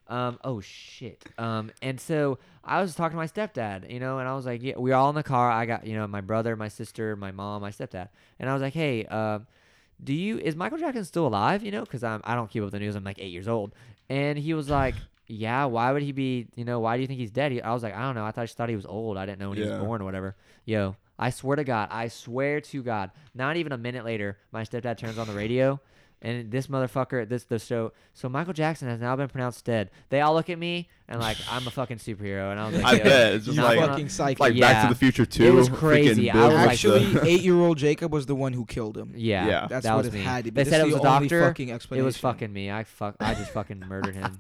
Speaker 3: um, oh shit. Um, and so I was talking to my stepdad, you know, and I was like, yeah, we were all in the car. I got, you know, my brother, my sister, my mom, my stepdad, and I was like, hey, um. Do you is Michael Jackson still alive? You know, because I'm I don't keep up with the news. I'm like eight years old, and he was like, "Yeah, why would he be? You know, why do you think he's dead?" He, I was like, "I don't know. I thought I just thought he was old. I didn't know when he
Speaker 1: Yeah.
Speaker 3: was born or whatever." Yo, I swear to God, I swear to God, not even a minute later, my stepdad turns on the radio, and this motherfucker, this the show. So Michael Jackson has now been pronounced dead. They all look at me and like I'm a fucking superhero, and I was like,
Speaker 1: I
Speaker 3: "Yo,
Speaker 1: bet, it's just
Speaker 3: not
Speaker 1: like-
Speaker 3: gonna-
Speaker 2: fucking psychic.
Speaker 1: like Back
Speaker 3: yeah.
Speaker 1: to the Future 2.
Speaker 3: was
Speaker 1: freaking
Speaker 3: crazy. I
Speaker 1: Bill
Speaker 3: was like-
Speaker 1: the-
Speaker 2: Actually, eight-year-old Jacob was the one who killed him.
Speaker 3: yeah,
Speaker 1: Yeah.
Speaker 2: That's
Speaker 3: that
Speaker 2: what
Speaker 3: was
Speaker 2: it
Speaker 3: me.
Speaker 2: had to be.
Speaker 3: They
Speaker 2: That's
Speaker 3: said it
Speaker 2: the
Speaker 3: was a
Speaker 2: only
Speaker 3: doctor.
Speaker 2: Fucking explanation.
Speaker 3: It was fucking me. I fuck. I just fucking murdered him.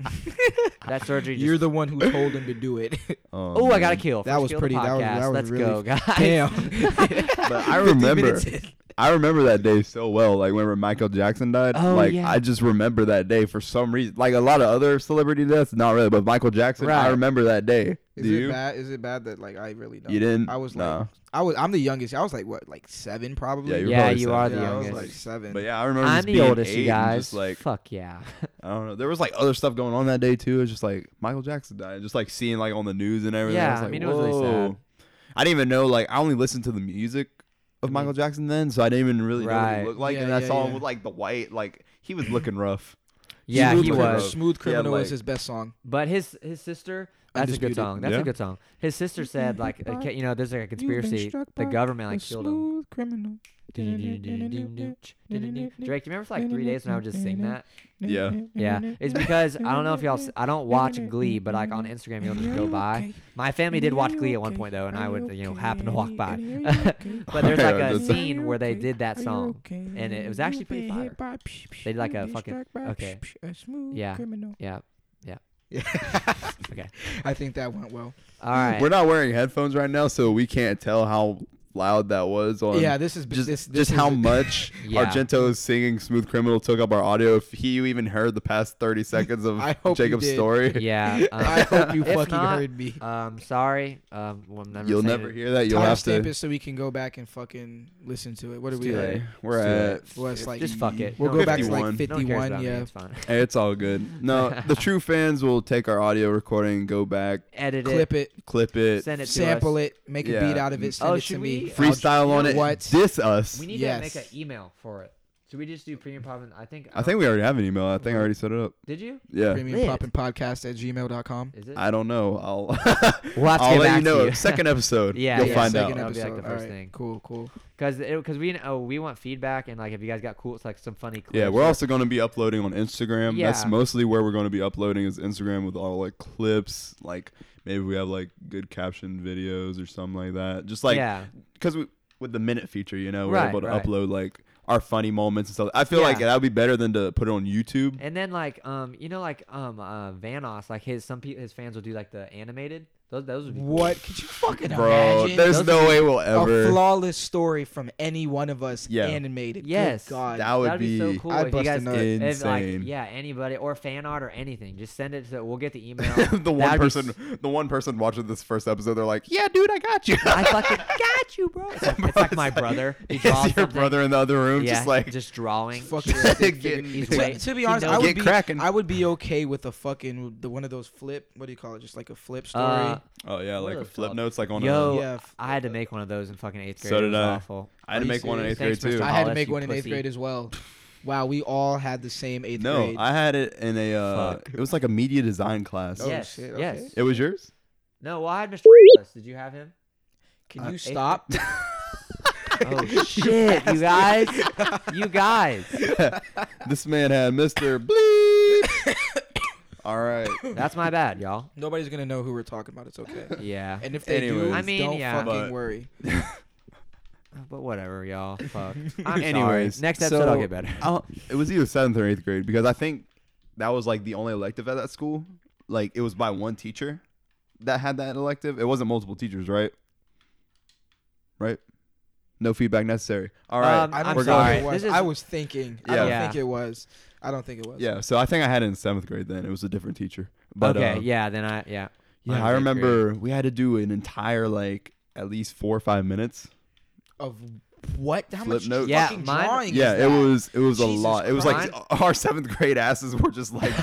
Speaker 3: that surgery. Just,
Speaker 2: You're the one who told him to do it.
Speaker 1: Oh,
Speaker 3: oh, I
Speaker 1: man.
Speaker 3: got a kill.
Speaker 2: That
Speaker 3: First
Speaker 2: was
Speaker 3: kill of
Speaker 2: pretty-
Speaker 3: The
Speaker 2: that was-
Speaker 3: podcast.
Speaker 2: that was
Speaker 3: Let's
Speaker 2: really-
Speaker 3: go, guys.
Speaker 2: Damn.
Speaker 1: But I
Speaker 2: 50
Speaker 1: remember-
Speaker 2: minutes in.
Speaker 1: I remember that day so well. Like whenever Michael Jackson died,
Speaker 3: Oh,
Speaker 1: like
Speaker 3: yeah.
Speaker 1: I just remember that day for some reason. Like a lot of other celebrity deaths, not really, but Michael Jackson, I
Speaker 3: Right.
Speaker 1: remember that day.
Speaker 2: Is
Speaker 1: Do
Speaker 2: it
Speaker 1: you?
Speaker 2: bad? Is it bad that like I really don't?
Speaker 1: You didn't?
Speaker 2: I was like,
Speaker 1: Nah.
Speaker 2: I was. I'm the youngest. I was like what, like seven probably.
Speaker 1: Yeah, you were
Speaker 3: Yeah,
Speaker 1: probably
Speaker 3: you
Speaker 1: seven.
Speaker 3: are the
Speaker 2: Yeah, I was
Speaker 3: youngest.
Speaker 2: like seven.
Speaker 1: But yeah, I remember.
Speaker 3: I'm
Speaker 1: just
Speaker 3: the
Speaker 1: being
Speaker 3: oldest,
Speaker 1: eight
Speaker 3: you
Speaker 1: and
Speaker 3: guys.
Speaker 1: Just like
Speaker 3: Fuck yeah.
Speaker 1: I don't know, there was like other stuff going on that day too. It's just like Michael Jackson died. Just like seeing like on the news and everything.
Speaker 3: Yeah,
Speaker 1: I was
Speaker 3: I
Speaker 1: like,
Speaker 3: mean, it
Speaker 1: Whoa.
Speaker 3: was really sad.
Speaker 1: I didn't even know. Like I only listened to the music of
Speaker 3: I mean-
Speaker 1: Michael Jackson then, so I didn't even really know what he
Speaker 3: Right.
Speaker 1: looked like.
Speaker 2: Yeah,
Speaker 1: and I
Speaker 2: yeah,
Speaker 1: saw him
Speaker 2: yeah.
Speaker 1: with like the white. Like he was looking rough.
Speaker 3: Yeah,
Speaker 2: Smooth
Speaker 3: he
Speaker 2: Criminal-
Speaker 3: was.
Speaker 2: Smooth
Speaker 1: Yeah,
Speaker 2: Criminal
Speaker 1: like-
Speaker 2: was his best song.
Speaker 3: But his his sister. That's a
Speaker 2: Undisputed.
Speaker 3: good song. That's
Speaker 1: Yeah.
Speaker 3: a good song. His sister said like uh, ca- you know there's like a
Speaker 2: been
Speaker 3: conspiracy.
Speaker 2: struck
Speaker 3: The
Speaker 2: by
Speaker 3: government like killed him.
Speaker 2: Criminal.
Speaker 3: Drake, do you remember for like three days when I would just sing that?
Speaker 1: Yeah.
Speaker 3: Yeah, it's because I don't know if y'all. s- I don't watch Glee, but like on Instagram, you'll just go by. My family did watch Glee at one point though, and I would you know happen to walk by. but there's like a
Speaker 1: That's-
Speaker 3: scene where they did that song. and it was actually pretty fire.
Speaker 4: They did like a
Speaker 3: Been
Speaker 4: fucking
Speaker 3: struck by
Speaker 4: okay.
Speaker 3: Yeah.
Speaker 4: Yeah.
Speaker 3: Yeah. Okay.
Speaker 2: I think that went well.
Speaker 3: All right.
Speaker 1: We're not wearing headphones right now, so we can't tell how loud that was. On
Speaker 2: yeah, this is
Speaker 1: just
Speaker 2: this, this
Speaker 1: just
Speaker 2: is-
Speaker 1: how much
Speaker 3: Yeah.
Speaker 1: Argento's singing "Smooth Criminal" took up our audio. If he even heard the past thirty seconds of
Speaker 2: I hope you
Speaker 1: Jacob's
Speaker 2: did.
Speaker 1: story,
Speaker 3: yeah.
Speaker 2: I
Speaker 3: Um,
Speaker 2: hope you
Speaker 3: if
Speaker 2: fucking
Speaker 3: not,
Speaker 2: heard me.
Speaker 3: um. Sorry. Um. well, I'm never
Speaker 1: you'll
Speaker 3: saying
Speaker 1: never
Speaker 3: it.
Speaker 1: hear that. You'll have to.
Speaker 2: Timestamp it so we can go back and fucking listen to it. What are
Speaker 3: Let's
Speaker 2: we
Speaker 3: do
Speaker 2: at?
Speaker 3: it.
Speaker 1: We're
Speaker 2: Let's
Speaker 1: at.
Speaker 2: do it. Well, it's like
Speaker 3: Just fuck it.
Speaker 2: We'll
Speaker 3: No
Speaker 2: go
Speaker 3: one
Speaker 2: back
Speaker 3: cares
Speaker 2: to like
Speaker 1: about me.
Speaker 3: No one cares about
Speaker 2: 51.
Speaker 3: me,
Speaker 2: Yeah,
Speaker 3: It's fine.
Speaker 1: Hey, it's all good. No, the true fans will take our audio recording, go back,
Speaker 3: Edit
Speaker 2: clip it,
Speaker 1: clip it,
Speaker 3: Send it to
Speaker 2: sample
Speaker 3: us.
Speaker 2: it, make a
Speaker 1: Yeah.
Speaker 2: beat out of it, send
Speaker 3: Oh,
Speaker 2: it to
Speaker 3: should
Speaker 2: me.
Speaker 3: we-
Speaker 1: freestyle on it,
Speaker 2: What?
Speaker 1: diss us.
Speaker 3: We need
Speaker 2: Yes.
Speaker 3: to make an email for it. Should we just do premium problem? I think. um,
Speaker 1: I think we already have an email. I think I already set it up.
Speaker 3: Did you?
Speaker 1: Yeah.
Speaker 2: Premium
Speaker 3: Lit.
Speaker 2: Poppin' Podcast at gmail.com.
Speaker 3: Is it?
Speaker 1: I don't know. I'll
Speaker 3: we'll have to
Speaker 1: I'll
Speaker 3: get
Speaker 1: let you
Speaker 3: back
Speaker 1: know.
Speaker 3: to you.
Speaker 1: Second episode.
Speaker 3: Yeah,
Speaker 1: you'll
Speaker 3: yeah,
Speaker 1: find out.
Speaker 2: second
Speaker 3: That'll be, like,
Speaker 2: episode.
Speaker 3: the
Speaker 2: All
Speaker 3: first
Speaker 2: right,
Speaker 3: thing.
Speaker 2: Cool, cool.
Speaker 3: Because because we oh, we want feedback and like if you guys got cool, it's like some funny. Clips
Speaker 1: Yeah, we're
Speaker 3: or-
Speaker 1: also going to be uploading on Instagram. That's
Speaker 3: Yeah.
Speaker 1: mostly where we're going to be uploading is Instagram with all like clips, like maybe we have like good caption videos or something like that. Just like
Speaker 3: yeah
Speaker 1: because we with the minute feature, you know, we're
Speaker 3: Right,
Speaker 1: able to
Speaker 3: right.
Speaker 1: upload like our funny moments and stuff. I feel like
Speaker 3: Yeah.
Speaker 1: that would be better than to put it on YouTube.
Speaker 3: And then like um you know like um uh Vanoss like his some people his fans will do like the animated those those would be cool.
Speaker 2: What? Could you fucking
Speaker 1: Bro,
Speaker 2: imagine?
Speaker 1: there's
Speaker 3: Those
Speaker 1: no way we'll ever.
Speaker 2: a flawless story from any one of us
Speaker 1: Yeah.
Speaker 2: animated. Good
Speaker 3: Yes.
Speaker 2: God.
Speaker 1: that would
Speaker 3: that'd be,
Speaker 1: be,
Speaker 3: so cool
Speaker 2: I'd
Speaker 3: if you
Speaker 2: bust a
Speaker 3: guys
Speaker 2: nut.
Speaker 3: if, like
Speaker 1: insane.
Speaker 3: yeah anybody or fan art or anything just send it to we'll get the email
Speaker 1: the one
Speaker 3: That'd be
Speaker 1: person,
Speaker 3: s-
Speaker 1: the one person watching this first episode, they're like, "Yeah, dude, I got you."
Speaker 3: I fucking got you bro it's like,
Speaker 1: Bro,
Speaker 3: it's like
Speaker 1: it's
Speaker 3: my
Speaker 1: like-
Speaker 3: brother he
Speaker 1: Is
Speaker 3: draws
Speaker 1: your
Speaker 3: something.
Speaker 1: brother in the other room
Speaker 3: yeah,
Speaker 1: just like
Speaker 3: just drawing
Speaker 2: Fuck
Speaker 1: Get-
Speaker 2: He's
Speaker 3: He's
Speaker 2: to,
Speaker 3: wait-
Speaker 2: to be
Speaker 3: he
Speaker 2: honest,
Speaker 3: knows
Speaker 2: I would
Speaker 1: Get
Speaker 2: be
Speaker 1: cracking.
Speaker 2: I would be okay with a fucking the one of those flip. What do you call it? Just like a flip story.
Speaker 3: Uh,
Speaker 1: Oh yeah,
Speaker 3: What
Speaker 1: like
Speaker 3: are
Speaker 1: a
Speaker 3: those
Speaker 1: flip
Speaker 3: called?
Speaker 1: notes, like on a.
Speaker 3: yo
Speaker 2: Yeah, f-
Speaker 3: I had to make one of those in fucking eighth grade
Speaker 1: So
Speaker 3: it
Speaker 1: did
Speaker 3: was
Speaker 1: I.
Speaker 3: awful
Speaker 1: I had
Speaker 2: Are
Speaker 1: to
Speaker 2: you
Speaker 1: make one in eighth
Speaker 3: serious?
Speaker 1: grade
Speaker 3: Thanks,
Speaker 1: too.
Speaker 3: Mr.
Speaker 2: I had to
Speaker 3: Hollis,
Speaker 2: make
Speaker 3: you
Speaker 2: one in eighth
Speaker 3: pussy.
Speaker 2: grade as well. Wow, we all had the same eighth
Speaker 1: No,
Speaker 2: grade.
Speaker 1: I had it in a. Uh,
Speaker 3: Fuck.
Speaker 1: it was like a media design class.
Speaker 2: Oh,
Speaker 3: yes
Speaker 2: shit, okay.
Speaker 3: yes
Speaker 1: It was yours.
Speaker 3: no well I had Mr. did you have him
Speaker 2: Can
Speaker 1: Uh,
Speaker 2: you
Speaker 1: eighth
Speaker 2: stop?
Speaker 3: oh shit you guys you guys
Speaker 1: this man had Mr. Bleep. All right.
Speaker 3: that's my bad y'all
Speaker 2: Nobody's gonna know who we're talking about. It's okay.
Speaker 3: Yeah.
Speaker 2: And if they
Speaker 1: Anyways.
Speaker 2: do,
Speaker 1: I
Speaker 3: mean,
Speaker 2: don't
Speaker 3: yeah.
Speaker 2: fucking
Speaker 1: But-
Speaker 2: worry.
Speaker 3: But whatever, y'all. Fuck. I'm sorry.
Speaker 1: Anyways,
Speaker 3: Next episode,
Speaker 1: so
Speaker 3: I'll
Speaker 1: uh,
Speaker 3: get better.
Speaker 1: I'll- it was either seventh or eighth grade because I think that was like the only elective at that school. Like it was by one teacher that had that elective. It wasn't multiple teachers, right? Right? No feedback necessary. All right.
Speaker 3: Um,
Speaker 5: I
Speaker 3: I'm
Speaker 5: don't
Speaker 1: we're
Speaker 5: think
Speaker 3: sorry.
Speaker 5: it was.
Speaker 3: This is-
Speaker 5: I was thinking. I
Speaker 1: Yeah.
Speaker 5: don't
Speaker 3: Yeah.
Speaker 5: think it was. I don't think it was.
Speaker 1: Yeah, so I think I had it in seventh grade then. It was a different teacher. But
Speaker 3: okay,
Speaker 1: uh,
Speaker 3: yeah, then I yeah.
Speaker 1: yeah, I remember we had to do an entire like at least four or five minutes.
Speaker 5: Of what? How
Speaker 1: Flip
Speaker 5: much
Speaker 1: notes.
Speaker 3: Yeah,
Speaker 5: fucking
Speaker 3: mine-
Speaker 5: drawing?
Speaker 1: yeah, it
Speaker 5: is that?
Speaker 1: was it was a
Speaker 5: Jesus
Speaker 1: lot. It was like
Speaker 3: Christ.
Speaker 1: our seventh grade asses were just like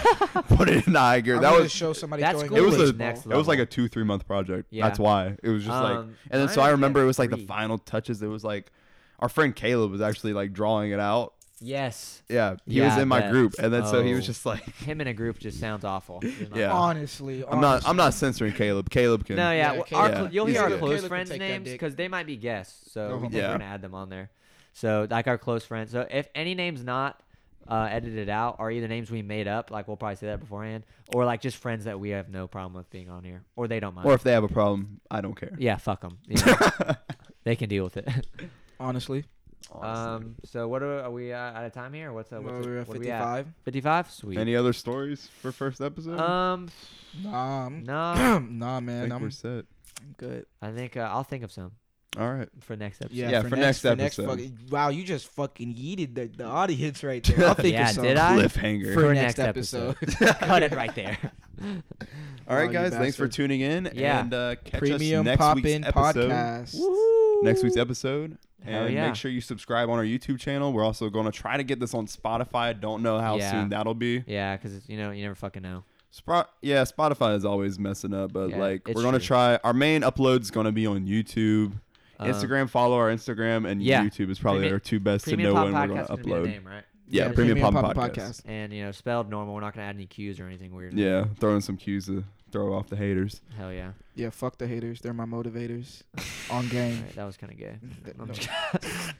Speaker 1: put it in eye gear.
Speaker 5: I'm
Speaker 1: That
Speaker 5: gonna
Speaker 1: was
Speaker 5: show somebody
Speaker 3: That's
Speaker 5: throwing
Speaker 1: it was
Speaker 3: Cool.
Speaker 1: a
Speaker 3: Next
Speaker 1: it was like
Speaker 3: level.
Speaker 1: a two three month project.
Speaker 3: Yeah.
Speaker 1: That's why it was just like.
Speaker 3: Um,
Speaker 1: And then
Speaker 3: mine
Speaker 1: so I
Speaker 3: only had
Speaker 1: remember it was like the
Speaker 3: three.
Speaker 1: final touches. It was like our friend Caleb was actually like drawing it out.
Speaker 3: Yes,
Speaker 1: Yeah, he was
Speaker 3: Yeah,
Speaker 1: in my
Speaker 3: that-
Speaker 1: group, and then so he was
Speaker 3: oh.
Speaker 1: just like,
Speaker 3: him in a group just sounds awful. Just not-
Speaker 1: Yeah.
Speaker 5: honestly.
Speaker 1: I'm not I'm not censoring Caleb. Caleb can.
Speaker 3: No, yeah,
Speaker 5: Yeah,
Speaker 3: well,
Speaker 5: Caleb-
Speaker 3: our cl-
Speaker 1: Yeah,
Speaker 3: you'll hear
Speaker 1: he's
Speaker 3: our
Speaker 1: good.
Speaker 3: close
Speaker 5: Caleb can
Speaker 3: friends'
Speaker 5: take that
Speaker 3: names
Speaker 5: dick.
Speaker 3: because they might be guests, so
Speaker 5: No
Speaker 3: we
Speaker 5: homo.
Speaker 3: think we're
Speaker 1: Yeah.
Speaker 3: gonna add them on there. So like our close friends. So if any names not uh, edited out are either names we made up, like we'll probably say that beforehand, or like just friends that we have no problem with being on here, or they don't mind.
Speaker 1: Or if they have a problem, I don't care.
Speaker 3: yeah, fuck them. they can deal with it.
Speaker 5: honestly.
Speaker 1: Honestly.
Speaker 3: Um. So what are, are we uh, out of time here? What's uh,
Speaker 5: Well,
Speaker 3: what's
Speaker 5: we're at
Speaker 3: what are we at?
Speaker 5: 55.
Speaker 3: Fifty-five. Sweet.
Speaker 1: Any other stories for first episode?
Speaker 3: um.
Speaker 5: Nah, I'm-
Speaker 3: No,
Speaker 5: nah,
Speaker 1: I
Speaker 5: man.
Speaker 1: think
Speaker 5: I'm
Speaker 1: we're set.
Speaker 5: I'm good.
Speaker 3: I think uh, I'll think of some
Speaker 1: All right.
Speaker 3: for next episode.
Speaker 5: Yeah,
Speaker 1: Yeah,
Speaker 5: for,
Speaker 1: for
Speaker 5: next,
Speaker 1: next
Speaker 5: for next
Speaker 1: episode.
Speaker 5: fucking, Wow, you just fucking yeeted the, the audience right there. I'll think
Speaker 3: Yeah,
Speaker 5: of something.
Speaker 3: did I?
Speaker 1: Cliffhanger.
Speaker 5: For,
Speaker 3: For
Speaker 5: next,
Speaker 3: next
Speaker 5: episode.
Speaker 3: Cut it right there.
Speaker 1: All right,
Speaker 5: Oh, you
Speaker 1: guys. Thanks for
Speaker 5: bastard.
Speaker 1: tuning in.
Speaker 3: Yeah.
Speaker 1: And uh, catch
Speaker 5: Premium
Speaker 1: us next
Speaker 5: Pop
Speaker 1: week's
Speaker 5: In
Speaker 1: episode.
Speaker 5: Podcast.
Speaker 1: Next week's episode.
Speaker 3: Hell
Speaker 1: and
Speaker 3: yeah.
Speaker 1: make sure you subscribe on our YouTube channel. We're also going to try to get this on Spotify. Don't know how
Speaker 3: Yeah.
Speaker 1: soon that'll be.
Speaker 3: Yeah, because you know you never fucking know.
Speaker 1: Spot, yeah, Spotify is always messing up, but
Speaker 3: Yeah,
Speaker 1: like
Speaker 3: it's
Speaker 1: we're gonna
Speaker 3: true.
Speaker 1: try. Our main upload's gonna be on YouTube,
Speaker 3: Um,
Speaker 1: Instagram. Follow our Instagram and
Speaker 3: yeah.
Speaker 1: YouTube is probably
Speaker 3: Premium-
Speaker 1: our two best to
Speaker 3: Premium
Speaker 1: know
Speaker 3: Pop
Speaker 1: when we're gonna
Speaker 3: Podcast is gonna be the
Speaker 1: upload.
Speaker 3: name, right?
Speaker 1: Yeah,
Speaker 5: Yeah,
Speaker 1: Premium
Speaker 5: Premium
Speaker 1: Pop
Speaker 5: Papa
Speaker 1: Podcast.
Speaker 5: Podcast.
Speaker 3: And you know, spelled normal. We're not gonna add any Q's or anything weird.
Speaker 1: Yeah, throwing some cues to throw off the haters.
Speaker 3: Hell yeah.
Speaker 5: Yeah, fuck the haters. They're my motivators. On game.
Speaker 3: Alright, that was kind of gay.
Speaker 5: Th-
Speaker 3: I'm
Speaker 5: no.
Speaker 3: just,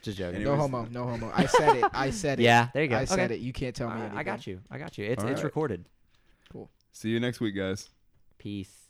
Speaker 3: just joking.
Speaker 1: Anyway.
Speaker 5: No
Speaker 1: Anyways.
Speaker 5: homo, no homo. I said it. I said it.
Speaker 3: Yeah, there you go.
Speaker 5: I said
Speaker 3: Okay.
Speaker 5: it. You can't tell me.
Speaker 3: Alright, I
Speaker 5: anything.
Speaker 3: got you. I got you. It's it's
Speaker 1: Alright.
Speaker 3: recorded.
Speaker 1: See you next week, guys.
Speaker 3: Peace.